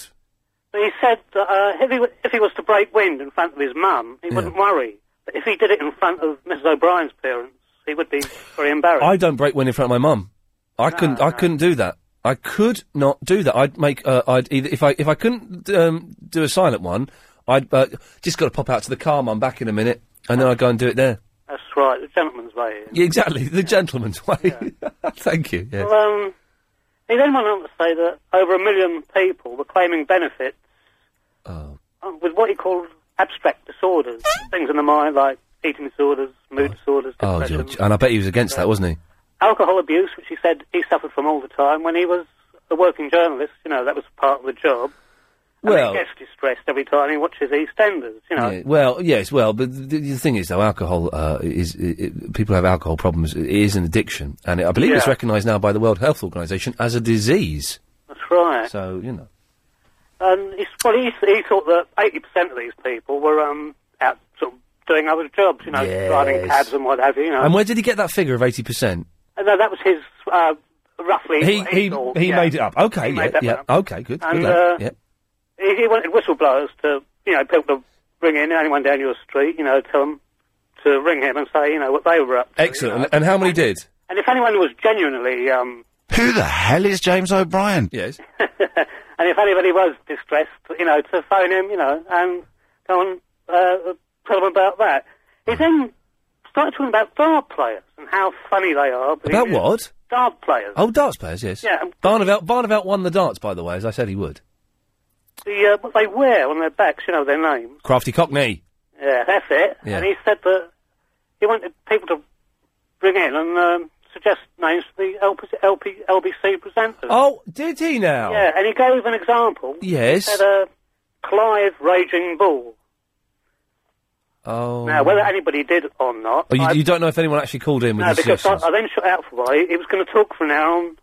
Speaker 10: But he said that uh, if, he, w- if he was to break wind in front of his mum, he wouldn't worry. But if he did it in front of Mrs O'Brien's parents, he would be very embarrassed.
Speaker 1: I don't break wind in front of my mum. I couldn't.
Speaker 10: Ah.
Speaker 1: I couldn't do that. I could not do that. I'd make. Uh, I'd either if I if I couldn't um, do a silent one, I'd uh, just got to pop out to the car. Mum, back in a minute, and then I'd go and do it there.
Speaker 10: That's right, the gentleman's way. Ian.
Speaker 1: Yeah, exactly, the gentleman's way. Thank you. Yeah.
Speaker 10: Well, um, he then went on to say that over a million people were claiming benefits
Speaker 1: Oh.
Speaker 10: uh, with what he called abstract disorders, things in the mind like eating disorders, mood disorders,
Speaker 1: oh,
Speaker 10: depression,
Speaker 1: George, and I bet he was against that, wasn't he?
Speaker 10: alcohol abuse, which he said he suffered from all the time when he was a working journalist. You know, that was part of the job. And
Speaker 1: Well-
Speaker 10: he gets distressed every time he watches EastEnders. You know,
Speaker 1: Yeah, well, yes, well, but the, the thing is, though, alcohol uh, is i i people have alcohol problems. It is an addiction, and I believe it's
Speaker 10: Yeah.
Speaker 1: recognised now by the World Health Organisation as a disease.
Speaker 10: that's right.
Speaker 1: So you know,
Speaker 10: And he, well, he, he thought that eighty percent of these people were um out sort of doing other jobs. You know,
Speaker 1: Yes.
Speaker 10: driving cabs and what have you. You know,
Speaker 1: and where did he get that figure of eighty percent?
Speaker 10: And that- that was his uh, roughly.
Speaker 1: He
Speaker 10: what
Speaker 1: he
Speaker 10: thought,
Speaker 1: he
Speaker 10: yeah.
Speaker 1: made it up. Okay,
Speaker 10: He
Speaker 1: yeah,
Speaker 10: made that
Speaker 1: yeah.
Speaker 10: one up.
Speaker 1: Okay, good.
Speaker 10: And,
Speaker 1: good lad.
Speaker 10: uh,
Speaker 1: yeah.
Speaker 10: He, he wanted whistleblowers to, you know, people to ring in anyone down your street. You know, tell them to ring him and say, you know, what they were up.
Speaker 1: Excellent. And, and how many did?
Speaker 10: And if anyone was genuinely um,
Speaker 7: Who the hell is James O'Brien?
Speaker 1: Yes.
Speaker 10: And if anybody was distressed, you know, to phone him, you know, and go and uh, tell him about that. He then started talking about dart players and how funny they are. but he
Speaker 1: About
Speaker 10: knew
Speaker 1: what?
Speaker 10: Dart players.
Speaker 1: Oh, darts players. Yes.
Speaker 10: Yeah, and-
Speaker 1: Barneveld Barneveld won the darts, by the way, as I said he would.
Speaker 10: The, uh, what they wear on their backs, you know, their names.
Speaker 1: Crafty Cockney.
Speaker 10: Yeah, that's it.
Speaker 1: Yeah.
Speaker 10: And he said that he wanted people to bring in and um, suggest names for the LP, LP, LBC presenters.
Speaker 1: Oh, did he now?
Speaker 10: Yeah, and he gave an example.
Speaker 1: Yes.
Speaker 10: He said, uh, Clive Raging Bull.
Speaker 1: Oh.
Speaker 10: Now, whether anybody did or not,
Speaker 1: Oh, you,
Speaker 10: I-
Speaker 1: you don't know if anyone actually called in with
Speaker 10: no,
Speaker 1: the
Speaker 10: because I,
Speaker 1: suggestions.
Speaker 10: I then shut out
Speaker 1: Mm.
Speaker 10: for why he was going to talk for an hour on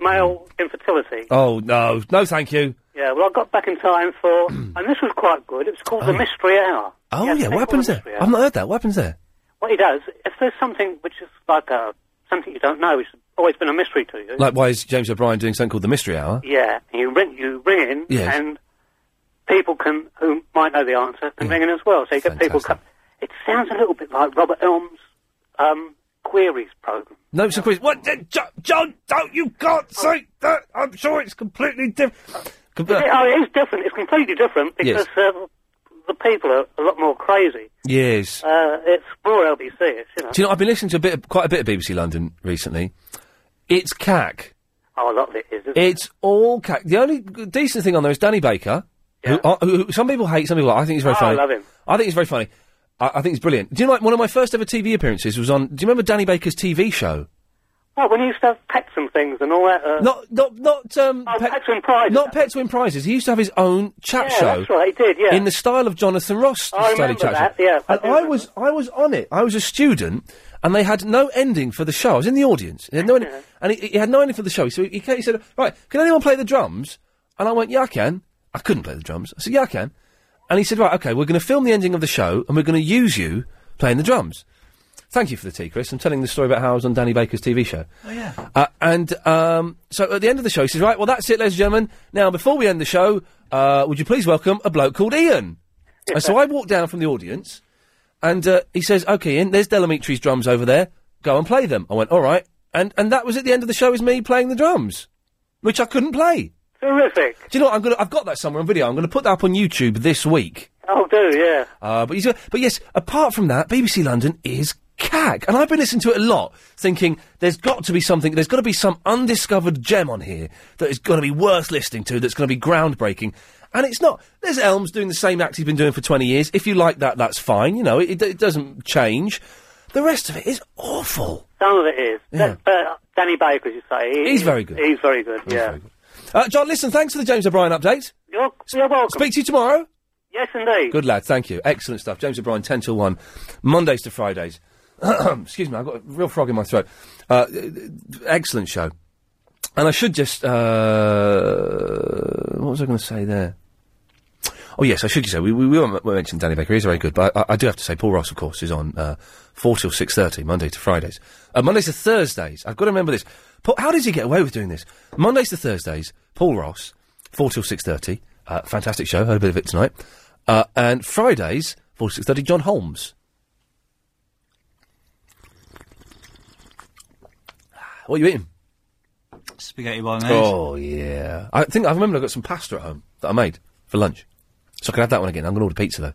Speaker 10: male infertility.
Speaker 1: Oh no, no, thank you.
Speaker 10: Yeah, well, I got back in time for, and this was quite good. It was called the Mystery Hour.
Speaker 1: Oh, yeah, what happens there?
Speaker 10: yeah.
Speaker 1: I've not heard that. What happens there?
Speaker 10: What he does, if there's something which is like a something you don't know, which has always been a mystery to you.
Speaker 1: Like, why is James O'Brien doing something called the Mystery Hour?
Speaker 10: Yeah, you ring, you ring in,
Speaker 1: Yes.
Speaker 10: and people can who might know the answer
Speaker 1: Mm.
Speaker 10: can ring in as well. So you get people. Come, it sounds a little bit like Robert Elm's um, queries program.
Speaker 1: No, it's a quiz. What, uh, Jo- John? Don't you can't say that. I'm sure it's completely different.
Speaker 10: oh, it is different. It's completely different
Speaker 1: Yes.
Speaker 10: because uh, the people are a lot more crazy.
Speaker 1: Yes.
Speaker 10: Uh, it's more LBC. It's, you know.
Speaker 1: Do you know? I've been listening to a bit, of, quite a bit of BBC London recently. It's cack.
Speaker 10: Oh, a lot of it is. Isn't it?
Speaker 1: It's all cack. The only g- decent thing on there is Danny Baker. Who, uh, who, who some people hate, some people like. I think he's very
Speaker 10: Oh, I
Speaker 1: funny.
Speaker 10: love him.
Speaker 1: I think he's very funny. I, I think he's brilliant. Do you know? Like, one of my first ever TV appearances was on. Do you remember Danny Baker's TV show?
Speaker 10: Oh, when you used to have pets and things and all that. Uh,
Speaker 1: not, not, not. Um,
Speaker 10: oh, pets and prizes.
Speaker 1: Not Pets Win Prizes. He used to have his own chat
Speaker 10: Yeah,
Speaker 1: show.
Speaker 10: that's right, he did, yeah.
Speaker 1: In the style of Jonathan Ross.
Speaker 10: I
Speaker 1: style
Speaker 10: remember
Speaker 1: chat show.
Speaker 10: that, yeah, I
Speaker 1: And
Speaker 10: do
Speaker 1: I, was, I was on it. I was a student, and they had no ending for the show. I was in the audience. They had no ending, and he, he had no ending for the show. So he, ca- he said, "Right, can anyone play the drums?" And I went, "Yeah, I can." I couldn't play the drums. I said, "Yeah, I can." And he said, "Right, okay, we're going to film the ending of the show, and we're going to use you playing the drums." Thank you for the tea, Chris. I'm telling the story about how I was on Danny Baker's TV show.
Speaker 20: Oh, yeah.
Speaker 1: Uh, and um, so at the end of the show, he says, Right, well, that's it, ladies and gentlemen. Now, before we end the show, uh, would you please welcome a bloke called Ian? and so I walked down from the audience, and uh, he says, Okay, Ian, there's Delamitri's drums over there. Go and play them. I went, All right. And, and that was at the end of the show, is me playing the drums, which I couldn't play.
Speaker 10: Terrific.
Speaker 1: Do you know what? I'm gonna, I've got that somewhere on video. I'm going to put that up on YouTube this week.
Speaker 10: Oh, do yeah.
Speaker 1: Uh, but, he's, but yes, apart from that, BBC London is cack. And I've been listening to it a lot, thinking there's got to be something, there's got to be some undiscovered gem on here that is going to be worth listening to, that's going to be groundbreaking. And it's not. There's Elms doing the same act he's been doing for 20 years. If you like that, that's fine. You know, it, it doesn't change. The rest of it is awful.
Speaker 10: Some of it is.
Speaker 1: Yeah.
Speaker 10: But uh, Danny Baker, as you say, he-
Speaker 1: He's very good.
Speaker 10: He's very good. yeah.
Speaker 1: Uh, John, listen, thanks for the James O'Brien update.
Speaker 10: You're, you're welcome.
Speaker 1: Speak to you tomorrow.
Speaker 10: Yes, indeed.
Speaker 1: Good lad, thank you. Excellent stuff. James O'Brien, 10 till 1, Mondays to Fridays. Excuse me, I've got a real frog in my throat. Uh, excellent show. And I should just. Uh, what was I going to say there? Oh, yes, I should say, we, we, we won't- won't mention Danny Baker, he's very good, but I, I do have to say Paul Ross, of course, is on uh, 4 till 6.30, Monday to Fridays. Uh, Mondays to Thursdays, I've got to remember this. Paul, how does he get away with doing this? Mondays to Thursdays, Paul Ross, 4 till 6.30, uh, fantastic show, heard a bit of it tonight. Uh, and Fridays, 4 till 6.30, John Holmes. Ah, What are you eating?
Speaker 34: Spaghetti bolognese.
Speaker 1: Oh yeah, I think I remember I got some pasta at home that I made for lunch, so I can have that one again. I'm going to order pizza though,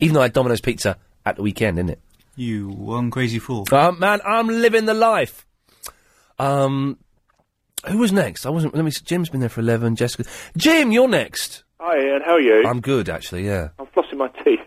Speaker 1: even though I had Domino's pizza at the weekend, isn't it?
Speaker 34: You one crazy fool.
Speaker 1: Uh, man, I'm living the life. Um, who was next? I wasn't. Let me. See, Jim's been there for eleven. Jessica, Jim, you're next.
Speaker 8: Hi, Ian. How are you?
Speaker 1: I'm good actually. Yeah.
Speaker 8: I'm flossing my teeth.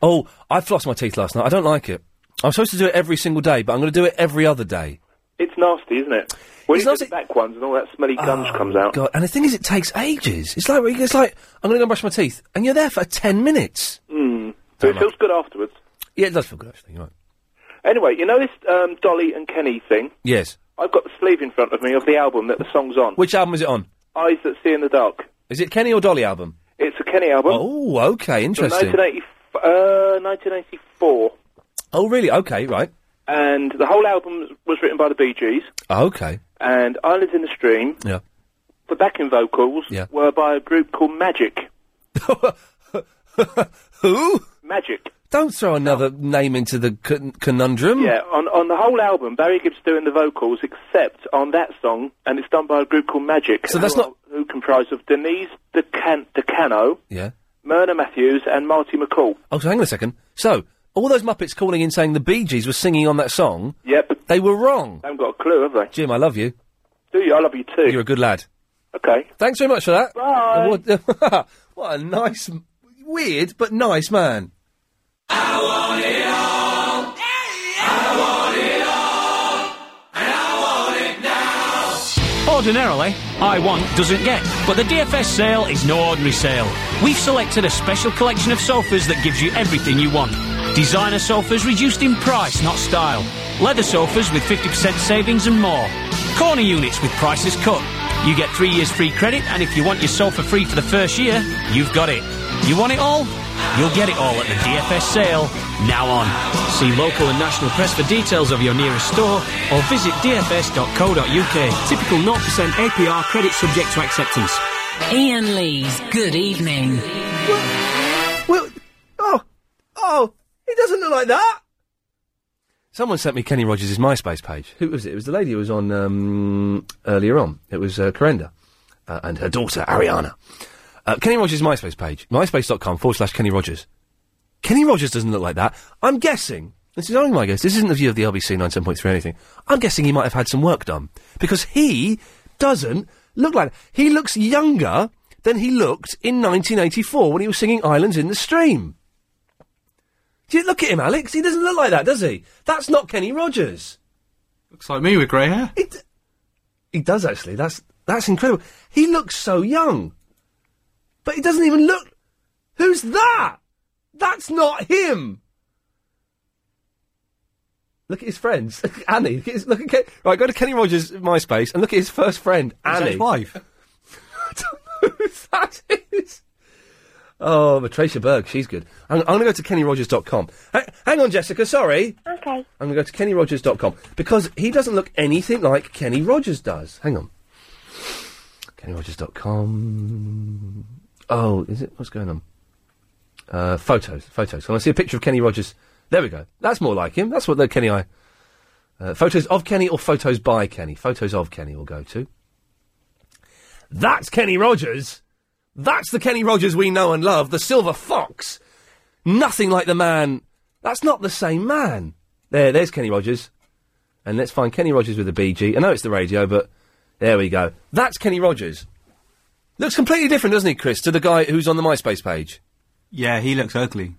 Speaker 1: Oh, I flossed my teeth last night. I don't like it. I'm supposed to do it every single day, but I'm going to do it every other day.
Speaker 8: It's nasty, isn't it? When you get the back ones and all that smelly
Speaker 1: Ah.
Speaker 8: gunge comes out.
Speaker 1: God, and the thing is, it takes ages. It's like it's like I'm going to go and brush my teeth, and you're there for ten minutes.
Speaker 8: Mm. But it
Speaker 1: Don't
Speaker 8: feels good afterwards.
Speaker 1: Yeah, it does feel good actually. You're right.
Speaker 8: Anyway, you know this um, Dolly and Kenny thing?
Speaker 1: Yes.
Speaker 8: I've got the sleeve in front of me of the album that the song's on.
Speaker 1: Which album is it on?
Speaker 8: Eyes That See in the Dark.
Speaker 1: Is it Kenny or Dolly album?
Speaker 8: It's a Kenny album.
Speaker 1: Oh, okay,
Speaker 8: From
Speaker 1: interesting.
Speaker 8: 1980, uh, 1984.
Speaker 1: Oh, really? Okay, right.
Speaker 8: And the whole album was written by the Bee Gees.
Speaker 1: Ah, Okay.
Speaker 8: And Islands in the Stream,
Speaker 1: Yeah.
Speaker 8: the backing vocals,
Speaker 1: Yeah.
Speaker 8: were by a group called Magic.
Speaker 1: Who?
Speaker 8: Magic.
Speaker 1: Don't throw another name into the con- conundrum.
Speaker 8: Yeah, on, on the whole album, Barry Gibb's doing the vocals, except on that song, and it's done by a group called Magic.
Speaker 1: So that's
Speaker 8: who,
Speaker 1: not-
Speaker 8: are- who comprise of Denise DeCan- DeCano,
Speaker 1: Yeah.
Speaker 8: Myrna Matthews, and Marty McCall.
Speaker 1: Oh, so hang on a second. So, all those Muppets calling in saying the Bee Gees were singing on that song.
Speaker 8: Yep.
Speaker 1: They were wrong.
Speaker 8: Haven't got a clue, have they?
Speaker 1: Jim, I love you.
Speaker 8: Do you? I love you too.
Speaker 1: You're a good lad.
Speaker 8: Okay.
Speaker 1: Thanks very much for that.
Speaker 8: Bye.
Speaker 1: What, what a nice, weird, but nice man.
Speaker 2: Ordinarily, I want doesn't get, but the DFS sale is no ordinary sale. We've selected a special collection of sofas that gives you everything you want. Designer sofas reduced in price, not style. Leather sofas with 50% savings and more. Corner units with prices cut.
Speaker 5: You get three years free credit, and if you want your sofa free for the first year, you've got it. You want it all? You'll get it all at the DFS sale, now on. See local and national press for details of your nearest store or visit dfs.co.uk. Typical 0% APR credit subject to acceptance.
Speaker 33: Ian Lee's Good Evening.
Speaker 1: Oh, he doesn't look like that. Someone sent me Kenny Rogers' MySpace page. Who was it? It was the lady who was on um, earlier on. It was uh, Corenda uh, and her daughter, Ariana. Uh, Kenny Rogers' MySpace page. MySpace.com forward slash Kenny Rogers. Kenny Rogers doesn't look like that. I'm guessing, this is only my guess, this isn't the view of the RBC 97.3 or anything. I'm guessing he might have had some work done. Because he doesn't look like that. He looks younger than he looked in 1984 when he was singing Islands in the Stream. Do you look at him, Alex? He doesn't look like that, does he? That's not Kenny Rogers.
Speaker 24: Looks like me with grey hair.
Speaker 1: He, d- he does actually. That's that's incredible. He looks so young, but he doesn't even look. Who's that? That's not him. Look at his friends, Annie. Look at, his, look at Ken- right. Go to Kenny Rogers' MySpace and look at his first friend,
Speaker 24: that
Speaker 1: Annie.
Speaker 24: his wife?
Speaker 1: that is. Oh, but Tracia Berg, she's good. I'm, I'm going to go to KennyRogers.com. Hang, hang on, Jessica. Sorry.
Speaker 26: Okay.
Speaker 1: I'm going to go to KennyRogers.com because he doesn't look anything like Kenny Rogers does. Hang on. KennyRogers.com. Oh, is it? What's going on? Uh, photos, photos. Can I see a picture of Kenny Rogers? There we go. That's more like him. That's what the Kenny I. Uh, photos of Kenny or photos by Kenny? Photos of Kenny will go to. That's Kenny Rogers. That's the Kenny Rogers we know and love, the Silver Fox. Nothing like the man. That's not the same man. There, there's Kenny Rogers. And let's find Kenny Rogers with a BG. I know it's the radio, but there we go. That's Kenny Rogers. Looks completely different, doesn't he, Chris, to the guy who's on the MySpace page?
Speaker 24: Yeah, he looks ugly.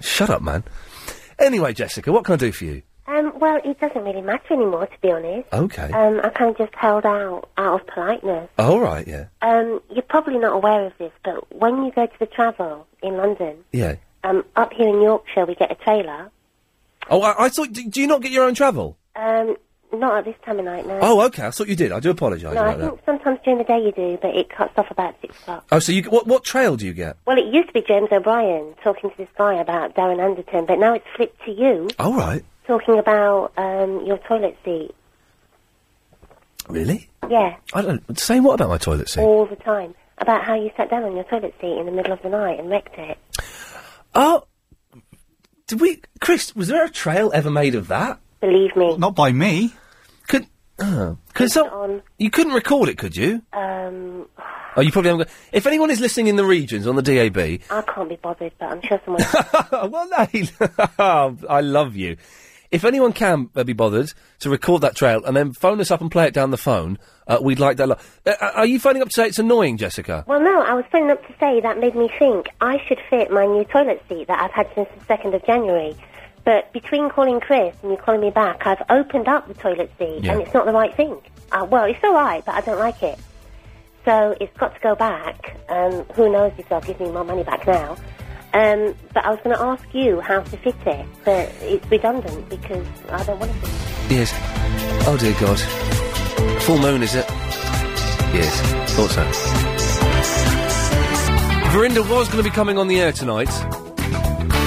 Speaker 1: Shut up, man. Anyway, Jessica, what can I do for you?
Speaker 26: Um, well, it doesn't really matter anymore, to be honest.
Speaker 1: Okay.
Speaker 26: Um, I kind of just held out out of politeness.
Speaker 1: Oh, all right, yeah.
Speaker 26: Um, you're probably not aware of this, but when you go to the travel in London,
Speaker 1: Yeah.
Speaker 26: um, up here in Yorkshire, we get a trailer.
Speaker 1: Oh, I, I thought. Do, do you not get your own travel?
Speaker 26: Um, not at this time of night now.
Speaker 1: Oh, okay. I thought you did. I do apologise
Speaker 26: No, I
Speaker 1: about
Speaker 26: think
Speaker 1: that.
Speaker 26: sometimes during the day you do, but it cuts off about six o'clock.
Speaker 1: Oh, so you what? What trail do you get?
Speaker 26: Well, it used to be James O'Brien talking to this guy about Darren Anderton, but now it's flipped to you
Speaker 1: All right.
Speaker 26: talking about um, your toilet seat.
Speaker 1: Really?
Speaker 26: Yeah,
Speaker 1: I don't. Say what about my toilet seat?
Speaker 26: all the time. About how you sat down on your toilet seat in the middle of the night and wrecked it.
Speaker 1: Oh, did we, Chris? Was there a trail ever made of that?
Speaker 26: Believe me.
Speaker 1: Not by me. Could, uh, could some, you couldn't record it, could you?
Speaker 26: Um,
Speaker 1: Oh, you probably haven't. Got, if anyone is listening in the regions on the DAB,
Speaker 26: I can't be bothered, but I'm sure someone.
Speaker 1: well, no, I love you. If anyone can uh, be bothered to record that trail and then phone us up and play it down the phone, uh, we'd like that. Lo- uh, uh, are you phoning up to say it's annoying, Jessica?
Speaker 26: well, no, I was phoning up to say that made me think I should fit my new toilet seat that I've had since the second of January. But between calling Chris and you calling me back, I've opened up the toilet seat,
Speaker 1: Yeah.
Speaker 26: and it's not the right thing. Uh, well, it's all right, but I don't like it. So it's got to go back. Um, who knows if they'll give me my money back now? Um, but I was going to ask you how to fit it, but it's redundant because I don't want to. Fit it.
Speaker 1: Yes. Oh dear God. Full moon, is it? Yes. Thought so. Verinda was going to be coming on the air tonight.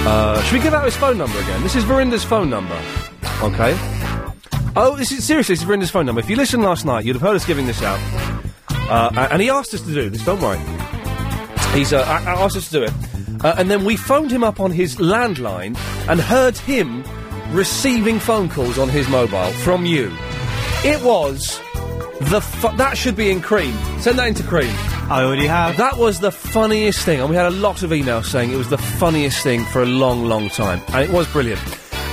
Speaker 1: Uh, should we give out his phone number again? This is Verinda's phone number. Okay. Oh, this is seriously, this is Verinda's phone number. If you listened last night, you'd have heard us giving this out. Uh, a- and he asked us to do this. Don't worry. He's uh, a- a- asked us to do it. Uh, and then we phoned him up on his landline and heard him receiving phone calls on his mobile from you. It was the fu- that should be in cream. Send that into cream. I already have. That was the funniest thing, and we had a lot of emails saying it was the funniest thing for a long, long time, and it was brilliant.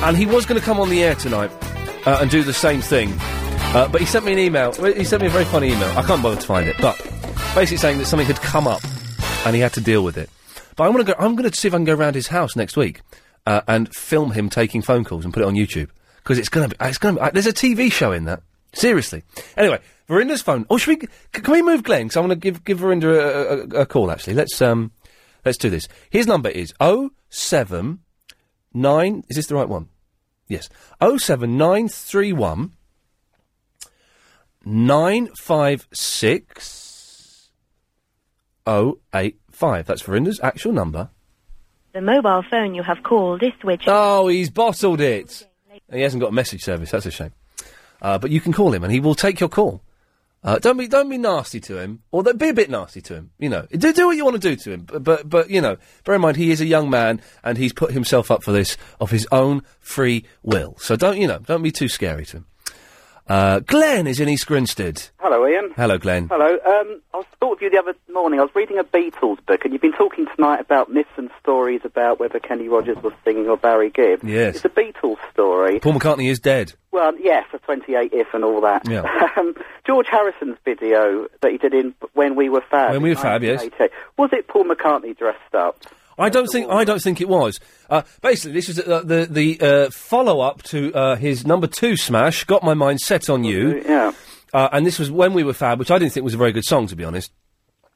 Speaker 1: And he was going to come on the air tonight uh, and do the same thing, uh, but he sent me an email. well, He sent me a very funny email. I can't bother to find it, but basically saying that something had come up and he had to deal with it. But I'm going to go. I'm going to see if I can go round his house next week uh, and film him taking phone calls and put it on YouTube because it's going to be. It's going to. Be, uh, there's a TV show in that. Seriously. Anyway, Verinda's phone. Oh, should we? c- Can we move Glenn? Because I want to give give Verinda a, a, a call. Actually, let's um, let's do this. His number is oh seven nine. Is this the right one? Yes. Oh seven nine three one. 956 085. That's Verinda's actual number.
Speaker 13: The mobile phone you have called is switched.
Speaker 1: Oh, he's bottled it. He hasn't got a message service. That's a shame. Uh, but you can call him, and he will take your call. Uh, don't be don't be nasty to him, or th- be a bit nasty to him. You know, do do what you want to do to him, but, but but you know, bear in mind he is a young man and he's put himself up for this of his own free will. So don't you know? Don't be too scary to him. Uh, Glenn is in East Grinstead.
Speaker 25: Hello, Ian.
Speaker 1: Hello, Glenn.
Speaker 25: Hello. Um, I spoke with you the other morning. I was reading a Beatles book, and you've been talking tonight about myths and stories about whether Kenny Rogers was singing or Barry Gibb.
Speaker 1: Yes.
Speaker 25: It's a Beatles story.
Speaker 1: Paul McCartney is dead.
Speaker 25: Well, yeah, for 28 If and all that.
Speaker 1: Yeah.
Speaker 25: um, George Harrison's video that he did in When We Were Fab.
Speaker 1: When We Were Fab, yes.
Speaker 25: 1988, Was it Paul McCartney dressed up?
Speaker 1: I don't think I don't think it was. Uh, basically, this is uh, the the uh, follow up to uh, his number two smash, "Got My Mind Set on You."
Speaker 25: Yeah.
Speaker 1: Uh, and this was when we were fab, which I didn't think was a very good song, to be honest.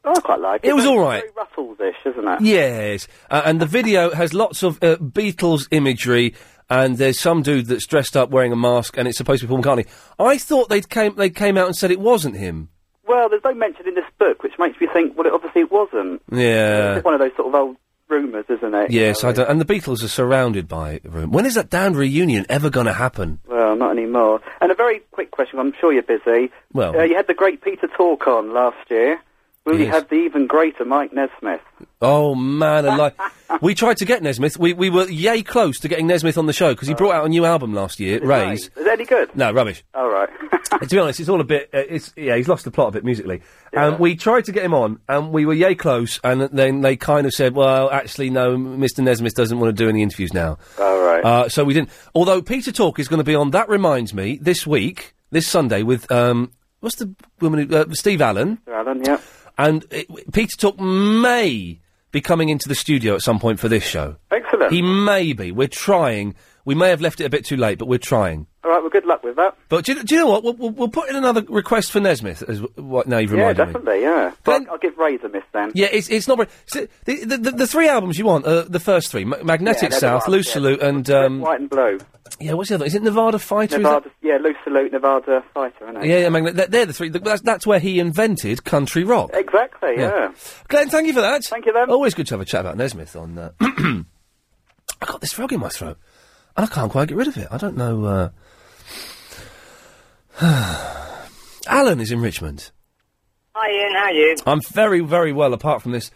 Speaker 25: Oh, I quite like it.
Speaker 1: It was
Speaker 25: Very-
Speaker 1: all right.
Speaker 25: Very Ruffles-ish, isn't it?
Speaker 1: Yes, uh, and the video has lots of uh, Beatles imagery, and there's some dude that's dressed up wearing a mask, and it's supposed to be Paul McCartney. I thought they came they came out and said it wasn't him.
Speaker 25: Well, there's no mention in this book, which makes me think, well, it obviously wasn't.
Speaker 1: Yeah.
Speaker 25: It's one of those sort of old rumours, isn't it?
Speaker 1: Yes, I don't, and the Beatles are surrounded by room. When is that damned reunion ever going to happen?
Speaker 25: Well, not anymore. And a very quick question, I'm sure you're busy.
Speaker 1: Well-
Speaker 25: Uh, you had the great Peter Talk on last year. Will you
Speaker 1: Yes.
Speaker 25: have the even greater Mike Nesmith?
Speaker 1: Oh man, alive! we tried to get Nesmith. We we were yay close to getting Nesmith on the show because he brought out a new album last year, Raise.
Speaker 25: Is that any good?
Speaker 1: No, rubbish.
Speaker 25: All right.
Speaker 1: to be honest, it's all a bit. Uh, it's yeah, he's lost the plot a bit musically. Um, we tried to get him on, and we were yay close, and then they kind of said, "Well, actually, no, Mr. Nesmith doesn't want to do any interviews now."
Speaker 25: All right.
Speaker 1: Uh, so we didn't. Although Peter Talk is going to be on. That reminds me, this week, this Sunday, with um, what's the woman? Who, uh, Steve Allen.
Speaker 25: Alan, yeah.
Speaker 1: And it, Peter Talk may be coming into the studio at some point for this show.
Speaker 25: Excellent.
Speaker 1: He may be. We're trying. We may have left it a bit too late, but we're trying.
Speaker 25: All right, well, good luck with that.
Speaker 1: But do you, do you know what? We'll, we'll, we'll put in another request for Nesmith. As w- what now you've
Speaker 25: yeah,
Speaker 1: reminded me.
Speaker 25: definitely, yeah. I'll, I'll give Raise a miss then.
Speaker 1: Yeah, it's it's not. very- so The, the, the, the three albums you want, uh, the first three: Ma-
Speaker 25: Yeah,
Speaker 1: Magnetic
Speaker 25: they're the
Speaker 1: South,
Speaker 25: ones,
Speaker 1: Loose Salute, and um,
Speaker 25: White and Blue.
Speaker 1: yeah, what's the other? Is it Nevada Fighter? Is that-
Speaker 25: Nevada, yeah, Loose Salute, Nevada Fighter, isn't it?
Speaker 1: Yeah, yeah, Magnet. They're, they're the three. That's, that's where he invented country rock.
Speaker 25: Exactly, yeah.
Speaker 1: Glenn, thank you for that.
Speaker 25: Thank you, then.
Speaker 1: Always good to have a chat about Nesmith on. Uh, I got this frog in my throat, and I can't quite get rid of it. I don't know. Uh... Alan is in Richmond.
Speaker 27: Hi Ian, how are you?
Speaker 1: I'm very, very well. Apart from this,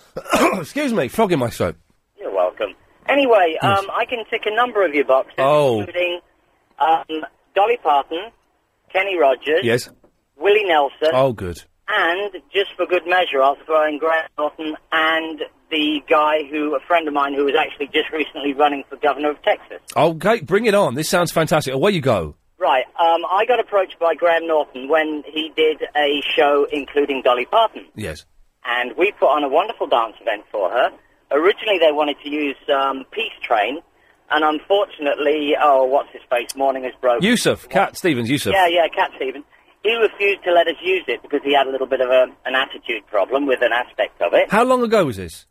Speaker 1: excuse me, frog in my throat.
Speaker 27: You're welcome. Anyway,
Speaker 1: Yes.
Speaker 27: um, I can tick a number of your boxes,
Speaker 1: Oh.
Speaker 27: including um, Dolly Parton, Kenny Rogers,
Speaker 1: Yes.
Speaker 27: Willie Nelson,
Speaker 1: Oh, good.
Speaker 27: and just for good measure, I'll throw in Graham Norton and the guy who, a friend of mine, who was actually just recently running for governor of Texas.
Speaker 1: Okay, bring it on. This sounds fantastic. Away you go.
Speaker 27: Right. Um, I got approached by Graham Norton when he did a show including Dolly Parton.
Speaker 1: Yes.
Speaker 27: and we put on a wonderful dance event for her. Originally, they wanted to use um, Peace Train, and unfortunately, oh, what's his face? Morning is broken.
Speaker 1: Yusuf, Cat Stevens, Yusuf.
Speaker 27: Yeah, yeah, Cat Stevens. He refused to let us use it because he had a little bit of a, an attitude problem with an aspect of it.
Speaker 1: How long ago was this?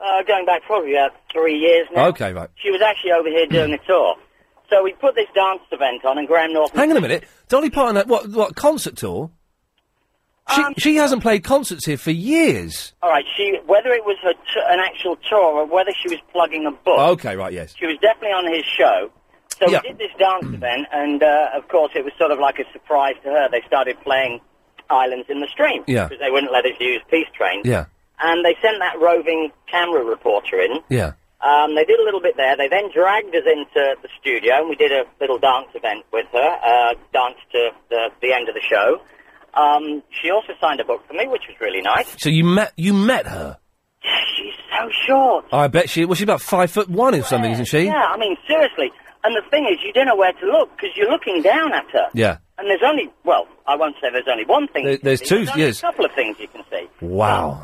Speaker 27: Uh, going back probably about three years now.
Speaker 1: Okay, right.
Speaker 27: She was actually over here doing a tour. So we put this dance event on, and Graham Norton.
Speaker 1: Hang on a minute. Dolly Parton, uh, what, what, concert tour? She,
Speaker 27: Um,
Speaker 1: she hasn't played concerts here for years.
Speaker 27: All right, she whether it was her t- an actual tour or whether she was plugging a book.
Speaker 1: Okay, right, yes.
Speaker 27: She was definitely on his show. So
Speaker 1: Yeah.
Speaker 27: we did this dance event, and uh, of course, it was sort of like a surprise to her. They started playing Islands in the Stream
Speaker 1: Yeah.
Speaker 27: because they wouldn't let us use Peace Train.
Speaker 1: Yeah,
Speaker 27: And they sent that roving camera reporter in.
Speaker 1: yeah.
Speaker 27: Um, they did a little bit there. They then dragged us into the studio, and we did a little dance event with her, uh, dance to the, the end of the show. Um, she also signed a book for me, which was really nice.
Speaker 1: So you met you met her.
Speaker 27: She's so short.
Speaker 1: I bet she. Well, she's about five foot one or something, isn't she?
Speaker 27: Yeah, I mean, seriously. And the thing is, you don't know where to look because you're looking down at her.
Speaker 1: Yeah.
Speaker 27: And there's only, well, I won't say there's only one thing.
Speaker 1: There-
Speaker 27: you can
Speaker 1: there's
Speaker 27: see,
Speaker 1: two,
Speaker 27: only
Speaker 1: yes.
Speaker 27: a couple of things you can see.
Speaker 1: Wow.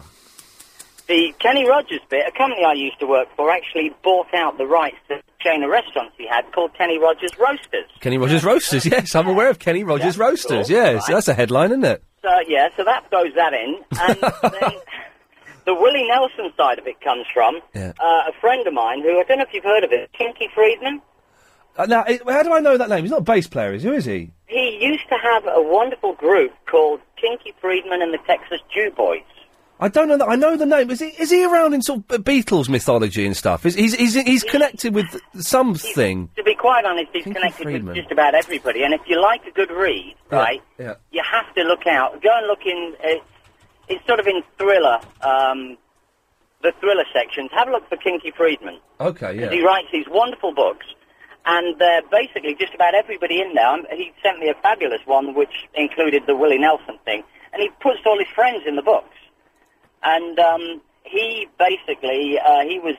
Speaker 27: The Kenny Rogers bit, a company I used to work for, actually bought out the rights to a chain of restaurants he had called Kenny Rogers Roasters.
Speaker 1: Kenny Rogers Roasters. Yes, I'm aware of Kenny Rogers Roasters. Yes, that's a headline, isn't it?
Speaker 27: So yeah, so that goes that in, and then the Willie Nelson side of it comes from
Speaker 1: Yeah.
Speaker 27: uh, a friend of mine who I don't know if you've heard of it, Kinky Friedman.
Speaker 1: Uh, now, it, how do I know that name? He's not a bass player, is he? Who is he?
Speaker 27: He used to have a wonderful group called Kinky Friedman and the Texas Jew Boys.
Speaker 1: I don't know. That. I know the name. Is he? Is he around in sort of Beatles mythology and stuff? Is he's he's, he's connected with something?
Speaker 27: To be quite honest, he's connected
Speaker 1: Friedman.
Speaker 27: with just about everybody. And if you like a good read,
Speaker 1: Yeah,
Speaker 27: right,
Speaker 1: yeah.
Speaker 27: you have to look out. Go and look in. It's, it's sort of in thriller, um, the thriller sections. Have a look for Kinky Friedman.
Speaker 1: Okay, yeah.
Speaker 27: 'Cause He writes these wonderful books, and they're basically just about everybody in there. Um, He sent me a fabulous one, which included the Willie Nelson thing, and he puts all his friends in the books. And um, he basically uh, he was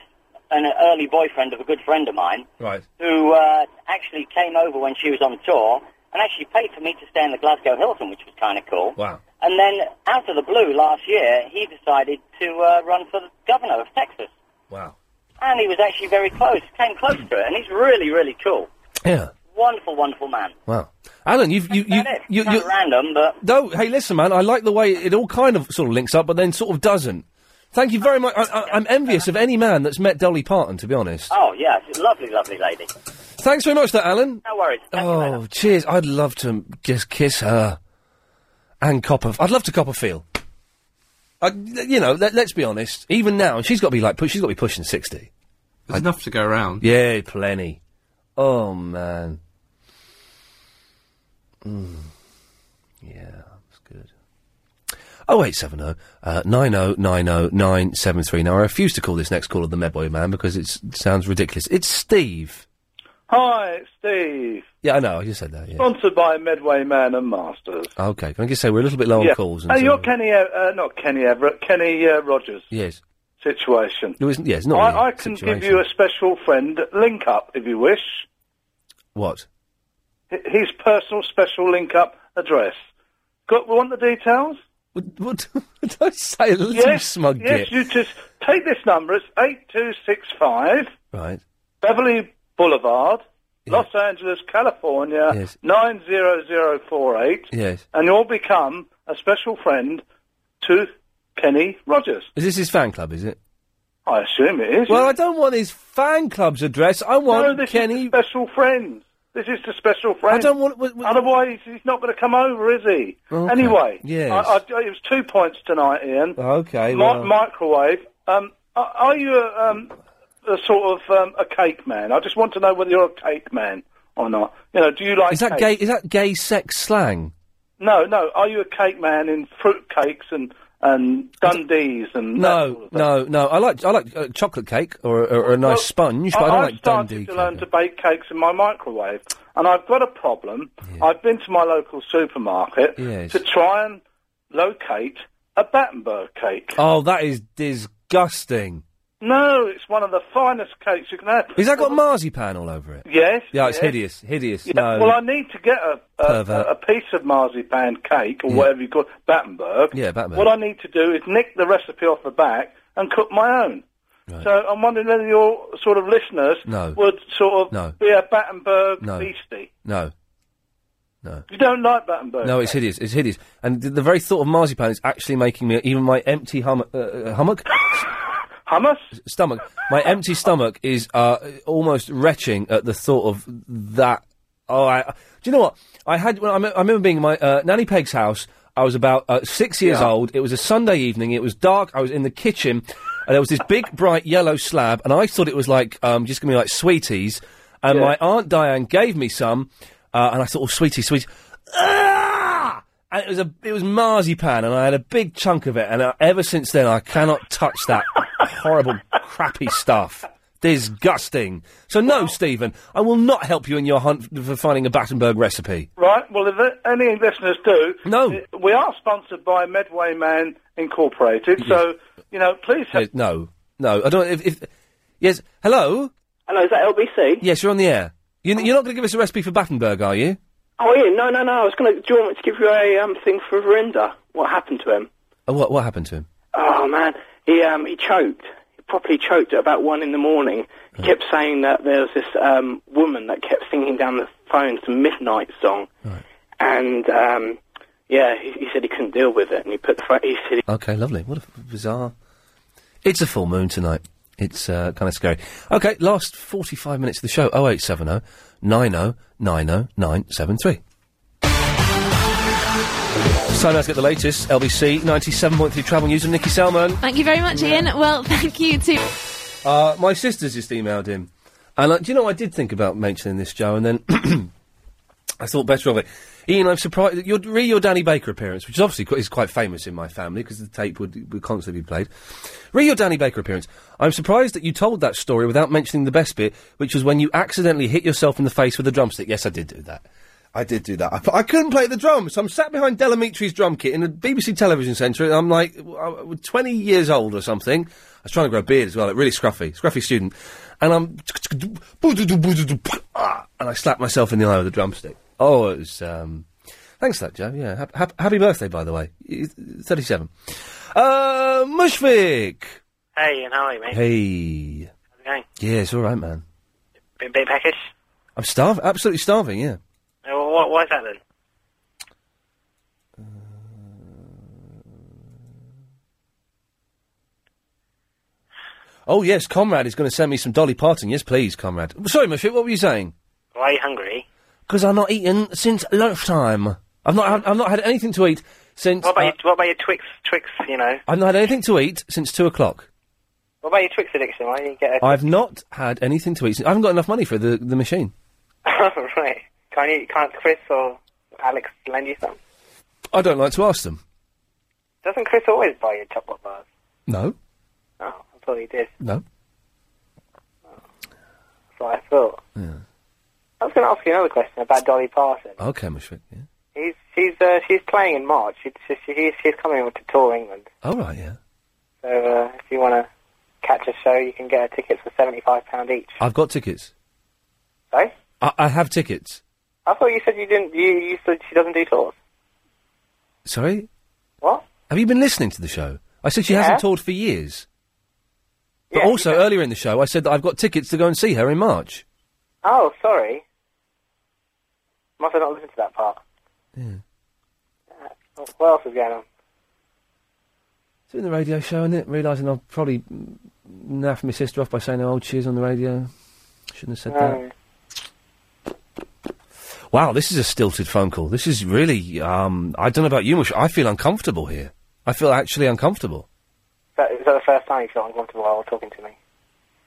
Speaker 27: an early boyfriend of a good friend of mine
Speaker 1: Right.
Speaker 27: who uh, actually came over when she was on tour and actually paid for me to stay in the Glasgow Hilton, which was kind of cool.
Speaker 1: Wow.
Speaker 27: And then, out of the blue, last year, he decided to uh, run for the governor of Texas.
Speaker 1: Wow.
Speaker 27: And he was actually very close, came close to it, and he's really, really cool.
Speaker 1: Yeah.
Speaker 27: Wonderful, wonderful man.
Speaker 1: Wow. Alan, you've you you, you, you,
Speaker 27: random, but
Speaker 1: no. Hey, listen, man. I like the way it all kind of sort of links up, but then sort of doesn't. Thank you very much. I, I, I'm envious of any man that's met Dolly Parton, to be honest.
Speaker 27: Oh, yeah, she's a lovely, lovely lady.
Speaker 1: Thanks very much, for that Alan.
Speaker 27: No worries.
Speaker 1: Oh, cheers. I'd love to just kiss her. And Copper. I'd love to Copperfield. I, you know, let, let's be honest. Even now, she's got to be like, pu- she's got to be pushing 60.
Speaker 15: There's enough to go around.
Speaker 1: Yeah, plenty. Oh, man. Mm. Yeah, that's good. Oh eight seven oh uh, nine oh nine oh nine seven three. Now I refuse to call this next caller the Medboy Man because it's, it sounds ridiculous. It's Steve.
Speaker 6: Hi, it's Steve.
Speaker 1: Yeah, I know. I just said that. Yeah.
Speaker 6: Sponsored by Medway Man and Masters.
Speaker 1: Okay. Can I just say we're a little bit low on calls? And
Speaker 6: Oh,
Speaker 1: so-
Speaker 6: you're Kenny, uh, uh, not Kenny Everett, Kenny uh, Rogers
Speaker 1: Yes.
Speaker 6: situation.
Speaker 1: No, it's, yeah, it's not. really
Speaker 6: I,
Speaker 1: a
Speaker 6: I can
Speaker 1: situation.
Speaker 6: give you a special friend link up if you wish.
Speaker 1: What?
Speaker 6: H- his personal special link up address. Got want the details?
Speaker 1: What? what don't say a little
Speaker 6: yes,
Speaker 1: smug
Speaker 6: Yes,
Speaker 1: git.
Speaker 6: you just take this number. It's eight two six five
Speaker 1: Right.
Speaker 6: Beverly Boulevard, Los Angeles, California
Speaker 1: Yes.
Speaker 6: nine zero zero four eight.
Speaker 1: Yes.
Speaker 6: and you'll become a special friend to Kenny Rogers.
Speaker 1: Is this his fan club? Is it?
Speaker 6: I assume it is.
Speaker 1: Well, I don't want his fan club's address. I want
Speaker 6: no, this
Speaker 1: Kenny.
Speaker 6: is the special friend. This is the special friend.
Speaker 1: I don't want.
Speaker 6: Otherwise, he's not going to come over, is he?
Speaker 1: Okay.
Speaker 6: Anyway,
Speaker 1: Yes. Uh,
Speaker 6: I, I, it was two points tonight, Ian.
Speaker 1: Okay.
Speaker 6: Mi-
Speaker 1: well,
Speaker 6: microwave. Um, are, are you a, um, a sort of um, a cake man? I just want to know whether you're a cake man or not. You know, do you like
Speaker 1: is that
Speaker 6: cake?
Speaker 1: gay? Is that gay sex slang?
Speaker 6: No, no. Are you a cake man in fruit cakes and and Dundees and
Speaker 1: No, no, no. I like I like uh, chocolate cake or, or, or a nice
Speaker 6: Well,
Speaker 1: sponge, but I, don't
Speaker 6: I've
Speaker 1: like
Speaker 6: started
Speaker 1: Dundee.
Speaker 6: to learn to bake cakes in my microwave, and I've got a problem. I've been to my local supermarket
Speaker 1: Yes.
Speaker 6: to try and locate a Battenberg cake.
Speaker 1: Oh, that is disgusting.
Speaker 6: No, it's one of the finest cakes you can have.
Speaker 1: Is that got marzipan all over it?
Speaker 6: Yes.
Speaker 1: Yeah, Uh, it's
Speaker 6: yes.
Speaker 1: hideous, hideous.
Speaker 6: Yeah,
Speaker 1: no.
Speaker 6: Well, uh, I need to get a a,
Speaker 1: Pervert.
Speaker 6: a- a piece of marzipan cake or whatever you call it, Battenberg.
Speaker 1: Yeah, Battenberg.
Speaker 6: What I need to do is nick the recipe off the back and cook my own. So I'm wondering whether your sort of listeners
Speaker 1: No.
Speaker 6: would sort of
Speaker 1: No.
Speaker 6: be a Battenberg
Speaker 1: No.
Speaker 6: beastie.
Speaker 1: No,
Speaker 6: You don't like Battenberg.
Speaker 1: no, it's
Speaker 6: cake.
Speaker 1: hideous. It's hideous. And th- the very thought of marzipan is actually making me even my empty hum- uh, uh, hummock,
Speaker 6: hummus,
Speaker 1: stomach. My empty stomach is uh, almost retching at the thought of that. Oh, I, do you know what I had? When I, me- I remember being in my uh, nanny Peg's house. I was about uh, six years
Speaker 15: Yeah.
Speaker 1: old. It was a Sunday evening. It was dark. I was in the kitchen, and there was this big bright yellow slab, and I thought it was like um, just gonna be like sweeties. And
Speaker 15: Yeah.
Speaker 1: my aunt Diane gave me some, uh, and I thought, oh, sweetie, sweetie. Ah! And it was a it was marzipan, and I had a big chunk of it. And uh, ever since then, I cannot touch that horrible, crappy stuff. Disgusting. So no, Stephen, I will not help you in your hunt f- for finding a Battenberg recipe.
Speaker 6: Right. Well, if uh, any listeners do, eh,
Speaker 1: no,
Speaker 6: we are sponsored by Medway Man Incorporated. So you know, please.
Speaker 1: Yes, Uh, no, no, I don't. If, if yes, hello,
Speaker 17: hello, is that LBC?
Speaker 1: Yes, you're on the air. You, you're not going to give us a recipe for Battenberg, are you?
Speaker 17: Oh, Ian, no, no, no. I was going to. Do you want me to give you a um, thing for Verinder? What happened to him?
Speaker 1: Uh, what what happened to him?
Speaker 17: Oh man, he um, he choked. He properly choked at about one in the morning. He kept saying that there was this um, woman that kept singing down the phone some midnight song, and um, yeah, he, he said he couldn't deal with it, and he put the phone. He said
Speaker 1: Okay, lovely. What a f- bizarre. It's a full moon tonight. It's uh, kind of scary. Okay, last 45 minutes of the show 0870 90 90 973. It's time now to get the latest LBC 97.3 travel news with Nikki Selman.
Speaker 13: Thank you very much, Ian. Well, thank you to.
Speaker 1: Uh, my sister's just emailed him. And uh, do you know, I did think about mentioning this, Joe, and then I thought better of it. Ian, I'm surprised. Your, re your Danny Baker appearance, which is obviously qu- is quite famous in my family because the tape would, would constantly be played. Re your Danny Baker appearance. I'm surprised that you told that story without mentioning the best bit, which was when you accidentally hit yourself in the face with a drumstick. Yes, I did do that. I did do that. I, I couldn't play the drums. So I'm sat behind Delamitri's drum kit in the BBC Television Centre. and I'm like w- I w- 20 years old or something. I was trying to grow a beard as well. Like really scruffy, scruffy student. And I'm ah, and I slapped myself in the eye with a drumstick. Oh, it was. Um, thanks for that, Joe. Yeah, hap- hap- happy birthday, by the way. Y- 37. Uh, Mushvik.
Speaker 2: Hey, Ian, how are you, mate?
Speaker 1: Hey.
Speaker 2: How's it going?
Speaker 1: Yeah, it's all right, man.
Speaker 2: Been a bit peckish?
Speaker 1: I'm starving. Absolutely starving. Yeah.
Speaker 2: Uh, wh- wh- why is that then?
Speaker 1: Oh yes, Comrade is going to send me some Dolly Parton. Yes, please, Comrade. Sorry, Mushvik. What were you saying?
Speaker 2: Why are you hungry?
Speaker 1: Because I've not eaten since lunchtime. I've not. I've, I've not had anything to eat since.
Speaker 2: What about,
Speaker 1: uh,
Speaker 2: your, what about your Twix, Twix, you know?
Speaker 1: I've not had anything to eat since two o'clock.
Speaker 2: What about your Twix addiction? Why don't you get a...
Speaker 1: I've not had anything to eat. Since, I haven't got enough money for the the machine.
Speaker 2: right. Can't, you, can't Chris or Alex lend you some?
Speaker 1: I don't like to ask them.
Speaker 2: Doesn't Chris always buy you chocolate bars?
Speaker 1: No,
Speaker 2: Oh, I thought he did.
Speaker 1: no.
Speaker 2: That's what I thought.
Speaker 1: Yeah.
Speaker 2: I was going to ask you another question about Dolly Parton.
Speaker 1: Okay, Mushvik. Yeah.
Speaker 2: He's, she's, uh, she's playing in March. She's, she's, she's coming to tour England.
Speaker 1: All right. Yeah.
Speaker 2: So uh, if you want to catch a show, you can get a ticket for seventy-five pound each.
Speaker 1: I've got tickets.
Speaker 2: Sorry,
Speaker 1: I, I have tickets.
Speaker 2: I thought you said you didn't. You, you said she doesn't do tours.
Speaker 1: Sorry.
Speaker 2: What?
Speaker 1: Have you been listening to the show? I said she
Speaker 2: Yeah.
Speaker 1: hasn't toured for years. But also earlier in the show, I said that I've got tickets to go and see her in March.
Speaker 2: Oh, sorry. Must have not listened to that part.
Speaker 1: Yeah.
Speaker 2: Uh, What else is going on?
Speaker 1: Doing the radio show, and it realising I'll probably mm, naff my sister off by saying how old she is on the radio. Shouldn't have said
Speaker 2: Oh.
Speaker 1: that. Wow, this is a stilted phone call. This is really. Um, I don't know about you, Mush. I feel uncomfortable here. I feel actually uncomfortable.
Speaker 2: That, is that the first time you feel uncomfortable while talking to me?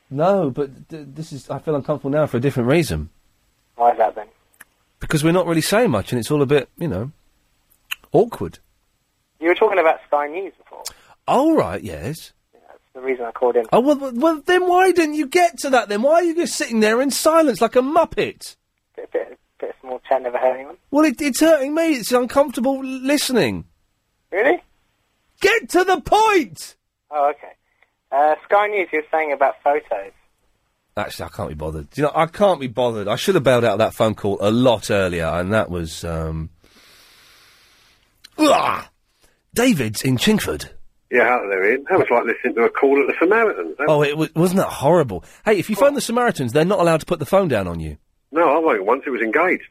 Speaker 1: No, but th- this is. I feel uncomfortable now for a different reason.
Speaker 2: Why is that then?
Speaker 1: Because we're not really saying much, and it's all a bit, you know, awkward.
Speaker 2: You were talking about Sky News before.
Speaker 1: All right, yes.
Speaker 2: That's the reason I called in.
Speaker 1: Oh well, well, well, then why didn't you get to that? Then why are you just sitting there in silence like a muppet?
Speaker 2: Bit, bit, bit of small chat never hurt anyone.
Speaker 1: Well, it, it's hurting me. It's uncomfortable l- listening.
Speaker 2: Really?
Speaker 1: Get to the point.
Speaker 2: Oh, okay. Uh, Sky News, you were saying about photos.
Speaker 1: Actually, I can't be bothered. Do You know, I can't be bothered. I should have bailed out of that phone call a lot earlier, and that was um. Ugh! David's in Chingford.
Speaker 3: Yeah, hello there, Ian. That was like listening to a call at the Samaritans. That-
Speaker 1: Oh, it w- wasn't that horrible. Hey, if you phone the Samaritans, they're not allowed to put the phone down on you.
Speaker 3: No, I won't. Once it was engaged.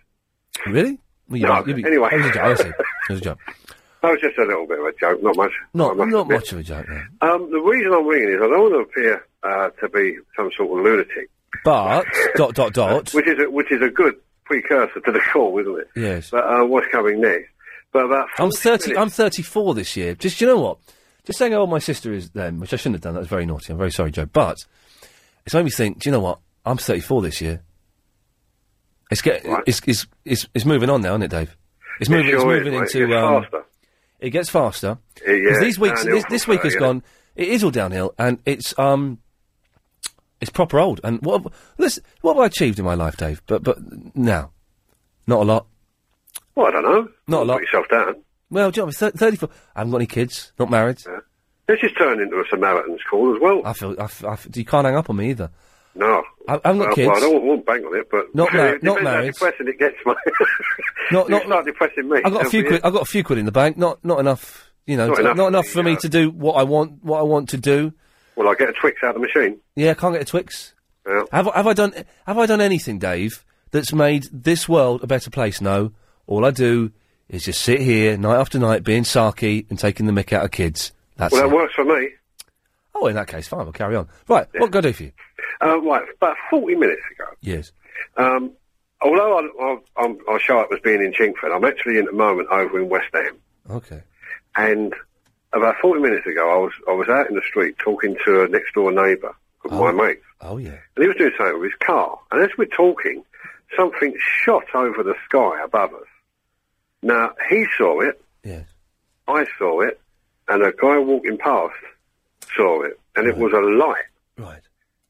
Speaker 1: Really? Well, you
Speaker 3: No,
Speaker 1: might- you'd
Speaker 3: anyway.
Speaker 1: it was a joke. I see. It was a joke.
Speaker 3: That was just a little bit of a joke, not much.
Speaker 1: Not,
Speaker 3: I must
Speaker 1: not
Speaker 3: admit.
Speaker 1: much of a joke. No.
Speaker 3: Um, the reason I'm ringing is I don't want to appear uh, to be some sort of lunatic,
Speaker 1: But dot dot dot.
Speaker 3: which is a, which is a good precursor to the call, isn't it?
Speaker 1: Yes.
Speaker 3: But uh, what's coming next? But uh, about
Speaker 1: I'm
Speaker 3: 40
Speaker 1: thirty.
Speaker 3: minutes-
Speaker 1: I'm thirty-four this year. Just you know what? Just saying how old my sister is then, which I shouldn't have done. That was very naughty. I'm very sorry, Joe. But it's made me think. Do you know what? I'm thirty-four this year. It's get. It's, it's it's it's moving on now, isn't it, Dave? It's
Speaker 3: It
Speaker 1: moving.
Speaker 3: sure
Speaker 1: it's
Speaker 3: is,
Speaker 1: moving
Speaker 3: mate. It
Speaker 1: into.
Speaker 3: gets
Speaker 1: um,
Speaker 3: faster.
Speaker 1: It gets faster.
Speaker 3: Yeah, yeah,
Speaker 1: 'Cause these
Speaker 3: it's
Speaker 1: weeks,
Speaker 3: downhill
Speaker 1: this, this
Speaker 3: from
Speaker 1: week has
Speaker 3: there, yeah.
Speaker 1: gone. It is all downhill, and it's um. It's proper old, and what have, listen, what have I achieved in my life, Dave? But but now, not a lot.
Speaker 3: Well, I don't know.
Speaker 1: Not a lot.
Speaker 3: Put yourself down.
Speaker 1: Well, do you know, I'm thir- 34. I haven't got any kids, not married.
Speaker 3: This has turned into a Samaritans call as well.
Speaker 1: I feel, I feel, I feel- you can't hang up on me either.
Speaker 3: No. Uh,
Speaker 1: I- I've got
Speaker 3: well,
Speaker 1: kids.
Speaker 3: Well, I don't want to bank on it, but
Speaker 1: Not mar-
Speaker 3: it
Speaker 1: not
Speaker 3: depends how
Speaker 1: married.
Speaker 3: depressing it gets, mate.
Speaker 1: Not-
Speaker 3: You
Speaker 1: not-
Speaker 3: start depressing me.
Speaker 1: I got a few quid. I got a few quid in the bank. Not, not enough. You know,
Speaker 3: Not
Speaker 1: to- not
Speaker 3: enough for
Speaker 1: enough
Speaker 3: the,
Speaker 1: for me
Speaker 3: uh,
Speaker 1: to do what I want. What I want to do.
Speaker 3: Well, I get a Twix out of the machine.
Speaker 1: Yeah, I can't get a Twix.
Speaker 3: Yeah.
Speaker 1: Have, I- have I done? Have I done anything, Dave, that's made this world a better place? No. All I do is just sit here night after night, being sarky and taking the mick out of kids. That's
Speaker 3: well,
Speaker 1: it.
Speaker 3: that works for me.
Speaker 1: Oh, in that case, fine. We'll carry on. Right. What can I do for you?
Speaker 3: Uh, right, about 40 minutes ago,
Speaker 1: Yes.
Speaker 3: um, although I, I, I'm, I show up as being in Chingford, I'm actually in the moment over in West Ham.
Speaker 1: Okay.
Speaker 3: And about 40 minutes ago, I was, I was out in the street talking to a next door neighbour of my mate.
Speaker 1: Oh yeah.
Speaker 3: And he was doing something with his car. And as we're talking, something shot over the sky above us. Now, he saw it. Yes. I saw it. And a guy walking past saw it. And it was a light. Right.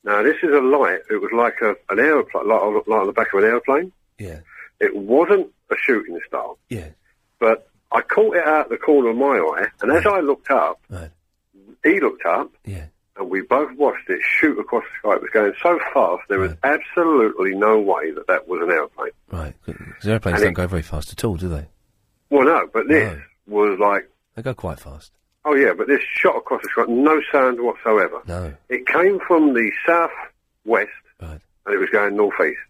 Speaker 3: Now, this is a light. It was like a, an aeroplane, like, on- like on the back of an aeroplane.
Speaker 1: Yeah.
Speaker 3: It wasn't a shooting star.
Speaker 1: Yeah.
Speaker 3: But I caught it out the corner of my eye. And as I looked up, he looked up. And we both watched it shoot across the sky. It was going so fast, there was absolutely no way that that was an airplane.
Speaker 1: Right. 'Cause airplanes
Speaker 3: And
Speaker 1: don't go
Speaker 3: it-
Speaker 1: very fast at all, do they?
Speaker 3: Well, no, but this was like,
Speaker 1: They go quite fast.
Speaker 3: oh yeah, but this shot across the sky, no sound whatsoever.
Speaker 1: No.
Speaker 3: It came from the southwest, and it was going northeast.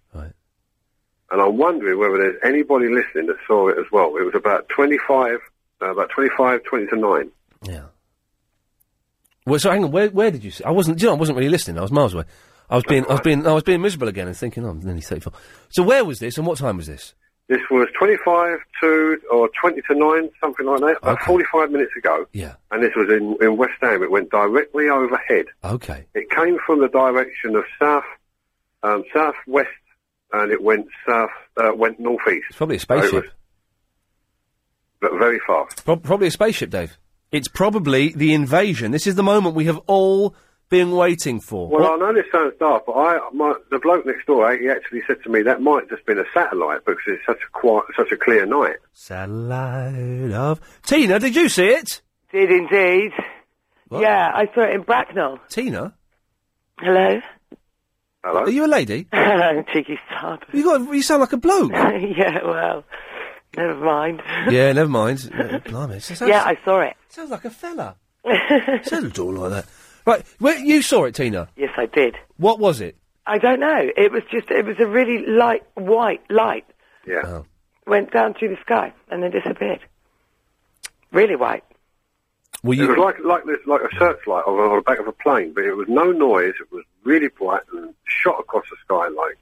Speaker 3: And I'm wondering whether there's anybody listening that saw it as well. It was about 25, uh, about 25, 20 to 9.
Speaker 1: Well, so hang on. Where, where did you see? I wasn't. do You know, I wasn't really listening. I was miles away. I was being. I was being. I was being miserable again and thinking, oh, I'm nearly thirty-four. So where was this and what time was this?
Speaker 3: This was 25 to, or 20 to 9, something like that, about 45 minutes ago.
Speaker 1: Yeah.
Speaker 3: And this was in, in West Ham. It went directly overhead.
Speaker 1: Okay.
Speaker 3: It came from the direction of south, um, southwest, and it went south, uh, went northeast.
Speaker 1: It's probably a
Speaker 3: So it
Speaker 1: spaceship.
Speaker 3: was- but very fast.
Speaker 1: Prob probably a spaceship, Dave. It's probably the invasion. This is the moment we have all been waiting for.
Speaker 3: Well, I know this sounds daft, but I, my, the bloke next door, he actually said to me that might just been a satellite because it's such a quiet, such a clear night.
Speaker 1: Satellite of Tina, did you see it?
Speaker 19: Did indeed. Yeah, I saw it in Bracknell.
Speaker 1: Tina?
Speaker 19: Hello?
Speaker 3: Hello? Are
Speaker 1: you a lady?
Speaker 19: Hello, cheeky sub.
Speaker 1: You got, you sound like a bloke.
Speaker 19: yeah, well, never mind.
Speaker 1: yeah, never mind. Uh, Blimey, it sounds,
Speaker 19: yeah, I saw it.
Speaker 1: Sounds like a fella. sounds at all like that. Right, where, you saw it, Tina.
Speaker 19: Yes, I did.
Speaker 1: What was it?
Speaker 19: I don't know. It was just, it was a really light, white light.
Speaker 3: Yeah.
Speaker 1: Oh.
Speaker 19: Went down through the sky and then disappeared. Really white.
Speaker 3: It was like like this, like a searchlight on, on the back of a plane, but it was no noise. It was really bright and shot across the sky like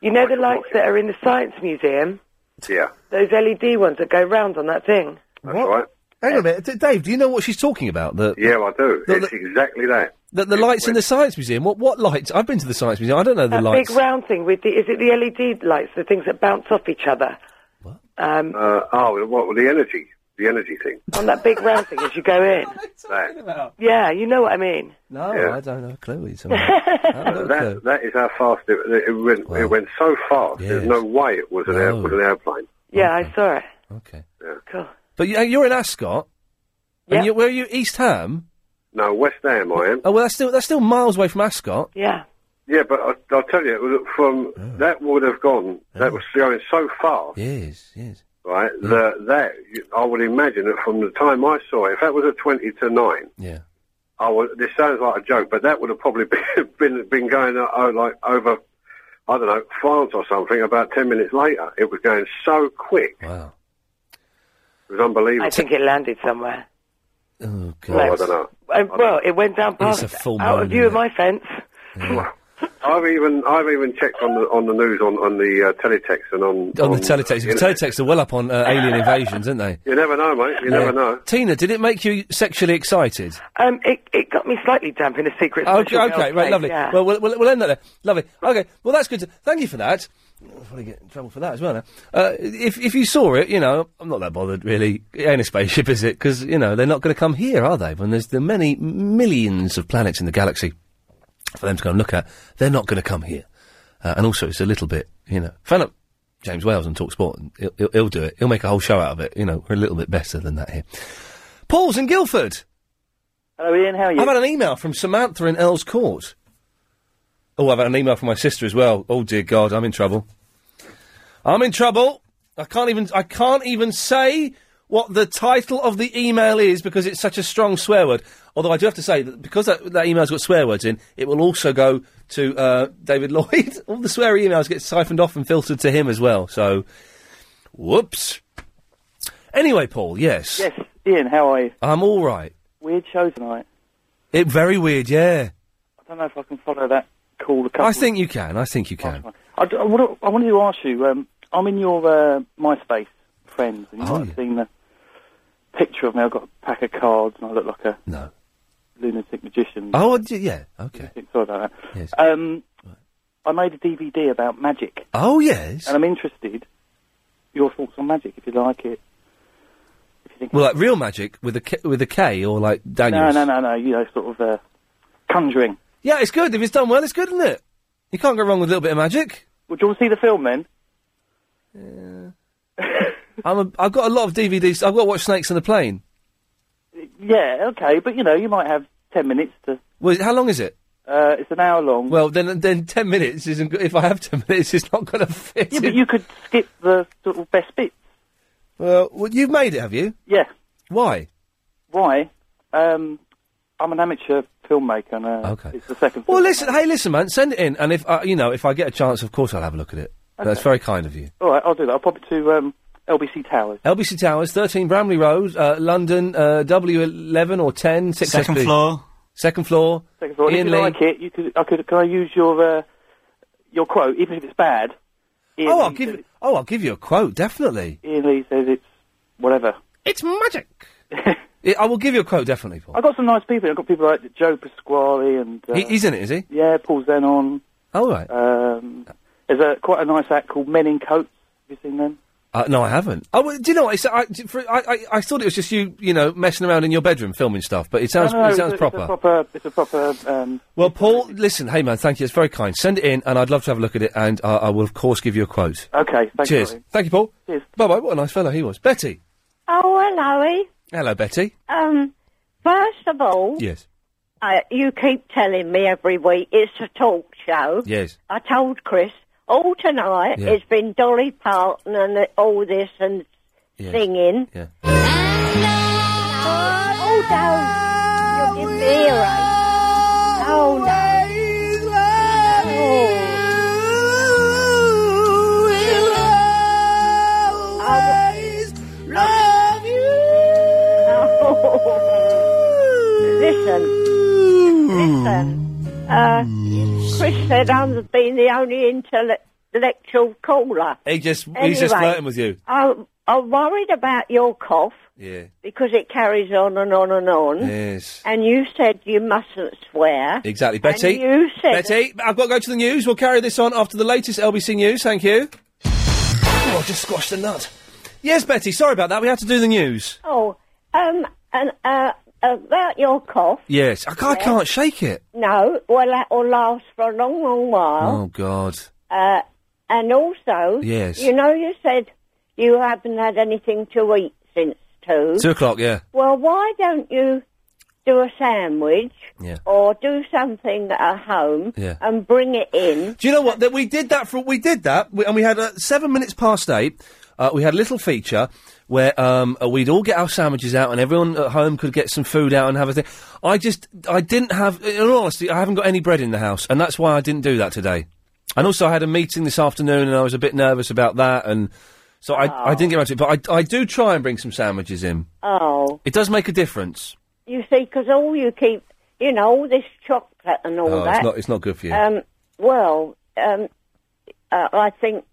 Speaker 19: You know the lights that are in the Science Museum?
Speaker 3: yeah.
Speaker 19: Those LED ones that go round on that thing?
Speaker 3: That's right.
Speaker 1: Hang on a minute, D- Dave. Do you know what she's talking about? The
Speaker 3: Yeah, I do.
Speaker 1: The-
Speaker 3: it's exactly that.
Speaker 1: the, the lights in the science museum. What what lights? I've been to the science museum. I don't know the
Speaker 19: that
Speaker 1: lights.
Speaker 19: big round thing with the, is it the LED lights, the things that bounce off each other? What? Um,
Speaker 3: Uh, oh, what the energy, the energy thing.
Speaker 19: on that big round thing as you go in.
Speaker 3: That.
Speaker 19: Yeah, you know what I mean.
Speaker 1: No,
Speaker 3: Yeah.
Speaker 1: I don't know. Chloe.
Speaker 3: That, that is how fast it, it went. It went so fast. There's no way it was an, air, was an airplane.
Speaker 19: Yeah, I saw it.
Speaker 3: Yeah.
Speaker 19: Cool.
Speaker 1: But you, you're in Ascot, and you, where are you? East Ham.
Speaker 3: No, West Ham. I am.
Speaker 1: Oh well, that's still that's still miles away from Ascot.
Speaker 19: Yeah.
Speaker 3: Yeah, but I, I'll tell you, it was from that would have gone. That was going so fast,
Speaker 1: Yes, yes.
Speaker 3: right?
Speaker 1: Hmm.
Speaker 3: That that you- I would imagine that from the time I saw it, if that was a twenty to nine,
Speaker 1: Yeah.
Speaker 3: I would. This sounds like a joke, but that would have probably been been, been going uh, oh, like over, I don't know, France or something. About ten minutes later, it was going so quick.
Speaker 1: Wow.
Speaker 3: It was unbelievable.
Speaker 19: I think it landed somewhere.
Speaker 1: Oh,
Speaker 3: Oh, I don't know.
Speaker 19: Um, well, it went down
Speaker 3: It's
Speaker 19: past
Speaker 3: a full
Speaker 19: out
Speaker 3: moon,
Speaker 19: of view of my fence.
Speaker 3: I've even I've even checked on the on the news on on the uh, teletext and on
Speaker 1: On Oh, the teletext, the
Speaker 3: you,
Speaker 1: teletext are well up on uh, alien invasions, aren't they?
Speaker 3: you never know, mate. You
Speaker 1: Yeah.
Speaker 3: never know.
Speaker 1: Tina, did it make you sexually excited?
Speaker 19: Um, it, it got me slightly damp in a secret.
Speaker 1: Okay,
Speaker 19: special
Speaker 1: okay,
Speaker 19: girls
Speaker 1: right,
Speaker 19: place,
Speaker 1: lovely.
Speaker 19: Yeah.
Speaker 1: Well, we'll, we'll, we'll end that there. Lovely. Okay, well, that's good. To, thank you for that. I'll probably get in trouble for that as well now. Uh, if, if you saw it, you know, I'm not that bothered, really. It ain't a spaceship, is it? Because, you know, they're not going to come here, are they? When there's the many millions of planets in the galaxy for them to go and look at, they're not going to come here. Uh, and also, it's a little bit, you know, phone up James Wales and talk sport, and he'll, he'll, he'll do it. He'll make a whole show out of it. You know, we're a little bit better than that here. Paul's in Guildford.
Speaker 11: Hello, Ian. How are you?
Speaker 1: I've had an email from Samantha in Earls Court. Oh, I've had an email from my sister as well. Oh dear God, I'm in trouble. I'm in trouble. I can't even. I can't even say what the title of the email is because it's such a strong swear word. Although I do have to say that because that, that email's got swear words in, it will also go to uh, David Lloyd. All the sweary emails get siphoned off and filtered to him as well. So, whoops. Anyway, Paul. Yes.
Speaker 11: Yes, Ian. How are you?
Speaker 1: I'm all right.
Speaker 11: Weird show tonight.
Speaker 1: It very weird, yeah.
Speaker 11: I don't know if I can follow that call. A couple Oh,
Speaker 1: I think you can. I think you can.
Speaker 11: I, d- I wanna- I wanted to ask you. Um, I'm in your uh, MySpace friends, and you
Speaker 1: Oh,
Speaker 11: might have seen the picture of me. I've got a pack of cards, and I look like a
Speaker 1: no
Speaker 11: lunatic magician.
Speaker 1: Oh, d- yeah. Okay.
Speaker 11: Sorry about that. Um, I made a DVD about magic.
Speaker 1: Oh yes.
Speaker 11: And I'm interested. Your thoughts on magic, if you like it.
Speaker 1: Well, like real magic with a K, with a K or like
Speaker 11: No,
Speaker 1: Daniel's.
Speaker 11: no, no, no. You know, sort of uh, conjuring.
Speaker 1: Yeah, it's good. If it's done well, it's good, isn't it? You can't go wrong with a little bit of magic.
Speaker 11: Would you want to see the film then?
Speaker 1: I'm a, I've got a lot of DVDs. I've got to watch Snakes on the Plane.
Speaker 11: Yeah, okay, but you know, you might have ten minutes to.
Speaker 1: Well, how long is it?
Speaker 11: Uh, it's an hour long.
Speaker 1: Well, then then ten minutes isn't good. If I have ten minutes, it's not going to fit.
Speaker 11: Yeah, but you could skip the sort of best bits.
Speaker 1: Well, well, you've made it, have you?
Speaker 11: Yeah.
Speaker 1: Why?
Speaker 11: Why? Um, I'm an amateur filmmaker. And, uh, okay. It's the second.
Speaker 1: Well, listen. Hey, listen, man. Send it in, and if I, you know, if I get a chance, of course, I'll have a look at it. That's
Speaker 11: Okay.
Speaker 1: very kind of you.
Speaker 11: All right, I'll do that. I'll pop it to um, LBC Towers.
Speaker 1: LBC Towers, 13 Bramley Road, uh, London, uh, W11 or 10, 6
Speaker 11: Second
Speaker 1: SB.
Speaker 11: floor.
Speaker 1: Second floor.
Speaker 11: Second floor. And
Speaker 1: Ian
Speaker 11: if
Speaker 1: Lee.
Speaker 11: you like it, you could. I could. Can I use your uh, your quote, even if it's bad? Ian
Speaker 1: Oh,
Speaker 11: Lee
Speaker 1: I'll give. Oh, I'll give you a quote. Definitely.
Speaker 11: Ian Lee says it's whatever.
Speaker 1: It's magic. I I will give you a quote. Definitely, Paul.
Speaker 11: I got some nice people. I have got people like Joe Pasquale and uh,
Speaker 1: He, he's in it, is he?
Speaker 11: yeah, Paul Zenon.
Speaker 1: All right.
Speaker 11: Um, there's a quite a nice act called Men in Coats. Have you seen them?
Speaker 1: Uh, no, I haven't. Oh, well, do you know what? It's, I, d- for, I, I, I thought it was just you, you know, messing around in your bedroom filming stuff, but it sounds,
Speaker 11: No, no, no,
Speaker 1: it sounds
Speaker 11: it's a-
Speaker 1: proper.
Speaker 11: It's a proper. It's a proper. Um,
Speaker 1: Well, Paul, listen, hey man, thank you. It's very kind. Send it in, and I'd love to have a look at it, and uh, I will, of course, give you a quote.
Speaker 11: okay. Thanks,
Speaker 1: Cheers.
Speaker 11: Ollie.
Speaker 1: Thank you, Paul.
Speaker 11: Cheers.
Speaker 1: Bye bye. What a nice fellow he was. Betty.
Speaker 35: Oh, hello.
Speaker 1: Hello, Betty.
Speaker 35: Um, first of all,
Speaker 1: Yes.
Speaker 35: uh, you keep telling me every week it's a talk show.
Speaker 1: Yes.
Speaker 35: I told Chris all tonight
Speaker 1: Yeah.
Speaker 35: it's been Dolly Parton and the- all this and
Speaker 1: Yes.
Speaker 35: singing.
Speaker 1: Yeah.
Speaker 35: Oh, no. You'll give me a right. Oh, no. Listen, listen. Uh, Chris said I've been the only intellectual caller.
Speaker 1: He just, he's just
Speaker 35: Anyway.
Speaker 1: flirting with you.
Speaker 35: I, I'm worried about your cough
Speaker 1: Yeah.
Speaker 35: because it carries on and on and on.
Speaker 1: Yes.
Speaker 35: And you said you mustn't swear.
Speaker 1: Exactly, Betty.
Speaker 35: And you said
Speaker 1: Betty, I've got to go to the news. We'll carry this on after the latest LBC news. Thank you. Oh, I just squashed a nut. Yes, Betty. Sorry about that. We had to do the news.
Speaker 35: Oh, um, and uh, about your cough.
Speaker 1: Yes, I can't, I
Speaker 35: Yeah.
Speaker 1: can't shake it.
Speaker 35: No, well, that will last for a long, long
Speaker 1: Oh
Speaker 35: while.
Speaker 1: God.
Speaker 35: Uh, and also,
Speaker 1: Oh. Yes.
Speaker 35: you know, you said you haven't had anything to eat since two.
Speaker 1: Two o'clock. Yeah.
Speaker 35: Well, why don't you do a sandwich
Speaker 1: Yeah.
Speaker 35: or do something at home
Speaker 1: Yeah.
Speaker 35: and bring it in?
Speaker 1: Do you know what? That we did that for we did that, we, and we had uh, seven minutes past eight. Uh, we had a little feature where um, uh, we'd all get our sandwiches out, and everyone at home could get some food out and have a thing. I just I didn't have, in all honesty, I haven't got any bread in the house, and that's why I didn't do that today. And also, I had a meeting this afternoon, and I was a bit nervous about that, and so I, I didn't get around to it. But I, I do try and bring some sandwiches in.
Speaker 35: Oh,
Speaker 1: It does make a difference.
Speaker 35: you see, because all you keep, you know, all this chocolate and all
Speaker 1: oh,
Speaker 35: that.
Speaker 1: it's not it's not good for you.
Speaker 35: Um, well, um, uh, I think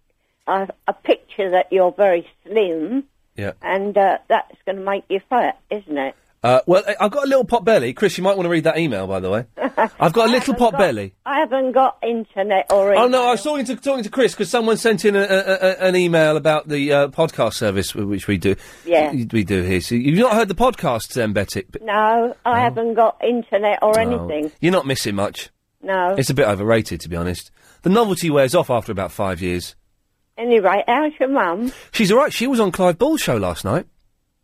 Speaker 35: I, I picture that you're very slim,
Speaker 1: yeah.
Speaker 35: and uh, that's going to make you fat, isn't it?
Speaker 1: Uh, well, I- I've got a little pot belly, Chris. You might want to read that email, by the way. I've got a little pot belly.
Speaker 35: I haven't got internet or
Speaker 1: Oh no, I was talking to talking to Chris because someone sent in a, a, a, an email about the uh, podcast service w- which we do.
Speaker 35: Yeah.
Speaker 1: we do here. So you've not heard the podcast, then, Betty? B-
Speaker 35: No, I haven't got internet or anything. Oh.
Speaker 1: Oh, you're not missing much.
Speaker 35: No.
Speaker 1: It's a bit overrated, to be honest. The novelty wears off after about five years.
Speaker 35: Anyway, how's your mum?
Speaker 1: She's all right. She was on Clive Ball's show last night.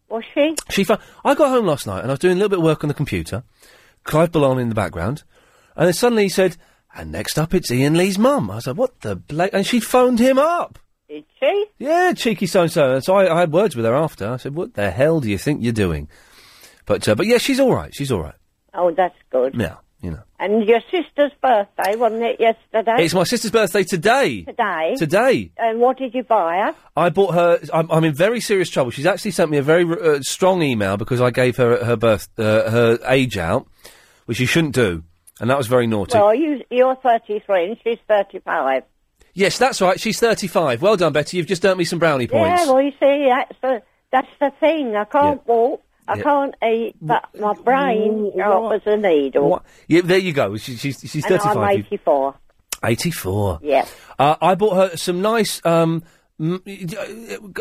Speaker 35: Was she?
Speaker 1: She found, I got home last night and I was doing a little bit of work on the computer. Clive Ballon in the background, and then suddenly he said, "And next up, it's Ian Lee's mum." I was like, "What the bla-? And she phoned him up.
Speaker 35: Did she?
Speaker 1: Yeah, cheeky so and so. And so I, I had words with her after. I said, "What the hell do you think you're doing?" But uh, but yeah, she's all right. She's all right.
Speaker 35: Oh, that's good.
Speaker 1: Yeah, you know.
Speaker 35: And your sister's birthday, wasn't it yesterday?
Speaker 1: It's my sister's birthday today.
Speaker 35: Today.
Speaker 1: Today.
Speaker 35: And what did you buy her?
Speaker 1: I bought her. I'm, I'm in very serious trouble. She's actually sent me a very uh, strong email because I gave her her birth uh, her age out, which you shouldn't do, and that was very naughty.
Speaker 35: Well, you, you're 33 and she's 35.
Speaker 1: yes, that's right. She's thirty-five. Well done, Betty. You've just earned me some brownie points.
Speaker 35: Yeah, well, you see, that's the, that's the thing. I can't walk, I
Speaker 1: Yeah.
Speaker 35: can't eat, but my brain sharp as a needle.
Speaker 1: What? Yeah, there you go. She, she's she's
Speaker 35: and
Speaker 1: thirty-five.
Speaker 35: I'm 84.
Speaker 1: 84.
Speaker 35: Yeah.
Speaker 1: Uh, I bought her some nice, um, m-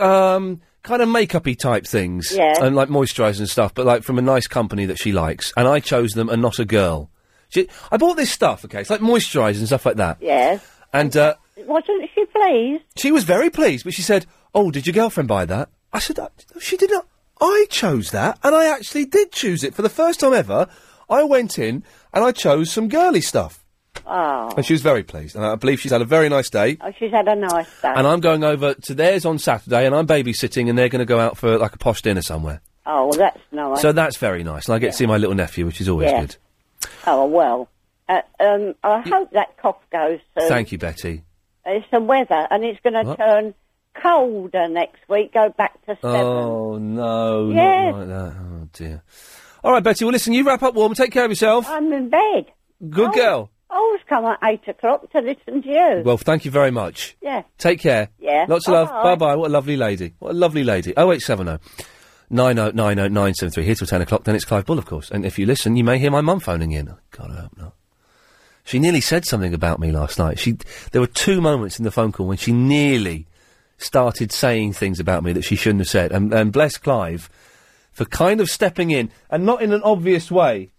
Speaker 1: um, kind of makeup-y type things.
Speaker 32: Yeah.
Speaker 1: And like moisturisers and stuff, but like from a nice company that she likes. And I chose them and not a girl. She, I bought this stuff, okay? It's like moisturisers and stuff like that.
Speaker 35: Yes.
Speaker 1: And, uh,
Speaker 35: Wasn't she pleased?
Speaker 1: she was very pleased, but she said, "Oh, did your girlfriend buy that?" I said, "Uh, "She did not. I chose that, and I actually did choose it for the first time ever. I went in and I chose some girly stuff,
Speaker 35: Oh.
Speaker 1: and she was very pleased. And I believe she's had a very nice day.
Speaker 35: oh, she's had a nice day.
Speaker 1: And I'm going over to theirs on Saturday, and I'm babysitting, and they're going to go out for like a posh dinner somewhere.
Speaker 35: Oh, well, that's nice.
Speaker 1: So that's very nice, and I get to see my little nephew, which is always
Speaker 35: Yeah.
Speaker 1: good.
Speaker 35: Oh, well. Uh, um, I hope that cough goes soon.
Speaker 1: Thank you, Betty.
Speaker 35: It's the weather, and it's going to
Speaker 1: What?
Speaker 35: turn colder next week, go back to seven.
Speaker 1: Oh no,
Speaker 35: Yes.
Speaker 1: not like that. Oh dear. All right, Betty. Well, listen, you wrap up warm. Take care of yourself.
Speaker 35: I'm in bed.
Speaker 1: Good
Speaker 35: Oh.
Speaker 1: girl.
Speaker 35: I always come at eight o'clock to listen to you.
Speaker 1: Well, thank you very much.
Speaker 35: yeah.
Speaker 1: Take care.
Speaker 35: Yeah.
Speaker 1: Lots of love. Bye
Speaker 35: Bye-bye.
Speaker 1: bye. What a lovely lady. What a lovely lady. Oh, 0870 oh, 9090973. Here till 10 o'clock, then it's Clive Bull, of course. And if you listen, you may hear my mum phoning in. Oh, God, I hope not. She nearly said something about me last night. She, there were two moments in the phone call when she nearly started saying things about me that she shouldn't have said. And, and bless Clive for kind of stepping in, and not in an obvious way.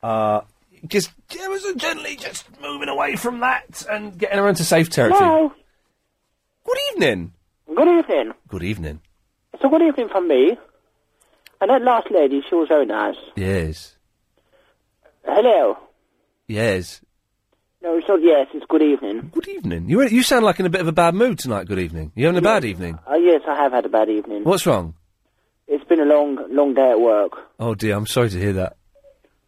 Speaker 1: Uh, just There was a gently just moving away from that and
Speaker 2: Uh,
Speaker 1: getting her into safe territory.
Speaker 2: Hello.
Speaker 1: Good evening.
Speaker 2: Good evening.
Speaker 1: Good evening.
Speaker 2: So good evening from me. And that last lady, she was very nice.
Speaker 1: Yes.
Speaker 2: Hello.
Speaker 1: Yes.
Speaker 2: No, it's not yes, it's good evening.
Speaker 1: Good Evening. You you sound like in a bit of a bad mood tonight. Good evening. You having a bad evening?
Speaker 2: Uh, yes, I have had a bad evening.
Speaker 1: What's wrong?
Speaker 2: It's been a long, long day at work.
Speaker 1: Oh dear, I'm sorry to hear that.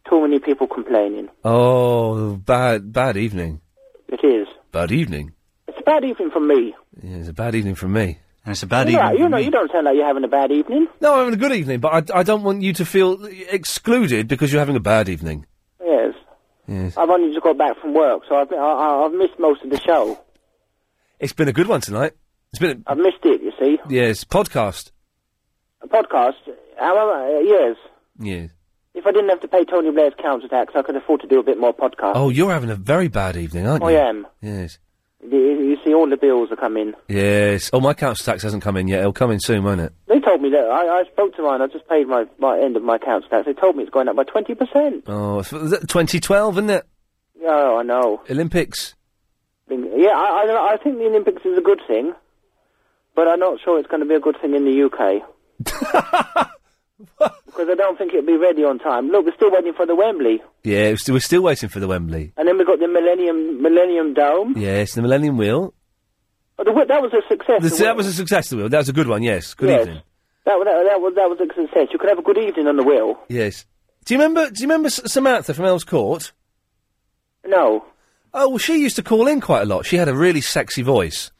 Speaker 2: Too many people complaining.
Speaker 1: Oh, bad bad evening.
Speaker 2: It is.
Speaker 1: Bad evening.
Speaker 2: It's a bad evening from me.
Speaker 1: Yeah, it's a bad evening from me. And it's a bad
Speaker 2: you know, you, know you don't sound like you're having a bad evening.
Speaker 1: No, I'm having a good evening, but I, I don't want you to feel excluded because you're having a bad evening.
Speaker 2: Yes.
Speaker 1: Yes.
Speaker 2: I've only just got back from work, so I've, been, I, I, I've missed most of the show.
Speaker 1: It's been a good one tonight. It's been
Speaker 2: I've missed it, you see.
Speaker 1: a, yes, podcast.
Speaker 2: A podcast, however, uh, yes.
Speaker 1: Yes.
Speaker 2: If I didn't have to pay Tony Blair's council tax, I could afford to do a bit more podcast.
Speaker 1: Oh, you're having a very bad evening, aren't you?
Speaker 2: Uh, I am.
Speaker 1: Yes.
Speaker 2: You, you see, all the bills are coming.
Speaker 1: Yes. Oh, my council tax hasn't come in yet. It'll come in soon, won't it?
Speaker 2: They told me that I, I spoke to mine. I just paid my, my end of my council tax. They told me it's going up by twenty percent.
Speaker 1: Oh, it's- was it 2012, isn't it?
Speaker 2: Oh, I know.
Speaker 1: Olympics.
Speaker 2: Yeah, I, I, I think the Olympics is a good thing, but I'm not sure it's going to be a good thing in the UK because I don't think it'll be ready on time. Look, we're still waiting for the Wembley,
Speaker 1: Yeah, we're still, we're still waiting for the Wembley.
Speaker 2: and then we got the Millennium Millennium Dome.
Speaker 1: Yes, the Millennium Wheel.
Speaker 2: Oh, the, that was a success.
Speaker 1: The-
Speaker 2: The
Speaker 1: that was a success, the wheel. That was a good one, yes. Good
Speaker 2: Yes.
Speaker 1: evening.
Speaker 2: That, wa- that, that was that was a success. You could have a good evening on the wheel.
Speaker 1: Yes. Do you remember, do you remember S- Samantha from Earls Court?
Speaker 2: No.
Speaker 1: Oh, well, she used to call in quite a lot. She had a really sexy voice.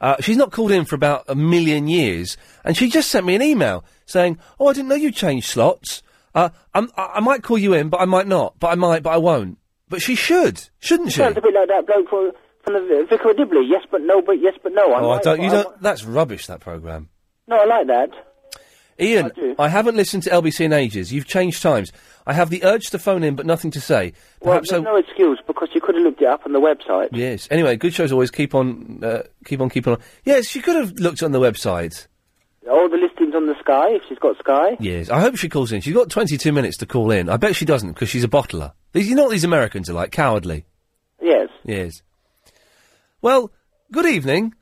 Speaker 1: Uh, she's not called in for about a million years, and she just sent me an email saying, "Oh, I didn't know you changed slots. Uh, I'm, I, I might call you in, but I might not. But I might, but I won't. But she should, shouldn't she?"
Speaker 2: Sounds a bit like that bloke from, from the Vicar of Dibley. Yes, but no, but yes, but no. I
Speaker 1: oh, I
Speaker 2: might-
Speaker 1: don't. You
Speaker 2: I
Speaker 1: don't. That's rubbish. That program.
Speaker 2: No, I like that.
Speaker 1: Ian, I, haven't listened to LBC in ages. You've changed times. I have the urge to phone in, but nothing to say.
Speaker 2: Well,
Speaker 1: Perhaps
Speaker 2: there's
Speaker 1: I.
Speaker 2: no excuse because you could have looked it up on the website.
Speaker 1: Yes. Anyway, good shows always keep on, uh, keep on keeping on. Yes, she could have looked on the website.
Speaker 2: All the listings on the Sky, if she's got Sky.
Speaker 1: Yes, I hope she calls in. She's got 22 minutes to call in. I bet she doesn't because she's a bottler. These, you know what these Americans are like, cowardly.
Speaker 2: Yes.
Speaker 1: Yes. Well, good evening.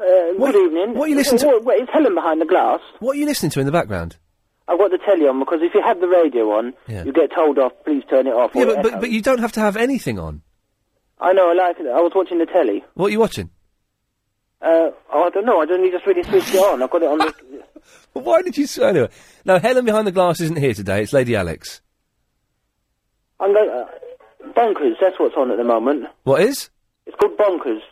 Speaker 2: Uh, good evening.
Speaker 1: what you listen to-
Speaker 2: Wait, wait, it's Helen behind the glass.
Speaker 1: What are you listening to in the background?
Speaker 2: I've got the telly on because if you have the radio on,
Speaker 1: Yeah.
Speaker 2: you get told off. Please turn it off.
Speaker 1: yeah,
Speaker 2: or
Speaker 1: but,
Speaker 2: echo.
Speaker 1: but, but you don't have to have anything on.
Speaker 2: I know. I like it. I was watching the telly.
Speaker 1: What are you watching?
Speaker 2: Uh, oh, I don't know. I don't need just really switched it on. I've got it on. The...
Speaker 1: Well, Why did you say anyway? No, Helen behind the glass isn't here today. It's Lady Alex.
Speaker 2: I'm going. Uh, bonkers. That's what's on at the moment.
Speaker 1: What is?
Speaker 2: It's called bonkers.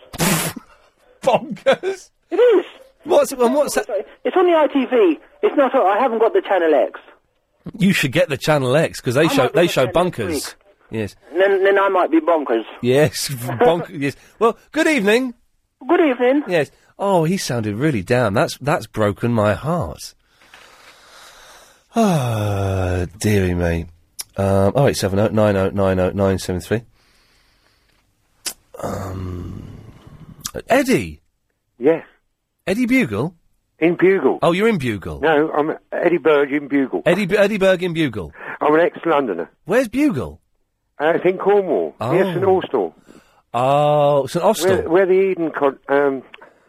Speaker 1: bonkers.
Speaker 2: It is.
Speaker 1: What's and what's that?
Speaker 2: It's on the ITV. It's not. on- I haven't got the Channel X.
Speaker 1: You should get the Channel X because they
Speaker 32: I
Speaker 1: show
Speaker 32: might be
Speaker 1: they
Speaker 32: the
Speaker 1: show
Speaker 32: Channel
Speaker 1: bunkers. Yes,
Speaker 32: Then, then I might be bonkers.
Speaker 1: yes, bonk- yes. Well, good evening.
Speaker 32: Good evening.
Speaker 1: Yes. Oh, he sounded really down. That's that's broken my heart. Ah, dearie me. Um, oh eight seven oh nine oh nine oh nine seven three. Um, Eddie.
Speaker 7: Yes.
Speaker 1: Eddie Bugle.
Speaker 7: In Bugle.
Speaker 1: Oh, you're in Bugle.
Speaker 7: No, I'm Eddie Burge in Bugle.
Speaker 1: Eddie B- Eddie Berg in Bugle.
Speaker 7: I'm an ex-Londoner.
Speaker 1: Where's Bugle?
Speaker 7: Uh, it's in Cornwall.
Speaker 1: Oh.
Speaker 7: Yes, in Austell.
Speaker 1: Oh, St Austell.
Speaker 7: Where, where the Eden con- um,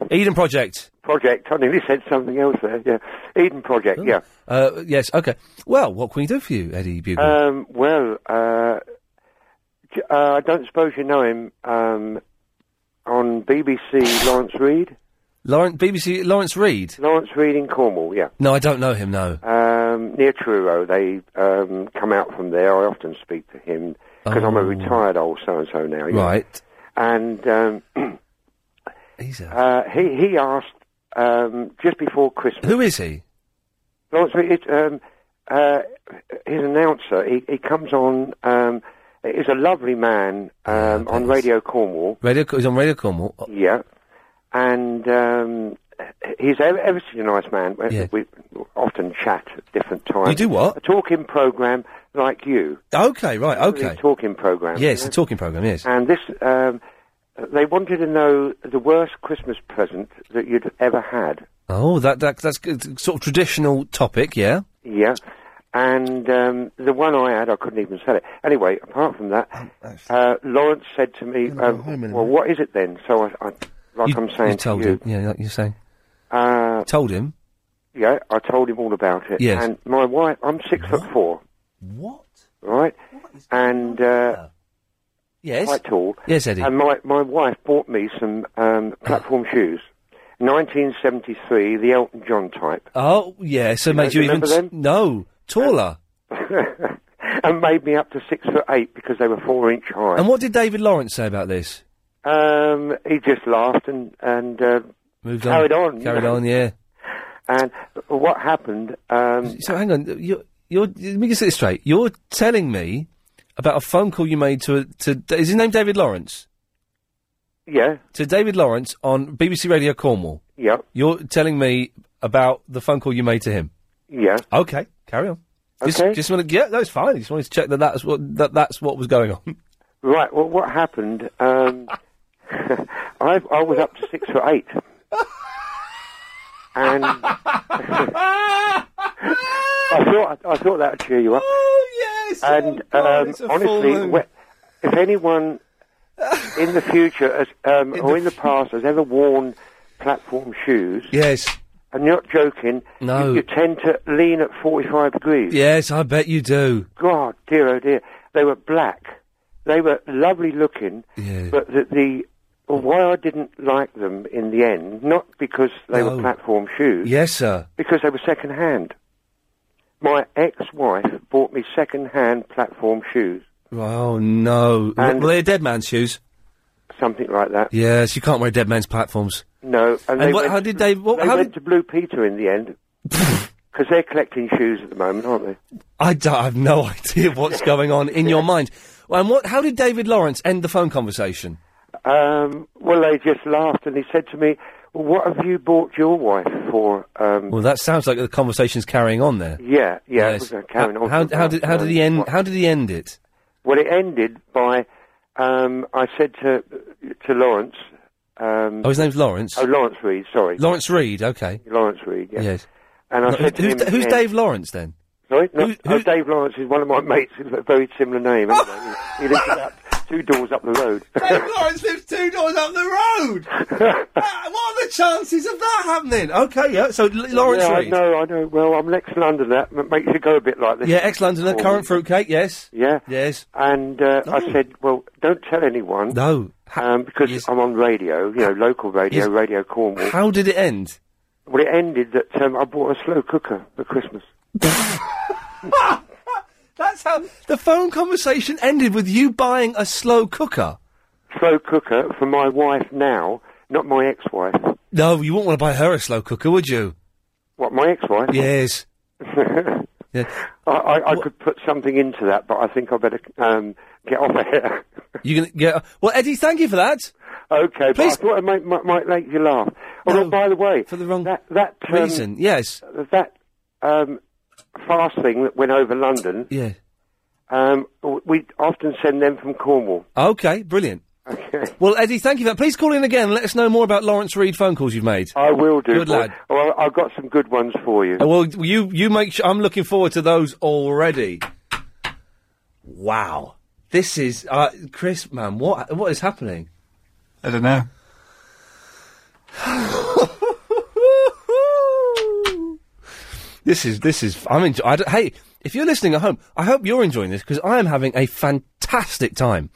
Speaker 1: Eden Project.
Speaker 7: project. I nearly said something else there. Yeah, Eden project. Yeah.
Speaker 1: Uh, yes. Okay. Well, what can we do for you, Eddie Bugle?
Speaker 7: Um, well, uh, j- uh, I don't suppose you know him um, on BBC. Lawrence Reed.
Speaker 1: Lawrence BBC Lawrence Reed.
Speaker 7: Lawrence Reed in Cornwall. Yeah.
Speaker 1: No, I don't know him. No.
Speaker 7: Um, near Truro, they um, come out from there. I often speak to him because I'm a
Speaker 1: Oh.
Speaker 7: retired old so and so now. yeah.
Speaker 1: Right.
Speaker 7: And um, uh, he he asked um, just before Christmas.
Speaker 1: Who is he?
Speaker 7: Lawrence Reed. It's, um, uh, his announcer. He he comes on. Um, is a lovely man um, on Radio Cornwall.
Speaker 1: Radio. He's on Radio Cornwall. Oh,
Speaker 7: Yeah, and um, he's ever, ever such a nice man. We, we often chat at different times.
Speaker 1: You do what?
Speaker 7: A talking program like you.
Speaker 1: Okay. Right.
Speaker 7: Really
Speaker 1: Okay.
Speaker 7: talking program.
Speaker 1: Yes, the talking program. Yes.
Speaker 7: And this, um, they wanted to know the worst Christmas present that you'd ever had.
Speaker 1: Oh, that that that's good. sort of traditional topic. Yeah.
Speaker 7: Yeah. And um, the one I had, I couldn't even sell it. Anyway, apart from that,
Speaker 1: Oh,
Speaker 7: uh, Lawrence said to me, um, "Well, what is it then?" So I, I like I'm saying
Speaker 1: You told
Speaker 7: to you,
Speaker 1: him. Yeah. Like you're saying.
Speaker 7: Uh,
Speaker 1: told him.
Speaker 7: Yeah, I told him all about it.
Speaker 1: Yes.
Speaker 7: And my wife, I'm six foot four.
Speaker 1: What?
Speaker 7: Right. and uh,
Speaker 1: Yes.
Speaker 7: quite tall.
Speaker 1: Yes, Eddie.
Speaker 7: And my my wife bought me some um, platform shoes, 1973, the Elton John type,
Speaker 1: Oh, yeah. So it
Speaker 7: know-
Speaker 1: makes you even
Speaker 7: remember them?
Speaker 1: no taller.
Speaker 7: and made me up to six foot eight because they were four inch high.
Speaker 1: And what did David Lawrence say about this?
Speaker 7: Um, he just laughed and and uh,
Speaker 1: Moved on.
Speaker 7: carried on.
Speaker 1: Carried on. Yeah.
Speaker 7: And what happened? Um,
Speaker 1: So hang on, you're, you're, let me just get this straight. You're telling me about a phone call you made to, to is his name David Lawrence?
Speaker 7: Yeah.
Speaker 1: To David Lawrence on BBC Radio Cornwall.
Speaker 7: Yep.
Speaker 1: You're telling me about the phone call you made to him.
Speaker 7: Yeah.
Speaker 1: Okay, carry on. Just,
Speaker 7: Okay.
Speaker 1: just want to, yeah, that's fine. Just wanted to check that that's what, that that's what was going on.
Speaker 7: Right. Well, what happened? Um, I, I was up to six foot eight, and I thought I thought that would cheer you up.
Speaker 1: Oh yes.
Speaker 7: And um,
Speaker 1: it's a full
Speaker 7: honestly,
Speaker 1: moon.
Speaker 7: wh- if anyone in the future has, um, or in the past has ever worn platform shoes,
Speaker 1: yes,
Speaker 7: I'm not joking.
Speaker 1: No.
Speaker 7: you, you tend to lean at 45 degrees.
Speaker 1: yes, I bet you do.
Speaker 7: God, dear, oh dear. They were black. They were lovely looking, but the, the why I didn't like them in the end, not because they
Speaker 1: No.
Speaker 7: were platform shoes,
Speaker 1: Yes, sir.
Speaker 7: because they were second hand. My ex-wife bought me second-hand platform shoes,
Speaker 1: Oh no.
Speaker 7: And-
Speaker 1: Were they dead man's shoes?
Speaker 7: something like that.
Speaker 1: Yes, you can't wear dead man's platforms.
Speaker 7: No, and,
Speaker 1: And
Speaker 7: they
Speaker 1: what-
Speaker 7: went
Speaker 1: how
Speaker 7: to-
Speaker 1: did they- what-
Speaker 7: they
Speaker 1: how
Speaker 7: went to Blue Peter in the end because they're collecting shoes at the moment, aren't they?
Speaker 1: I, don't, I have no idea what's going on in your mind. And what? How did David Lawrence end the phone conversation?
Speaker 7: Um, well, they just laughed, and he said to me, well, "What have you bought your wife for?" Um,
Speaker 1: Well, that sounds like the conversation's carrying on there.
Speaker 7: yeah, yeah, it was, uh, carrying
Speaker 1: how,
Speaker 7: on.
Speaker 1: How,
Speaker 7: for
Speaker 1: how
Speaker 7: about,
Speaker 1: did how
Speaker 7: um,
Speaker 1: did he end? How did he end it?
Speaker 7: Well, it ended by um, I said to to Lawrence. Um,
Speaker 1: Oh, his name's Lawrence.
Speaker 7: Oh, Lawrence Reed. Sorry,
Speaker 1: Lawrence Reed. Okay.
Speaker 7: Lawrence Reed. Yeah.
Speaker 1: Yes.
Speaker 7: And I
Speaker 1: No,
Speaker 7: said to
Speaker 1: who's
Speaker 7: him,
Speaker 1: who's
Speaker 7: yeah,
Speaker 1: Dave Lawrence then?
Speaker 7: Sorry, no, oh, Dave Lawrence is one of my mates. He's got a very similar name. anyway. he he lives about two doors up the road.
Speaker 1: Lawrence lives two doors up the road. Ah, what are the chances of that happening? Okay, yeah. So L- Lawrence
Speaker 7: yeah,
Speaker 1: Reed.
Speaker 7: I know, I know. Well, I'm an ex-Londoner. That makes you go a bit like this.
Speaker 1: Yeah, ex Londoner,
Speaker 7: Oh,
Speaker 1: current fruitcake. Yes.
Speaker 7: Yeah.
Speaker 1: Yes.
Speaker 7: And uh,
Speaker 1: No.
Speaker 7: I said, well, don't tell anyone.
Speaker 1: No.
Speaker 7: um, because I'm on radio, you know, local radio,
Speaker 1: Yes.
Speaker 7: Radio Cornwall.
Speaker 1: How did it end?
Speaker 7: Well, it ended that um, I bought a slow cooker for Christmas.
Speaker 1: That's how the phone conversation ended with you buying a slow cooker.
Speaker 7: Slow cooker for my wife now, not my ex-wife.
Speaker 1: No, you wouldn't want to buy her a slow cooker, would you?
Speaker 7: What, my ex-wife?
Speaker 1: Yes. yeah.
Speaker 7: I, I, I could put something into that, but I think I better um, get off air.
Speaker 1: You can get well, Eddie. Thank you for that.
Speaker 7: Okay, Please. but I thought it might, might, might make you laugh. Oh, no, by the way, for the wrong that, that um,
Speaker 1: reason, yes,
Speaker 7: that um, fast thing that went over London.
Speaker 1: Yeah.
Speaker 7: Um, w- we often send them from Cornwall.
Speaker 1: Okay, brilliant. Okay. Well, Eddie, thank you for that. Please call in again and let us know more about Lawrence Reed phone calls you've made.
Speaker 7: I will do.
Speaker 1: Good
Speaker 7: boy.
Speaker 1: lad.
Speaker 7: Well, I've got some good ones for you.
Speaker 1: Uh, Well, you you make sure. I'm looking forward to those already. Wow, this is uh, Chris, man. What what is happening?
Speaker 36: I don't know.
Speaker 1: This is this is. I'm enjoy- I don't- Hey, if you're listening at home, I hope you're enjoying this because I am having a fantastic time.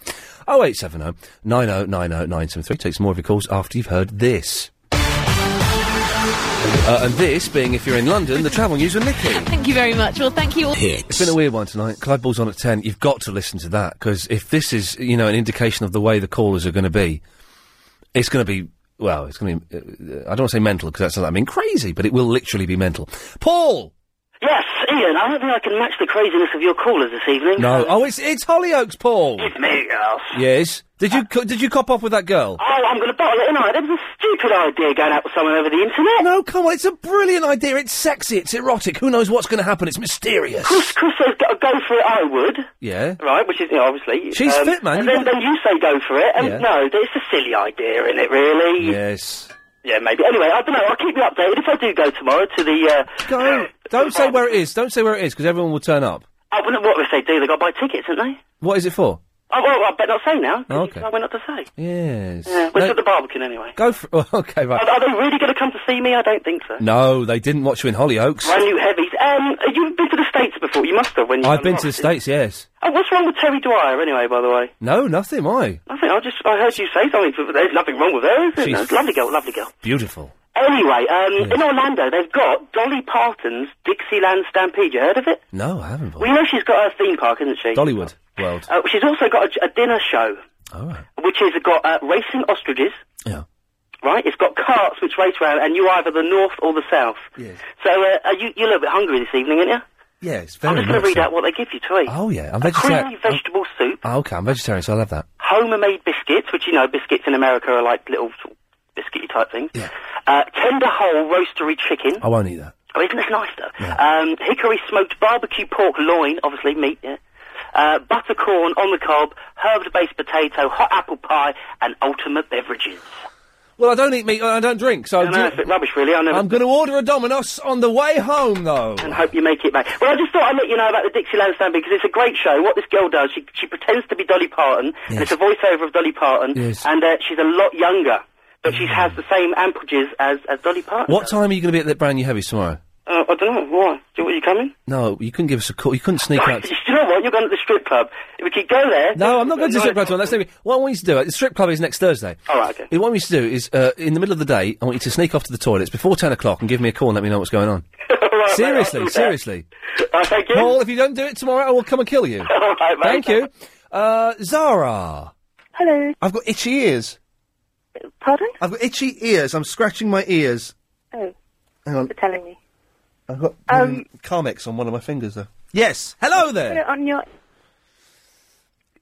Speaker 1: Oh eight seven zero nine zero nine zero nine seven three takes more of your calls after you've heard this. Uh, and this being, if you're in London, the travel news with Nicky.
Speaker 13: Thank you very much. Well, thank you all.
Speaker 1: It's been a weird one tonight. Clyde Ball's on at 10. You've got to listen to that, because if this is, you know, an indication of the way the callers are going to be, it's going to be, well, it's going to be, uh, uh, I don't want to say mental, because that's not, I mean, crazy, but it will literally be mental. Paul!
Speaker 22: Yes, Ian, I don't think I can match the craziness of your callers this evening.
Speaker 1: No. Oh, it's, it's Hollyoaks, Paul!
Speaker 22: It's me, girls.
Speaker 1: Yes? Did you, co- did you cop off with that girl?
Speaker 22: Oh, I'm going to bottle it, ain't I? That was a stupid idea going out with someone over the internet.
Speaker 1: No, come on, it's a brilliant idea. It's sexy, it's erotic. Who knows what's going to happen? It's mysterious.
Speaker 22: Chris, Chris says go, go for it, I would.
Speaker 1: Yeah?
Speaker 22: Right, which is, you know, obviously. um,
Speaker 1: She's fit, man,
Speaker 22: And
Speaker 1: you
Speaker 22: then, then you say go for it, and
Speaker 1: Yeah.
Speaker 22: no, it's a silly idea, isn't it, really?
Speaker 1: Yes.
Speaker 22: Yeah, maybe. Anyway, I don't know, I'll keep you updated if I do go tomorrow to the, uh...
Speaker 1: Go! Don't say where it is. Don't say where it is, because everyone will turn up.
Speaker 22: I wonder what if they do, they got to buy tickets, haven't they?
Speaker 1: What is it for?
Speaker 22: Oh, well, I better not say now. 'cause
Speaker 1: Oh, okay.
Speaker 22: I went not to say.
Speaker 1: Yes.
Speaker 22: Yeah, well, it's
Speaker 1: No-
Speaker 22: at the Barbican anyway.
Speaker 1: Go for oh, okay, right.
Speaker 22: Are, are they really going to come to see me? I don't think so.
Speaker 1: No, they didn't watch you in Hollyoaks.
Speaker 22: Brand new heavies. Um, you've been to the States before. You must have when you
Speaker 1: I've been to the States, yes.
Speaker 22: Oh, what's wrong with Terry Dwyer anyway, by the way?
Speaker 1: No, nothing, why?
Speaker 22: I think I just, I heard you say something, but there's nothing wrong with her, is there?
Speaker 1: She's-
Speaker 22: No, lovely girl, lovely girl.
Speaker 1: Beautiful.
Speaker 22: Anyway, um, in Orlando, they've got Dolly Parton's Dixieland Stampede. You heard of it?
Speaker 1: No, I haven't.
Speaker 22: Well, you know she's got her theme park, isn't she?
Speaker 1: Dollywood World.
Speaker 22: Uh, she's also got a j- a, dinner show. Which has got uh, racing ostriches.
Speaker 1: Yeah.
Speaker 22: Right? It's got carts which race around, and you're either the north or the south.
Speaker 1: Yes.
Speaker 22: So, uh, are you, you're a little bit hungry this evening, aren't you?
Speaker 1: Yes,
Speaker 22: I'm
Speaker 1: very much
Speaker 22: just going to read
Speaker 1: so.
Speaker 22: out what they give you to eat.
Speaker 1: Oh, yeah, I'm
Speaker 22: a
Speaker 1: vegetarian.
Speaker 22: creamy vegetable soup,
Speaker 1: Ah, okay, I'm vegetarian, so I'll have that.
Speaker 22: homemade biscuits, which you know, biscuits in America are like little sort of biscuity type things. Uh, tender whole roastery chicken.
Speaker 1: I won't eat that.
Speaker 22: Oh, isn't this nice though? Um, hickory smoked barbecue pork loin, obviously meat. Yeah. Uh, butter corn on the cob, herbed based potato, hot apple pie, and ultimate beverages.
Speaker 1: Well, I don't eat meat, I don't drink, so...
Speaker 22: I know, it's a bit rubbish, really. I never.
Speaker 1: am going to order a Domino's on the way home, though.
Speaker 22: and hope you make it back. Well, I just thought I'd let you know about the Dixieland stand because it's a great show. What this girl does, she, she pretends to be Dolly Parton, and it's a voiceover of Dolly Parton,
Speaker 1: Yes. Mm.
Speaker 22: and uh, she's a lot younger, but she has the same amperages as, as Dolly Parton.
Speaker 1: What time are you going to be at the Brand New Heavies tomorrow?
Speaker 22: Uh, I don't know, why? Do you, are you coming?
Speaker 1: No, you couldn't give us a call. You couldn't sneak out.
Speaker 22: Do you know what? You're going to the strip club. If we could go there...
Speaker 1: No, I'm not going to the strip club tomorrow. That's not- what I want you to do. The strip club is next Thursday.
Speaker 22: All right, okay.
Speaker 1: What I want you to do is, uh, in the middle of the day, I want you to sneak off to the toilets before 10 o'clock and give me a call and let me know what's going on. seriously, seriously.
Speaker 22: Uh, thank you.
Speaker 1: Paul, if you don't do it tomorrow, I will come and kill you.
Speaker 22: All right, mate.
Speaker 1: Thank you. Uh, Zara.
Speaker 17: Hello.
Speaker 1: I've got itchy ears.
Speaker 17: Pardon?
Speaker 1: I've got itchy ears. I'm scratching my ears.
Speaker 17: Oh,
Speaker 1: Hang on.
Speaker 17: for telling me.
Speaker 1: I've got um, Carmex on one of my fingers, though. Yes. Hello
Speaker 17: Put
Speaker 1: there.
Speaker 17: it on your.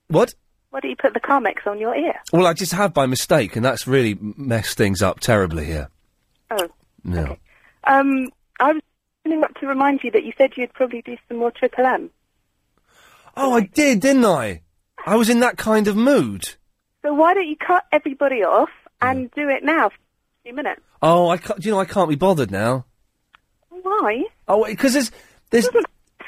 Speaker 1: What?
Speaker 17: Why don't you put the Carmex on your ear?
Speaker 1: Well, I just have by mistake, and that's really m- messed things up terribly here.
Speaker 17: Oh,
Speaker 1: No.
Speaker 17: um, I was phoning up to remind you that you said you'd probably do some more Triple M.
Speaker 1: Oh, I did, didn't I? I was in that kind of mood.
Speaker 17: So why don't you cut everybody off and do it now? For a few minutes.
Speaker 1: Oh, I ca- do you know I can't be bothered now.
Speaker 17: Why?
Speaker 1: Oh, because there's there's.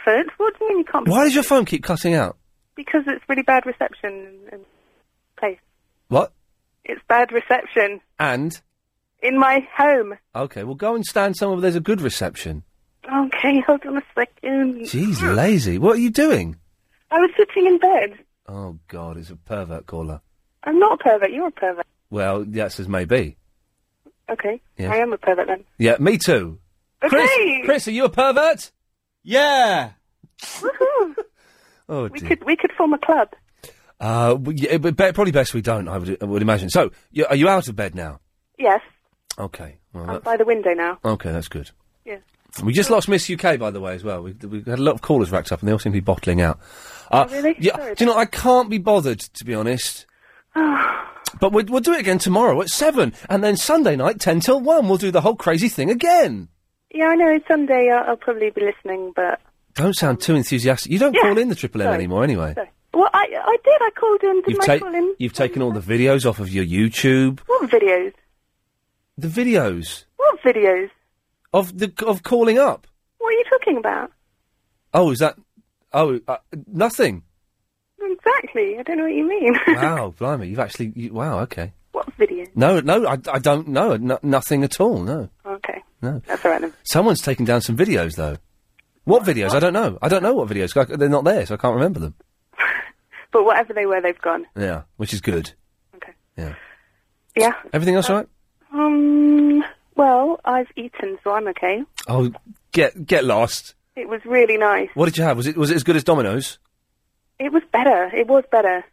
Speaker 17: First, what do you mean you can't? be-
Speaker 1: Why does your phone keep cutting out?
Speaker 17: Because it's really bad reception in- in place.
Speaker 1: What?
Speaker 17: It's bad reception
Speaker 1: And
Speaker 17: in my home.
Speaker 1: okay, well, go and stand somewhere where there's a good reception.
Speaker 17: Okay, hold on a second.
Speaker 1: Jeez, lazy. What are you doing?
Speaker 17: I was sitting in bed.
Speaker 1: Oh God, it's a pervert caller.
Speaker 17: I'm not a pervert. You're a pervert.
Speaker 1: Well, yes, as may be.
Speaker 17: Okay,
Speaker 1: Yeah.
Speaker 17: I am a pervert then.
Speaker 1: Yeah, me too. Chris,
Speaker 17: Okay.
Speaker 1: Chris, are you a pervert? Yeah.
Speaker 17: Woohoo.
Speaker 1: Oh
Speaker 17: We
Speaker 1: dear.
Speaker 17: could we could form a club.
Speaker 1: Uh, well, yeah, but be- probably best we don't. I would, I would imagine. So, you, are you out of bed now?
Speaker 17: Yes,
Speaker 1: Okay. Well,
Speaker 17: I'm
Speaker 1: that-
Speaker 17: by the window now.
Speaker 1: okay, that's good.
Speaker 17: Yeah.
Speaker 1: We just lost Miss UK, by the way, as well. We, we had a lot of callers racked up, and they all seem to be bottling out. Uh,
Speaker 17: Oh, really?
Speaker 1: Yeah,
Speaker 17: Sorry
Speaker 1: do you know, I can't be bothered, to be honest. but we'll, we'll do it again tomorrow at 7, and then Sunday night, 10 till 1. We'll do the whole crazy thing again.
Speaker 17: Yeah, I know. Someday I'll, I'll probably be listening, but
Speaker 1: Don't sound too enthusiastic. You don't
Speaker 17: Yeah.
Speaker 1: call in the Triple M
Speaker 17: Sorry.
Speaker 1: anymore, anyway.
Speaker 17: Sorry. well, I I did. I called in. Did
Speaker 1: You've,
Speaker 17: my
Speaker 1: ta-
Speaker 17: call in?
Speaker 1: you've taken all the videos off of your YouTube.
Speaker 17: What videos?
Speaker 1: The videos
Speaker 17: What videos?
Speaker 1: of the of calling up.
Speaker 17: What are you talking about?
Speaker 1: Oh, is that? Oh, uh, nothing.
Speaker 17: Exactly. I don't know what you mean.
Speaker 1: Wow, blimey, you've actually. You, wow, okay.
Speaker 17: what videos?
Speaker 1: No, no, I, I don't know. No, nothing at all. No,
Speaker 17: Okay.
Speaker 1: no.
Speaker 17: That's all right then.
Speaker 1: Someone's taken down some videos though. What videos? I don't know. I don't know what videos. 'cause I- They're not there, so I can't remember them.
Speaker 17: But whatever they were, they've gone.
Speaker 1: Yeah, which is good.
Speaker 17: Yeah.
Speaker 1: Everything
Speaker 17: Uh,
Speaker 1: else all right?
Speaker 17: Um. Well, I've eaten, so I'm okay.
Speaker 1: Oh, get get lost.
Speaker 17: It was really nice.
Speaker 1: What did you have? Was it was it as good as Domino's?
Speaker 17: It was better. It was better.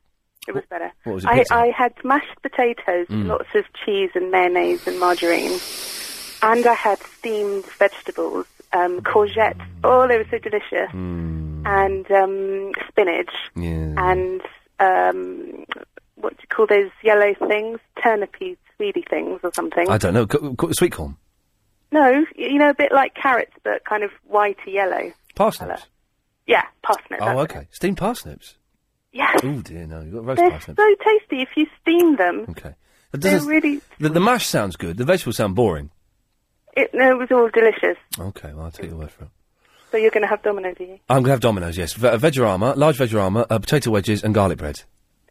Speaker 17: It was better.
Speaker 1: What was it?
Speaker 17: I,
Speaker 1: pizza?
Speaker 17: I had mashed potatoes,
Speaker 1: Mm.
Speaker 17: lots of cheese and mayonnaise and margarine, and I had steamed vegetables, um, courgettes. Oh, they were so delicious,
Speaker 1: Mm.
Speaker 17: and um, spinach, and um, what do you call those yellow things? Turnipy, sweetie things, or something.
Speaker 1: I don't know. Co- co- sweet corn,
Speaker 17: No, y- you know, a bit like carrots, but kind of whitey yellow.
Speaker 1: parsnips.
Speaker 17: Yeah, parsnip.
Speaker 1: Oh, okay. Steamed parsnips.
Speaker 17: Yeah.
Speaker 1: Oh dear, no. You've got roast
Speaker 17: They're
Speaker 1: parsnips.
Speaker 17: so tasty if you steam them.
Speaker 1: Okay. That
Speaker 17: They're
Speaker 1: doesn't-
Speaker 17: really
Speaker 1: the, the mash sounds good. The vegetables sound boring.
Speaker 17: It, no, it was all delicious.
Speaker 1: Okay, well, I'll take your word for it.
Speaker 17: So you're going to have Domino's, are you?
Speaker 1: I'm going to have Domino's, yes. Ve- a vegorama, large vegorama, uh, potato wedges, and garlic bread.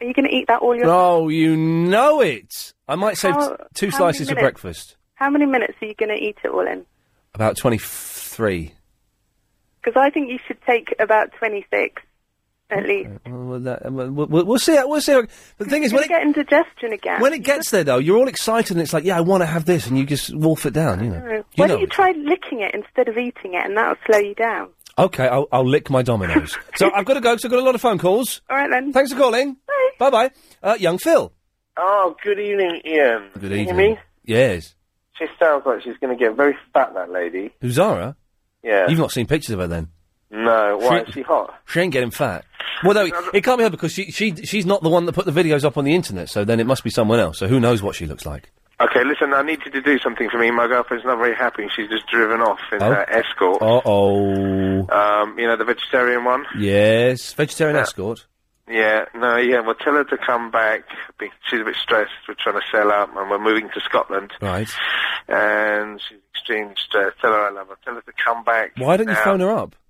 Speaker 17: Are you going to eat that all your?
Speaker 1: Oh, you know it! I might save
Speaker 17: How-
Speaker 1: t- two
Speaker 17: how many
Speaker 1: slices for
Speaker 17: minutes?
Speaker 1: breakfast.
Speaker 17: How many minutes are you going to eat it all in?
Speaker 1: About 23.
Speaker 17: Because I think you should take about 26, at least.
Speaker 1: Well, well, that, uh, well, we'll, we'll see. how- We'll see. how- Hmm. The thing is,
Speaker 17: You're
Speaker 1: when
Speaker 17: gonna
Speaker 1: it,
Speaker 17: get indigestion again.
Speaker 1: when it gets there, though, you're all excited and it's like, yeah, I want to have this, and you just wolf it down, you know.
Speaker 17: No.
Speaker 1: You
Speaker 17: Why
Speaker 1: know
Speaker 17: don't you
Speaker 1: it.
Speaker 17: try licking it instead of eating it, and that'll slow you down.
Speaker 1: Okay, I'll, I'll lick my Domino's. so I've got to go because I've got a lot of phone calls.
Speaker 17: All right then.
Speaker 1: Thanks for calling. Bye. Bye bye. Uh, young Phil.
Speaker 33: Oh, good evening, Ian.
Speaker 1: Good
Speaker 33: Can you hear
Speaker 1: evening.
Speaker 33: me?
Speaker 1: Yes.
Speaker 33: She sounds like she's going to get very fat, that lady.
Speaker 1: Who's Zara?
Speaker 33: Yeah.
Speaker 1: You've not seen pictures of her then.
Speaker 33: No, why
Speaker 1: She-
Speaker 33: is she hot?
Speaker 1: She ain't getting fat. Well, no, it, it can't be her because she, she she's not the one that put the videos up on the internet. So then it must be someone else. So who knows what she looks like?
Speaker 33: Okay, listen, I need you to do something for me. My girlfriend's not very happy, and she's just driven off in
Speaker 1: Oh.
Speaker 33: her escort.
Speaker 1: Uh oh.
Speaker 33: Um, you know, the vegetarian one?
Speaker 1: Yes, vegetarian escort.
Speaker 33: Yeah, no, yeah, well, tell her to come back. Be- She's a bit stressed. We're trying to sell up, and we're moving to Scotland,
Speaker 1: Right.
Speaker 33: and she's extremely stressed. Tell her I love her. Tell her to come back.
Speaker 1: Why don't you
Speaker 33: now.
Speaker 1: phone her up?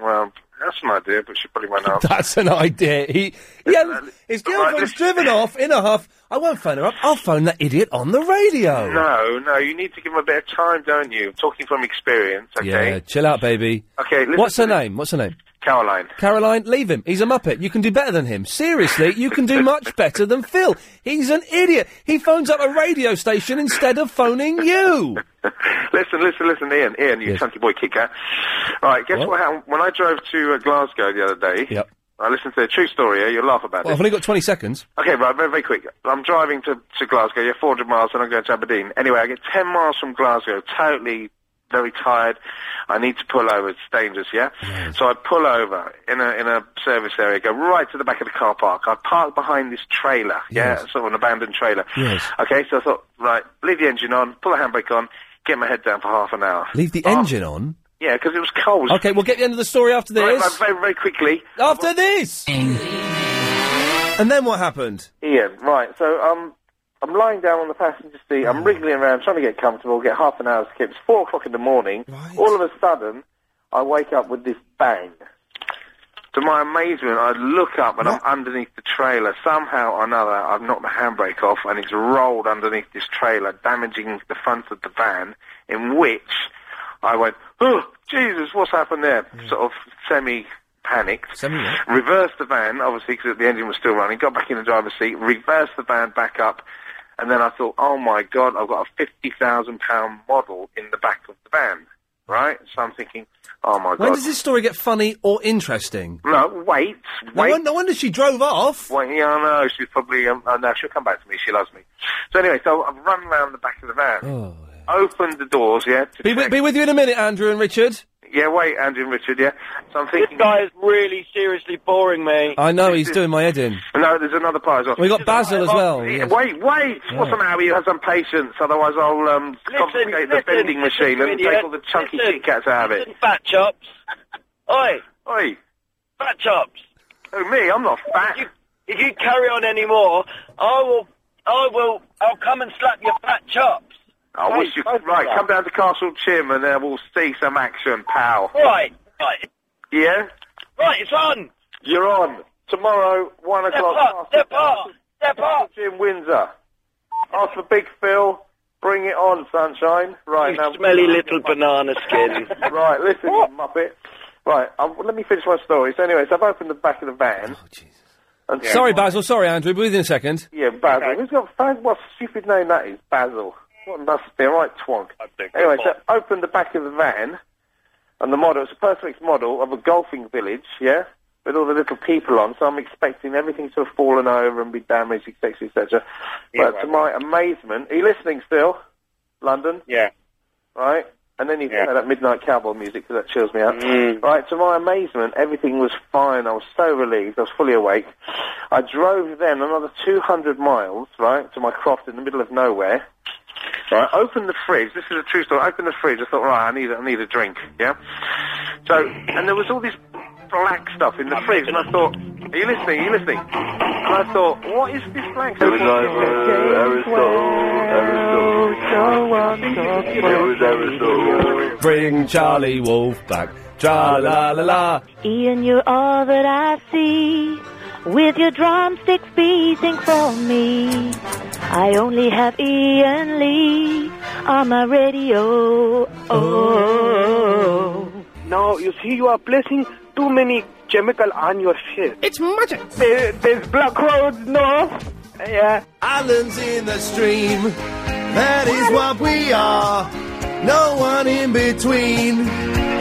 Speaker 33: Well, that's an idea, but she probably won't answer.
Speaker 1: That's an idea. He, yeah, his girlfriend's driven off in a huff. I won't phone her up. I'll phone that idiot on the radio.
Speaker 33: No, no, you need to give him a bit of time, don't you? Talking from experience, okay?
Speaker 1: Yeah, chill out, baby.
Speaker 33: Okay, listen
Speaker 1: What's
Speaker 33: to
Speaker 1: her
Speaker 33: this.
Speaker 1: name? What's her name?
Speaker 33: Caroline.
Speaker 1: Caroline, leave him. He's a muppet. You can do better than him. Seriously, you can do much better than Phil. He's an idiot. He phones up a radio station instead of phoning you.
Speaker 33: Listen, listen, listen, Ian, Ian, you chunky boy kicker. All right, guess what? happened? When I drove to uh, Glasgow the other day,
Speaker 1: Yep.
Speaker 33: I listened to a true story, yeah? You'll laugh about
Speaker 1: Well, I've
Speaker 33: this.
Speaker 1: only got 20 seconds.
Speaker 33: Okay, right, very, very quick. I'm driving to, to Glasgow, yeah, 400 miles, and I'm going to Aberdeen. Anyway, I get 10 miles from Glasgow, totally very tired. I need to pull over. It's dangerous, yeah? So I pull over in a, in a service area, go right to the back of the car park. I park behind this trailer, yeah, sort of an abandoned trailer.
Speaker 1: Yes.
Speaker 33: Okay, so I thought, right, leave the engine on, pull the handbrake on, get my head down for half an hour.
Speaker 1: Leave the engine on.
Speaker 33: Yeah, because it was cold.
Speaker 1: Okay, we'll get the end of the story after
Speaker 33: Right,
Speaker 1: this.
Speaker 33: right, very, very quickly.
Speaker 1: After this! And then what happened?
Speaker 33: Ian, right, so um, I'm lying down on the passenger seat, I'm wriggling around, trying to get comfortable, get half an hour's sleep. It's four o'clock in the morning. All of a sudden, I wake up with this bang. To my amazement, I look up and I'm underneath the trailer. Somehow or another, I've knocked the handbrake off and it's rolled underneath this trailer, damaging the front of the van, in which I went, oh, Jesus, what's happened there?
Speaker 1: Hmm.
Speaker 33: Sort of semi-panicked. Reversed the van, obviously, because the engine was still running. Got back in the driver's seat, reversed the van back up, and then I thought, oh my God, I've got a fifty thousand pound model in the back of the van, right? So I'm thinking, oh my
Speaker 1: When
Speaker 33: God.
Speaker 1: does this story get funny or interesting?
Speaker 33: No, wait, wait.
Speaker 1: No, won- no wonder she drove off.
Speaker 33: Well, yeah, I know. She's probably. Um, oh, no, she'll come back to me. She loves me. So anyway, so I've run round the back of the van.
Speaker 1: Oh,
Speaker 33: opened the doors, yeah? to
Speaker 1: Be, wi- be with you in a minute, Andrew and Richard.
Speaker 33: Yeah, wait, Andrew and Richard, yeah? So I'm
Speaker 26: This
Speaker 33: thinking...
Speaker 26: guy is really seriously boring me.
Speaker 1: I know he's doing my head in.
Speaker 33: No, there's another part as well.
Speaker 1: We got Basil as well.
Speaker 33: Yeah,
Speaker 1: yes.
Speaker 33: Wait, wait! What's the matter with you? Have some patience, otherwise I'll um, confiscate the
Speaker 26: listen, listen,
Speaker 33: vending machine
Speaker 26: you
Speaker 33: and
Speaker 26: idiot.
Speaker 33: take all the chunky
Speaker 26: Listen,
Speaker 33: Kit Kats out of it.
Speaker 26: Listen, Fat chops. Oi.
Speaker 33: Oi.
Speaker 26: Fat chops.
Speaker 33: Oh, me? I'm not fat.
Speaker 26: If you, if you carry on any more, I will, I will, I'll come and slap your fat chops.
Speaker 33: I wish you... Right, come down to Castle Chim and uh, we'll see some action, pal.
Speaker 26: Right, right,
Speaker 33: Yeah?
Speaker 26: right, it's on.
Speaker 33: You're on. Tomorrow, one
Speaker 26: Step
Speaker 33: o'clock.
Speaker 26: up, step up, step up.
Speaker 33: Jim Windsor. Ask for Big Phil. Bring it on, sunshine. Right now.
Speaker 26: Smelly little banana skin.
Speaker 33: right, listen, you muppet. Right, um, let me finish my story. So, anyways, I've opened the back of the van. Oh, Jesus. And
Speaker 1: Sorry, Basil. Sorry, Andrew. Be with you in a second.
Speaker 33: Yeah, Basil. Who's got find what stupid name that is? Basil. What must be a right twonk. Anyway, so I opened the back of the van, and the model its a perfect model of a golfing village. Yeah, with all the little people on. So I'm expecting everything to have fallen over and be damaged, etc., etc.
Speaker 4: Yeah,
Speaker 33: but
Speaker 4: right.
Speaker 33: to my amazement, are you listening still? London.
Speaker 4: Yeah.
Speaker 33: Right. And then you
Speaker 4: Yeah.
Speaker 33: play that midnight cowboy music because that chills me out.
Speaker 4: Mm.
Speaker 33: Right, to my amazement, everything was fine. I was so relieved. I was fully awake. I drove then another 200 miles, right, to my croft in the middle of nowhere. Right, opened the fridge. This is a true story. I opened the fridge. I thought, right, I need, I need a drink. Yeah. So, and there was all this black stuff in the fridge, and I thought, are you listening? Are you listening? And I thought, what is this black stuff?
Speaker 13: uh,
Speaker 1: Bring Charlie Wolf back. Tra la la la.
Speaker 13: Ian, you're all that I see. With your drumsticks beating for me. I only have Ian Lee on my radio. Oh.
Speaker 5: Now, you see, you are placing too many chemical on your ship. It's magic. There, there's black holes, no? Yeah.
Speaker 20: Islands in the stream, that is what we are. No one in between.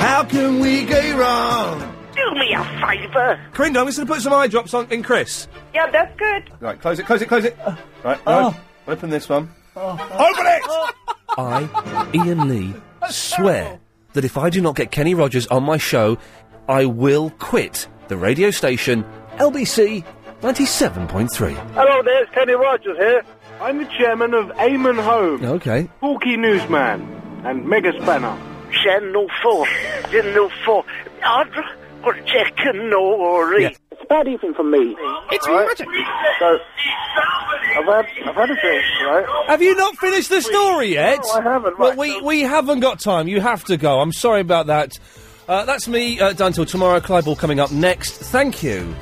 Speaker 20: How can we go wrong?
Speaker 1: Do me a favour. Corinne, I'm just going to put some eye drops on in Chris.
Speaker 5: Yeah, that's good.
Speaker 1: Right, close it, close it, close it. Right,
Speaker 20: Oh.
Speaker 1: open this one.
Speaker 20: Open it!
Speaker 1: I, Ian Lee, swear that if I do not get Kenny Rogers on my show, I will quit the radio station LBC 97.3.
Speaker 5: Hello there, it's Kenny Rogers here. I'm the chairman of Amon Home,
Speaker 1: Okay.
Speaker 5: Porky Newsman, and Mega Spanner. Channel 4, Channel 4, I'd or chicken or
Speaker 2: It's a bad evening from me.
Speaker 1: It's
Speaker 2: magic.
Speaker 33: So, I've had, I've had a drink, right?
Speaker 1: Have you not finished the story yet?
Speaker 33: No, I haven't.
Speaker 1: Well, we, we haven't got time. You have to go. I'm sorry about that. Uh, that's me uh, done till tomorrow. Clive Ball coming up next. Thank you.